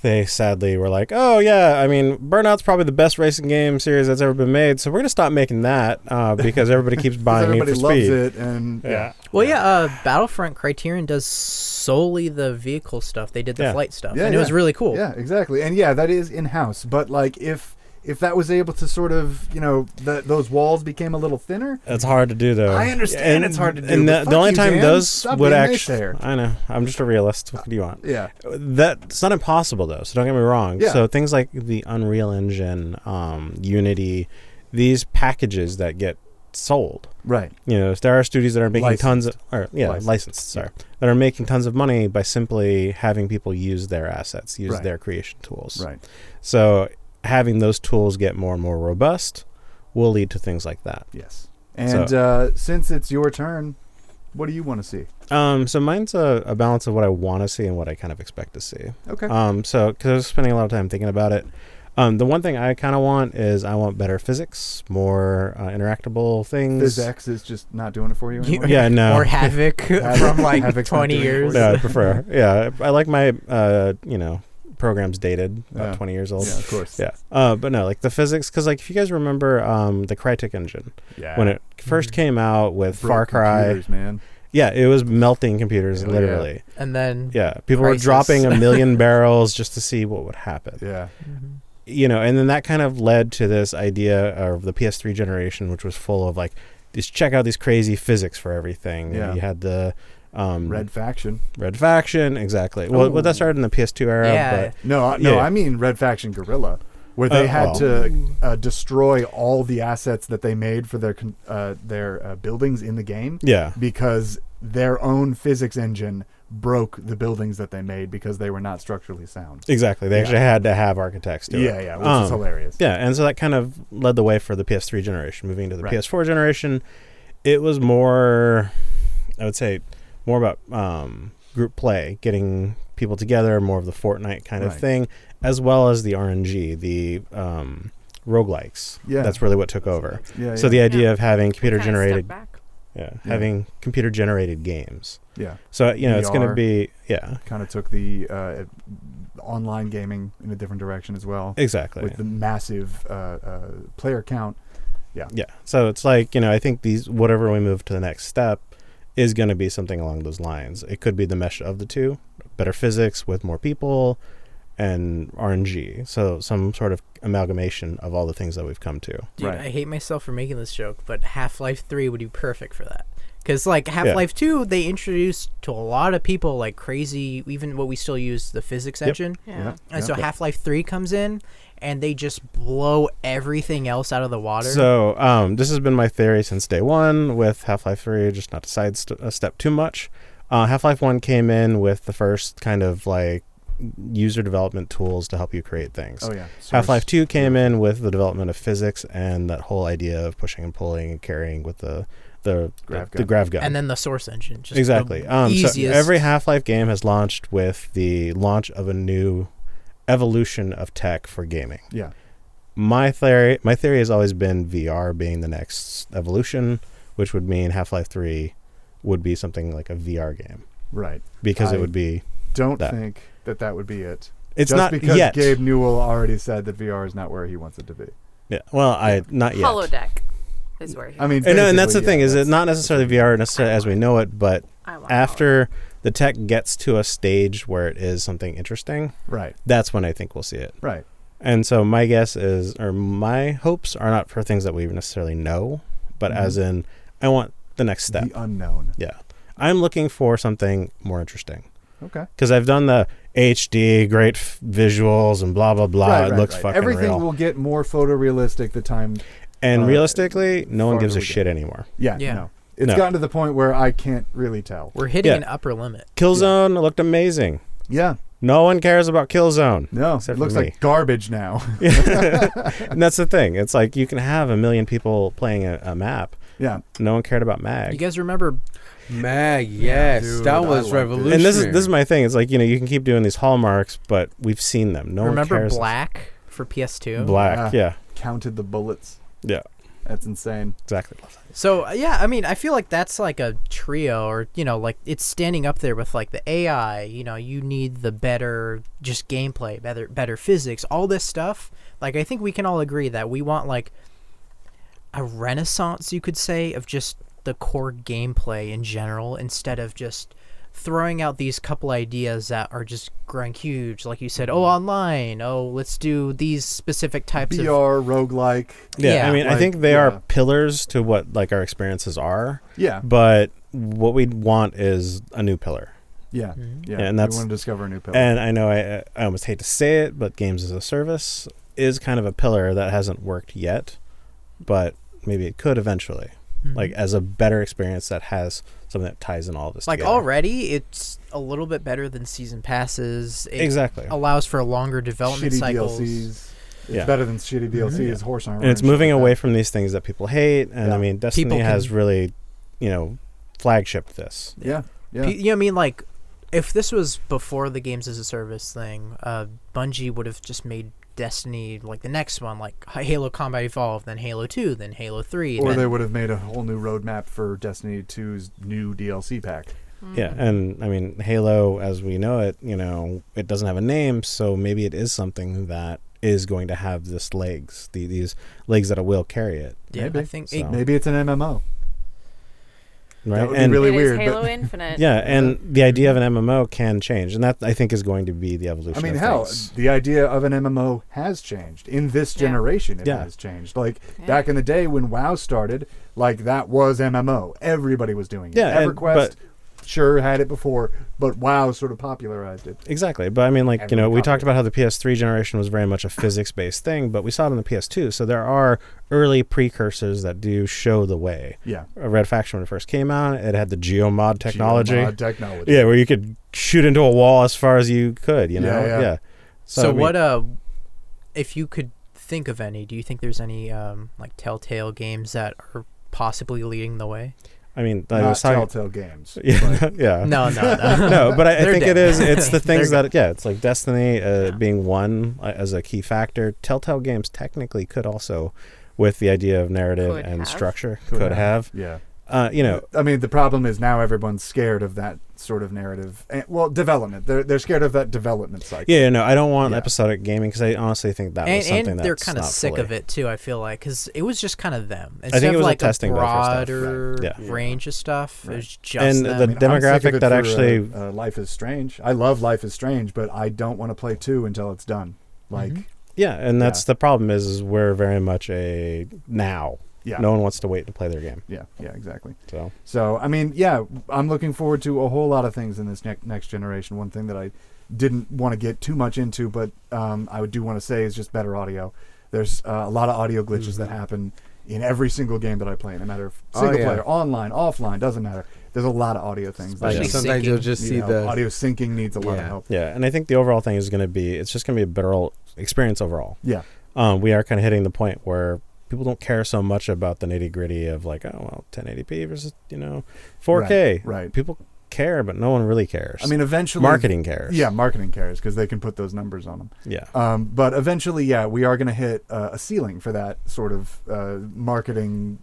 Speaker 3: they sadly were like, oh, yeah, I mean, Burnout's probably the best racing game series that's ever been made, so we're going to stop making that uh, because everybody keeps
Speaker 1: 'Cause
Speaker 3: buying
Speaker 1: everybody
Speaker 3: Need for
Speaker 1: loves
Speaker 3: Speed.
Speaker 1: it, and yeah.
Speaker 6: well yeah uh, Battlefront Criterion does solely the vehicle stuff they did the flight stuff and it was really cool
Speaker 1: Yeah, exactly. And yeah, that is in house. But like, if if that was able to sort of, you know, th those walls became a little thinner,
Speaker 3: It's hard to do, though.
Speaker 1: I understand
Speaker 3: And-
Speaker 1: it's hard to do,
Speaker 3: And
Speaker 1: but
Speaker 3: the, the
Speaker 1: fuck
Speaker 3: only
Speaker 1: you,
Speaker 3: time
Speaker 1: Dan.
Speaker 3: those
Speaker 1: Stop
Speaker 3: would
Speaker 1: being
Speaker 3: actually.
Speaker 1: naysayers.
Speaker 3: I know. I'm just a realist. What do you want?
Speaker 1: yeah.
Speaker 3: That's not impossible, though, so don't get me wrong.
Speaker 1: Yeah.
Speaker 3: So things like the Unreal Engine, um, Unity, these packages that get sold.
Speaker 1: Right.
Speaker 3: You know, there are studios that are making tons of,
Speaker 1: Licensed.
Speaker 3: or yeah, licensed,
Speaker 1: Licensed.
Speaker 3: sorry, that are making tons of money by simply having people use their assets, use
Speaker 1: Right.
Speaker 3: their creation tools.
Speaker 1: Right.
Speaker 3: So having those tools get more and more robust will lead to things like that.
Speaker 1: Yes. And uh, since it's your turn, what do you want to see?
Speaker 3: Um, so mine's a, a balance of what I want to see and what I kind of expect to see.
Speaker 1: Okay.
Speaker 3: Um, so because I was spending a lot of time thinking about it, um, the one thing I kind of want is I want better physics, more uh, interactable things.
Speaker 1: This X is just not doing it for you
Speaker 6: You-
Speaker 1: anymore.
Speaker 3: Yeah, no.
Speaker 6: or Havoc from like 20 years
Speaker 3: Yeah, I prefer. yeah, I like my uh, you know programs dated about
Speaker 1: Yeah.
Speaker 3: 20 years old.
Speaker 1: Yeah, of course.
Speaker 3: Yeah, uh, but no, like the physics, because like if you guys remember um, the Crytek engine,
Speaker 1: Yeah.
Speaker 3: when it first
Speaker 6: Mm.
Speaker 3: came out with
Speaker 1: Broke
Speaker 3: Far Cry,
Speaker 1: computers, man.
Speaker 3: yeah, it was melting computers
Speaker 1: Hell yeah.
Speaker 3: literally.
Speaker 6: And then
Speaker 3: yeah, people
Speaker 6: crisis.
Speaker 3: were dropping a million barrels just to see what would happen.
Speaker 1: Yeah.
Speaker 3: You know, and then that kind of led to this idea of the PS3 generation, which was full of like, just check out these crazy physics for everything.
Speaker 1: Yeah.
Speaker 3: You had the um,
Speaker 1: Red Faction.
Speaker 3: Red Faction, exactly. Well, well, that started in the PS2 era. But
Speaker 1: no, I- no,
Speaker 3: yeah.
Speaker 1: I mean Red Faction Guerrilla, where they
Speaker 3: Uh,
Speaker 1: had
Speaker 3: oh.
Speaker 1: to uh, destroy all the assets that they made for their con- uh, their uh, buildings in the game.
Speaker 3: Yeah.
Speaker 1: because their own physics engine broke the buildings that they made because they were not structurally sound.
Speaker 3: Exactly. They
Speaker 1: Yeah.
Speaker 3: actually had to have architects do
Speaker 1: Yeah,
Speaker 3: it. Um,
Speaker 1: yeah, which is hilarious.
Speaker 3: Yeah, and so that kind of led the way for the PS3 generation. Moving to the
Speaker 1: Right.
Speaker 3: PS4 generation, it was more, I would say, more about um, group play, getting people together, more of the Fortnite kind of
Speaker 1: Right.
Speaker 3: thing, as well as the RNG, the um, roguelikes.
Speaker 1: Yeah.
Speaker 3: That's really what took over.
Speaker 1: Yeah,
Speaker 3: so
Speaker 1: yeah.
Speaker 3: the idea
Speaker 1: Yeah.
Speaker 3: of having
Speaker 1: We kinda
Speaker 3: computer
Speaker 1: stepped
Speaker 3: generated.
Speaker 1: back.
Speaker 3: Yeah,
Speaker 1: Yeah.
Speaker 3: having computer generated games.
Speaker 1: Yeah.
Speaker 3: So, you know, it's going to be, yeah.
Speaker 1: Kind of took the uh, online gaming in a different direction as well.
Speaker 3: Exactly.
Speaker 1: With the massive uh, uh, player count. Yeah.
Speaker 3: Yeah. So it's like, you know, I think these, whatever we move to the next step is going to be something along those lines. It could be the mesh of the two better physics with more people and RNG. So some sort of amalgamation of all the things that we've come to.
Speaker 6: Dude, I hate myself for making this joke, but Half Life 3 would be perfect for that. Because, like, Half Life 2, they introduced to a lot of people, like, crazy, even what we still use, the physics
Speaker 9: Yep.
Speaker 6: engine.
Speaker 9: Yeah. Yeah.
Speaker 6: And
Speaker 9: Yeah.
Speaker 6: so Half Life 3 comes in, and they just blow everything else out of the water.
Speaker 3: So um, this has been my theory since day one with Half Life Three. Just not to side st- a step too much. Uh, Half Life One came in with the first kind of like user development tools to help you create things.
Speaker 1: Oh, yeah. Source.
Speaker 3: Half Life Two came in with the development of physics and that whole idea of pushing and pulling and carrying with the the
Speaker 6: Grav
Speaker 3: the,
Speaker 6: gun.
Speaker 3: grav gun.
Speaker 6: And then the source engine, just the
Speaker 3: exactly. Um, so
Speaker 6: easiest-
Speaker 3: every Half Life game has launched with the launch of a new evolution of tech for gaming
Speaker 1: Yeah.
Speaker 3: my theory my theory has always been VR being the next evolution, which would mean Half Life Three would be something like a VR game,
Speaker 1: Right.
Speaker 3: Because
Speaker 1: I
Speaker 3: it would be
Speaker 1: Don't
Speaker 3: that.
Speaker 1: think that that would be it.
Speaker 3: It's
Speaker 1: Just
Speaker 3: not
Speaker 1: because
Speaker 3: yet.
Speaker 1: Gabe Newell already said that VR is not where he wants it to be.
Speaker 3: Yeah. Well, I not yet.
Speaker 2: holodeck is where. He
Speaker 1: I mean,
Speaker 3: and, no, and that's the
Speaker 1: basically,
Speaker 3: thing
Speaker 1: yeah,
Speaker 3: is it not necessarily VR necessarily as we know it, but after the tech gets to a stage where it is something interesting,
Speaker 1: Right.
Speaker 3: That's when I think we'll see it.
Speaker 1: Right.
Speaker 3: And so my guess is, or my hopes are not for things that we necessarily know, but as
Speaker 1: Mhm.
Speaker 3: in, I want the next step.
Speaker 1: The unknown.
Speaker 3: Yeah. I'm looking for something more interesting.
Speaker 1: Okay.
Speaker 3: Because I've done the HD, great f- visuals, and blah blah blah.
Speaker 1: Right,
Speaker 3: it
Speaker 1: right,
Speaker 3: looks
Speaker 1: right.
Speaker 3: fucking
Speaker 1: Everything
Speaker 3: real.
Speaker 1: will get more photorealistic the time.
Speaker 3: and
Speaker 1: uh,
Speaker 3: realistically, no one
Speaker 1: farther
Speaker 3: gives a
Speaker 1: we go.
Speaker 3: shit anymore.
Speaker 1: Yeah, no. It's
Speaker 3: No.
Speaker 1: gotten to the point where I can't really tell.
Speaker 6: We're hitting
Speaker 3: Yeah.
Speaker 6: an upper limit.
Speaker 3: Killzone looked amazing.
Speaker 1: Yeah.
Speaker 3: No one cares about Killzone.
Speaker 1: No,
Speaker 3: except
Speaker 1: it looks
Speaker 3: for me.
Speaker 1: like garbage now.
Speaker 3: and that's the thing. It's like you can have a million people playing a, a map.
Speaker 1: Yeah.
Speaker 3: No one cared about Mag.
Speaker 6: You guys remember
Speaker 5: Mag, yes,
Speaker 6: Dude, I
Speaker 5: that was
Speaker 6: liked it.
Speaker 5: revolutionary.
Speaker 3: And this is this is my thing. It's like you know you can keep doing these hallmarks, but we've seen them. No one
Speaker 6: remember
Speaker 3: cares.
Speaker 6: Black for PS2?
Speaker 3: Black, yeah.
Speaker 1: Counted the bullets.
Speaker 3: Yeah.
Speaker 1: That's insane.
Speaker 3: Exactly.
Speaker 6: So uh, yeah, I mean, I feel like that's like a trio, or you know, like it's standing up there with like the AI. You know, you need the better just gameplay, better better physics, all this stuff. Like I think we can all agree that we want like a renaissance, you could say, of just the core gameplay in general, instead of just throwing out these couple ideas that are just grand huge. Like you said, oh online, oh let's do these specific types
Speaker 1: BR,
Speaker 6: of
Speaker 1: roguelike.
Speaker 3: Yeah, I mean, I
Speaker 1: like,
Speaker 3: think they
Speaker 1: yeah.
Speaker 3: are pillars to what like our experiences are.
Speaker 1: Yeah.
Speaker 3: But what we want is a new pillar.
Speaker 1: Yeah,
Speaker 6: Mm-hmm.
Speaker 1: yeah.
Speaker 3: And
Speaker 1: We
Speaker 3: that's
Speaker 1: wanna discover a new pillar.
Speaker 3: And I know I I almost hate to say it, but games as a service is kind of a pillar that hasn't worked yet, but maybe it could eventually.
Speaker 6: Mhm.
Speaker 3: Like as a better experience that has something that ties in all this
Speaker 6: like
Speaker 3: together.
Speaker 6: already it's a little bit better than season passes It
Speaker 3: Exactly.
Speaker 6: allows for longer development
Speaker 1: Shitty
Speaker 6: cycles Mm-hmm.
Speaker 1: DLCs. It's better than shitty DLCs. Horse armor.
Speaker 3: and it's moving away from these things that people hate. And
Speaker 1: Yeah.
Speaker 3: I mean, Destiny
Speaker 6: People
Speaker 3: has
Speaker 6: can-
Speaker 3: really, you know, flagshiped this.
Speaker 1: Yeah, yeah.
Speaker 6: P- you know what i mean like if this was before the games as a service thing uh bungie would have just made destiny like the next one like H- halo combat evolved then halo 2 then halo 3
Speaker 1: Or
Speaker 6: then-
Speaker 1: they would have made a whole new roadmap for Destiny 2's new DLC pack.
Speaker 6: Mm-hmm.
Speaker 3: Yeah, and I mean, Halo, as we know it, you know, it doesn't have a name, so maybe it is something that is going to have this legs, the, these legs that it will carry it.
Speaker 6: Yeah, I think it-
Speaker 3: So,
Speaker 1: Maybe it's an MMO.
Speaker 3: right?
Speaker 1: would be really It is weird, but- Halo
Speaker 14: Infinite.
Speaker 3: Yeah, and the idea of an MMO can change, and that I think is going to be the evolution.
Speaker 1: I mean,
Speaker 3: of
Speaker 1: hell,
Speaker 3: things.
Speaker 1: the idea of an MMO has changed in this generation. It
Speaker 3: Yeah.
Speaker 1: has changed. Like back in the day when WoW started, like that was MMO. Everybody was doing it.
Speaker 3: Yeah, and-
Speaker 1: EverQuest sure had it before, but WoW sort of popularized it.
Speaker 3: Exactly. But I mean, like, you know,
Speaker 1: Everyone
Speaker 3: we
Speaker 1: copy
Speaker 3: talked about how the PS3 generation was very much a physics based thing, but we saw it on the PS2. So there are early precursors that do show the way.
Speaker 1: Yeah.
Speaker 3: Uh, Red Faction, when it first came out, it had the Geomod technology.
Speaker 1: Geomod technology.
Speaker 3: Yeah, where you could shoot into a wall as far as you could, you know?
Speaker 1: Yeah, yeah.
Speaker 6: so,
Speaker 3: I mean,
Speaker 6: what uh if you could think of any do you think there's any um like telltale games that are possibly leading the way
Speaker 3: I mean, I
Speaker 1: Not
Speaker 3: was talking,
Speaker 1: Telltale Games,
Speaker 3: Yeah,
Speaker 1: but-
Speaker 3: yeah.
Speaker 6: No, no, no.
Speaker 3: no. But I, I
Speaker 6: They're
Speaker 3: think it
Speaker 6: dead.
Speaker 3: is. It's the things
Speaker 6: They're
Speaker 3: that yeah. It's like Destiny uh, being one uh, as a key factor. Telltale Games technically could also, with the idea of narrative
Speaker 1: Could
Speaker 3: and
Speaker 1: have.
Speaker 3: structure,
Speaker 1: Could
Speaker 3: could,
Speaker 1: have,
Speaker 3: have.
Speaker 1: yeah.
Speaker 3: Uh, you know,
Speaker 1: I mean, the problem is now everyone's scared of that sort of narrative. And, well, development. They're, they're scared of that development cycle.
Speaker 3: yeah, no. I don't want episodic gaming because I honestly think that was
Speaker 6: and,
Speaker 3: something
Speaker 6: and
Speaker 3: that's
Speaker 6: they're kind of
Speaker 3: not
Speaker 6: sick
Speaker 3: fully-
Speaker 6: of it too. I feel like because it was just kind of them.
Speaker 3: I
Speaker 6: Instead
Speaker 3: think it
Speaker 6: of
Speaker 3: was a
Speaker 6: like a,
Speaker 3: testing bed for stuff.
Speaker 6: broader
Speaker 3: Right. Yeah.
Speaker 6: range of stuff, it was just
Speaker 3: And
Speaker 6: them.
Speaker 3: the
Speaker 1: mean, I'm sick of
Speaker 3: demographic
Speaker 1: it
Speaker 3: that
Speaker 1: for, uh,
Speaker 3: actually-
Speaker 1: uh, Life is Strange. I love Life is Strange, but I don't want to play two until it's done. Like
Speaker 3: Yeah, and that's the problem is, is we're very much a now.
Speaker 1: Yeah.
Speaker 3: No one wants to wait to play their game.
Speaker 1: Yeah, yeah, exactly.
Speaker 3: So
Speaker 1: So, I mean, yeah, I'm looking forward to a whole lot of things in this ne- next generation. One thing that I didn't want to get too much into, but um, I do want to say is just better audio. There's uh, a lot of audio glitches that happen in every single game that I play, no matter if
Speaker 5: Mm-hmm. Oh,
Speaker 1: single
Speaker 5: yeah.
Speaker 1: player, online, offline, doesn't matter. There's a lot of audio things. that-
Speaker 5: Especially Yeah. Sometimes you'll syncing. just see the-
Speaker 1: audio syncing needs a lot of
Speaker 5: Yeah.
Speaker 1: help.
Speaker 3: Yeah, and I think the overall thing is going to be it's just going to be a better ol- experience overall.
Speaker 1: Yeah.
Speaker 3: um, we are kind of hitting the point where people don't care so much about the nitty gritty of like, oh well, 1080p versus you know 4K.
Speaker 1: Right, right.
Speaker 3: People care, but no one really cares.
Speaker 1: I mean, eventually,
Speaker 3: marketing cares.
Speaker 1: Yeah, marketing cares because they can put those numbers on them.
Speaker 3: Yeah.
Speaker 1: Um, but eventually, yeah, we are going to hit uh, a ceiling for that sort of uh, marketing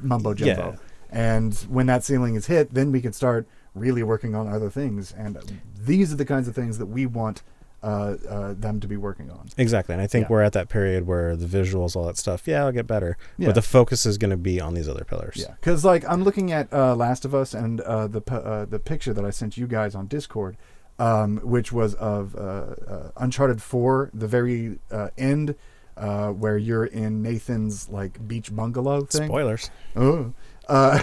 Speaker 1: mumbo jumbo.
Speaker 3: Yeah.
Speaker 1: And when that ceiling is hit, then we can start really working on other things. And these are the kinds of things that we want uh, uh, them to be working on.
Speaker 3: Exactly, and I think
Speaker 1: Yeah.
Speaker 3: we're at that period where the visuals, all that stuff, yeah, it'll get better,
Speaker 1: Yeah.
Speaker 3: but the focus is going to be on these other pillars.
Speaker 1: Yeah, because like I'm looking at uh, Last of Us and uh, the p- uh, the picture that I sent you guys on Discord, um, which was of uh, uh, Uncharted Four, the very uh, end, uh, where you're in Nathan's like beach bungalow thing.
Speaker 3: Spoilers.
Speaker 1: Oh. Uh,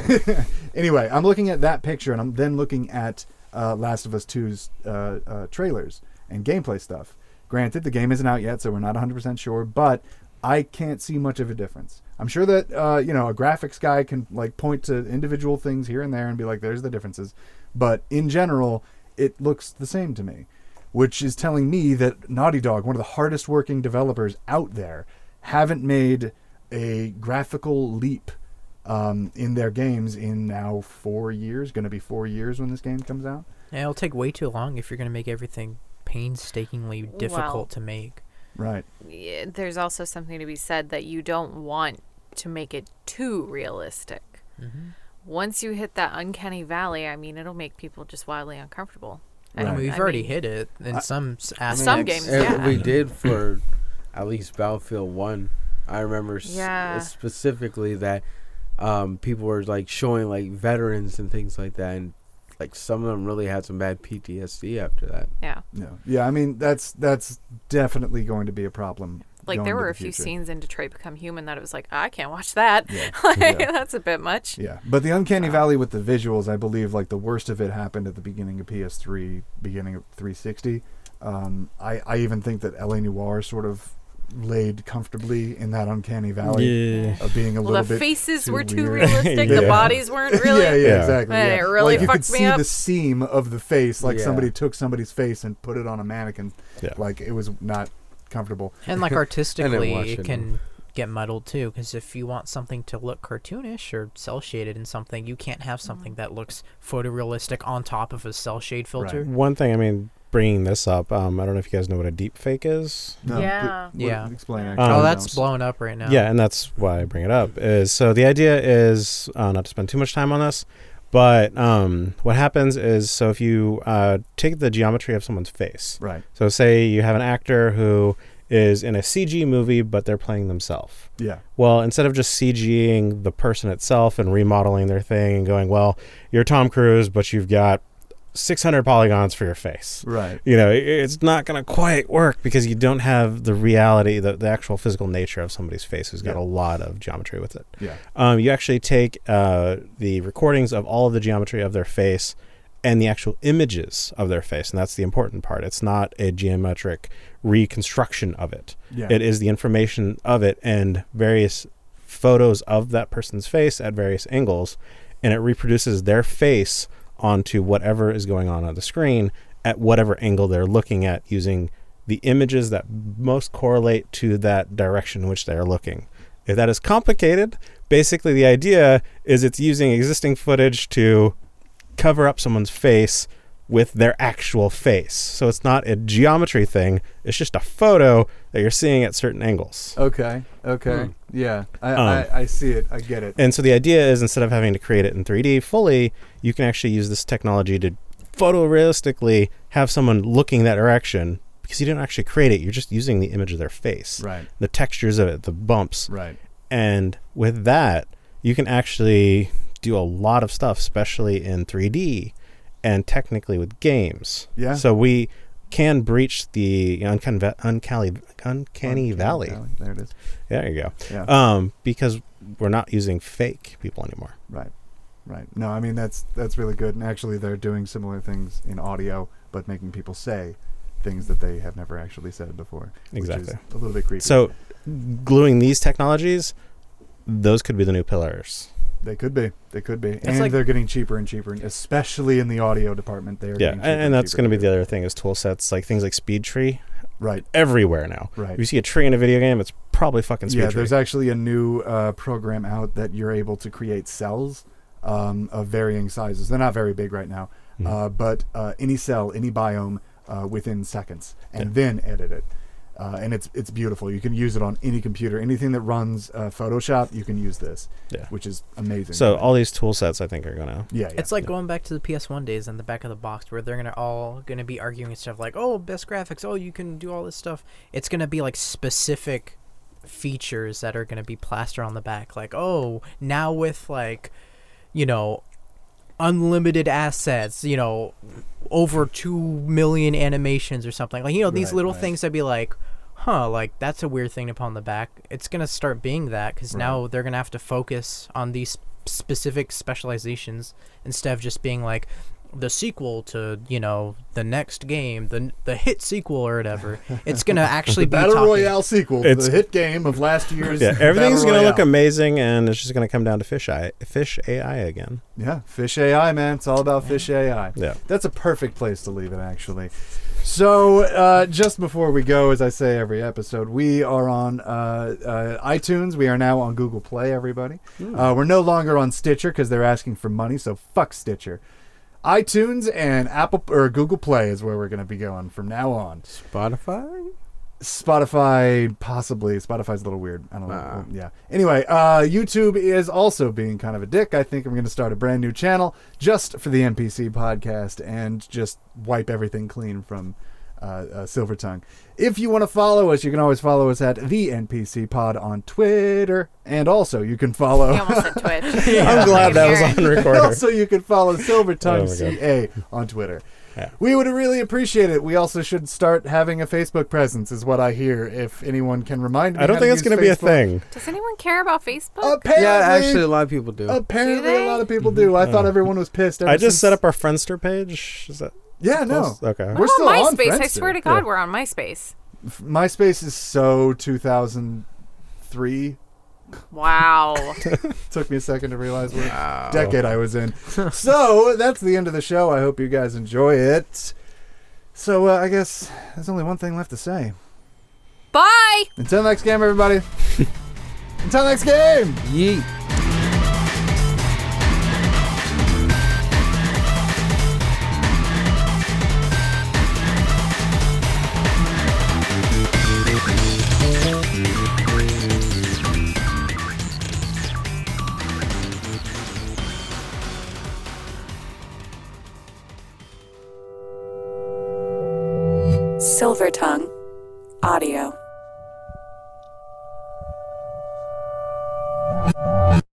Speaker 1: anyway, I'm looking at that picture, and I'm then looking at uh, Last of Us 2's uh, uh, trailers and gameplay stuff. Granted, the game isn't out yet, so we're not 100% sure, but I can't see much of a difference. I'm sure that uh, you know a graphics guy can like point to individual things here and there and be like, "There's the differences," but in general, it looks the same to me, which is telling me that Naughty Dog, one of the hardest working developers out there, haven't made a graphical leap um, in their games in now four years. Going to be four years when this game comes out.
Speaker 6: Yeah, it'll take way too long if you're going to make everything painstakingly difficult
Speaker 2: Well-
Speaker 6: to make.
Speaker 1: Right.
Speaker 2: Yeah, there's also something to be said that you don't want to make it too realistic. Mm-hmm.
Speaker 6: Mhm.
Speaker 2: Once you hit that uncanny valley, I mean, it'll make people just wildly uncomfortable. I
Speaker 6: I mean,
Speaker 2: don't-
Speaker 6: we've
Speaker 2: I
Speaker 6: already
Speaker 2: mean-
Speaker 6: hit it in
Speaker 2: I-
Speaker 6: some s-
Speaker 2: I mean,
Speaker 6: aspects.
Speaker 2: Some games,
Speaker 5: And
Speaker 2: yeah.
Speaker 5: We did for at least Battlefield One. I remember s-
Speaker 2: Yeah.
Speaker 5: specifically that um, people were like showing like veterans and things like that, and like some of them really had some bad PTSD after that.
Speaker 2: Yeah.
Speaker 1: No. Yeah, I mean that's that's definitely going to be a problem.
Speaker 2: Like
Speaker 1: going
Speaker 2: there
Speaker 1: into
Speaker 2: were
Speaker 1: the
Speaker 2: a few
Speaker 1: future.
Speaker 2: scenes in Detroit Become Human that it was like I can't watch that.
Speaker 1: Yeah.
Speaker 2: like
Speaker 1: Yeah.
Speaker 2: that's a bit much.
Speaker 1: Yeah, but the
Speaker 2: Uh,
Speaker 1: uncanny valley with the visuals, I believe, like the worst of it happened at the beginning of PS3, beginning of 360. Um, I I even think that LA Noir sort of laid comfortably in that uncanny valley
Speaker 3: Yeah.
Speaker 1: of being a
Speaker 2: Well,
Speaker 1: little
Speaker 2: the
Speaker 1: bit
Speaker 2: faces
Speaker 1: too
Speaker 2: were too
Speaker 1: weird.
Speaker 2: realistic, the bodies weren't
Speaker 1: yeah,
Speaker 2: really.
Speaker 1: yeah, exactly.
Speaker 2: Man,
Speaker 1: yeah.
Speaker 2: it really
Speaker 1: like you could
Speaker 2: fucked me
Speaker 1: see
Speaker 2: up.
Speaker 1: the seam of the face, like
Speaker 5: Yeah.
Speaker 1: somebody took somebody's face and put it on a mannequin. Like it was not comfortable.
Speaker 6: And like artistically, it
Speaker 1: washing.
Speaker 6: can get muddled too. Because if you want something to look cartoonish or cell shaded in something, you can't have something that looks photorealistic on top of a cell shade filter.
Speaker 3: One thing, I mean, bringing this up, um, I don't know if you guys know what a deep fake is.
Speaker 1: No,
Speaker 6: Yeah.
Speaker 1: but-
Speaker 6: Yeah.
Speaker 1: what- Explain.
Speaker 6: Oh,
Speaker 1: actually.
Speaker 6: that's blown up right now.
Speaker 3: Um, Yeah, and that's why I bring it up. Is so the idea is uh, not to spend too much time on this, but um, what happens is so if you uh, take the geometry of someone's face,
Speaker 1: Right.
Speaker 3: So say you have an actor who is in a CG movie, but they're playing themselves.
Speaker 1: Yeah.
Speaker 3: Well, instead of just CGing the person itself and remodeling their thing and going, well, you're Tom Cruise, but you've got 600 polygons for your face.
Speaker 1: Right.
Speaker 3: You know, i- it's not going to quite work because you don't have the reality, the, the actual physical nature of somebody's face who's got
Speaker 1: Yeah.
Speaker 3: a lot of geometry with it.
Speaker 1: Yeah.
Speaker 3: Um, you actually take uh, the recordings of all of the geometry of their face and the actual images of their face, and that's the important part. It's not a geometric reconstruction of it.
Speaker 15: Yeah.
Speaker 3: It is the information of it and various photos of that person's face at various angles, and it reproduces their face onto whatever is going on on the screen at whatever angle they're looking at using the images that most correlate to that direction in which they are looking. If that is complicated, basically the idea is it's using existing footage to cover up someone's face with their actual face. So it's not a geometry thing, it's just a photo that you're seeing at certain angles.
Speaker 1: Okay. Okay.
Speaker 3: Hmm.
Speaker 1: Yeah. I,
Speaker 3: Um,
Speaker 1: I I see it. I get it.
Speaker 3: And so the idea is instead of having to create it in 3D fully, you can actually use this technology to photorealistically have someone looking that direction because you didn't actually create it. You're just using the image of their face,
Speaker 1: Right.
Speaker 3: The textures of it, the bumps,
Speaker 1: Right.
Speaker 3: And with that, you can actually do a lot of stuff, especially in 3D and technically with games.
Speaker 1: Yeah.
Speaker 3: So we can breach the uncanny, uncanny, uncanny valley.
Speaker 1: Valley, there it is.
Speaker 3: There you go.
Speaker 1: Yeah.
Speaker 3: Um, because we're not using fake people anymore.
Speaker 1: Right. Right. No, I mean that's that's really good. And actually they're doing similar things in audio, but making people say things that they have never actually said before. Which
Speaker 3: Exactly.
Speaker 1: is a little bit creepy.
Speaker 3: So, gluing these technologies, those could be the new pillars.
Speaker 1: they could be. They could be.
Speaker 3: It's
Speaker 1: and
Speaker 3: like-
Speaker 1: they're getting cheaper and cheaper, and especially in the audio department. They're
Speaker 3: yeah,
Speaker 1: getting
Speaker 3: and,
Speaker 1: cheaper
Speaker 3: and that's
Speaker 1: cheaper.
Speaker 3: going to be the other thing is tool sets like things like Speed Tree,
Speaker 1: right?
Speaker 3: Everywhere now.
Speaker 1: Right.
Speaker 3: If you see a tree in a video game, it's probably fucking Speed
Speaker 1: yeah,
Speaker 3: Tree.
Speaker 1: there's actually a new uh, program out that you're able to create cells um, of varying sizes. They're not very big right now,
Speaker 3: Hmm.
Speaker 1: uh, but uh, any cell, any biome uh, within seconds, and
Speaker 3: Yeah.
Speaker 1: then edit it. Uh, and it's it's beautiful. You can use it on any computer, anything that runs uh, Photoshop. You can use this,
Speaker 3: Yeah.
Speaker 1: which is amazing.
Speaker 3: so all these tool sets, I think, are going to.
Speaker 1: yeah, yeah.
Speaker 6: It's like going back to the PS1 days in the back of the box where they're gonna all gonna be arguing stuff like, oh, best graphics, oh, you can do all this stuff. It's gonna be like specific features that are gonna be plastered on the back, like, oh, now with like, you know, unlimited assets, you know, over two million animations or something. Like, you know, these
Speaker 16: Right,
Speaker 6: little
Speaker 16: right.
Speaker 6: things that be like, huh, like that's a weird thing to put on the back. It's gonna start being that because now they're gonna have to focus on these specific specializations instead of just being like the sequel to you know the next game, the the hit sequel or whatever. It's gonna actually
Speaker 1: The
Speaker 6: be
Speaker 1: battle
Speaker 6: talking-
Speaker 1: royale sequel, to
Speaker 3: It's-
Speaker 1: the hit game of last year's.
Speaker 3: Yeah, everything's
Speaker 1: Battle
Speaker 3: going to look
Speaker 1: Royale.
Speaker 3: amazing, and it's just going to come down to fish AI, fish AI again.
Speaker 1: Yeah, fish AI, man. It's all about fish AI.
Speaker 3: Yeah.
Speaker 1: That's a perfect place to leave it, actually. So, uh, just before we go, as I say every episode, we are on uh, uh, iTunes. We are now on Google Play, everybody.
Speaker 3: Hmm.
Speaker 4: Mm.
Speaker 1: Uh, we're no longer on Stitcher because they're asking for money, so fuck Stitcher. iTunes and Apple or Google Play is where we're going to be going from now on.
Speaker 17: Spotify?
Speaker 1: Spotify, possibly. Spotify's a little weird. I don't know. Yeah. Anyway, uh, YouTube is also being kind of a dick. I think I'm going to start a brand new channel just for the NPC podcast and just wipe everything clean from uh, uh, Silver Tongue. If you want to follow us, you can always follow us at the NPC Pod on Twitter, and also you can follow.
Speaker 2: Twitch.
Speaker 1: I'm glad that was on record.
Speaker 4: recorder.
Speaker 1: also, you can follow Silver
Speaker 4: Oh
Speaker 1: Tongue
Speaker 4: my God.
Speaker 1: CA on Twitter. We would really appreciate it. We also should start having a Facebook presence, is what I hear. If anyone can remind me,
Speaker 3: I don't
Speaker 1: how
Speaker 3: think
Speaker 1: to
Speaker 3: it's
Speaker 1: use
Speaker 3: gonna be a thing.
Speaker 1: Facebook.
Speaker 2: Does anyone care about Facebook?
Speaker 1: Apparently,
Speaker 17: lot of people do.
Speaker 1: Apparently, a lot of people do. I thought everyone was pissed. Ever
Speaker 3: Uh, I just
Speaker 1: since-
Speaker 3: set up our Friendster page. Is that
Speaker 1: Yeah, no.
Speaker 3: close? Okay.
Speaker 1: We're
Speaker 2: Oh,
Speaker 1: still
Speaker 2: MySpace.
Speaker 1: on
Speaker 2: I
Speaker 1: Friendster.
Speaker 2: swear to God,
Speaker 1: Yeah.
Speaker 2: we're on MySpace.
Speaker 1: MySpace is so 2003.
Speaker 2: Wow.
Speaker 1: Took me a second to realize what decade I was in. so that's the end of the show. I hope you guys enjoy it. So uh, I guess there's only one thing left to say.
Speaker 2: Bye.
Speaker 1: Until next game, everybody. Until next game.
Speaker 17: Yeet.
Speaker 18: Silver Tongue Audio.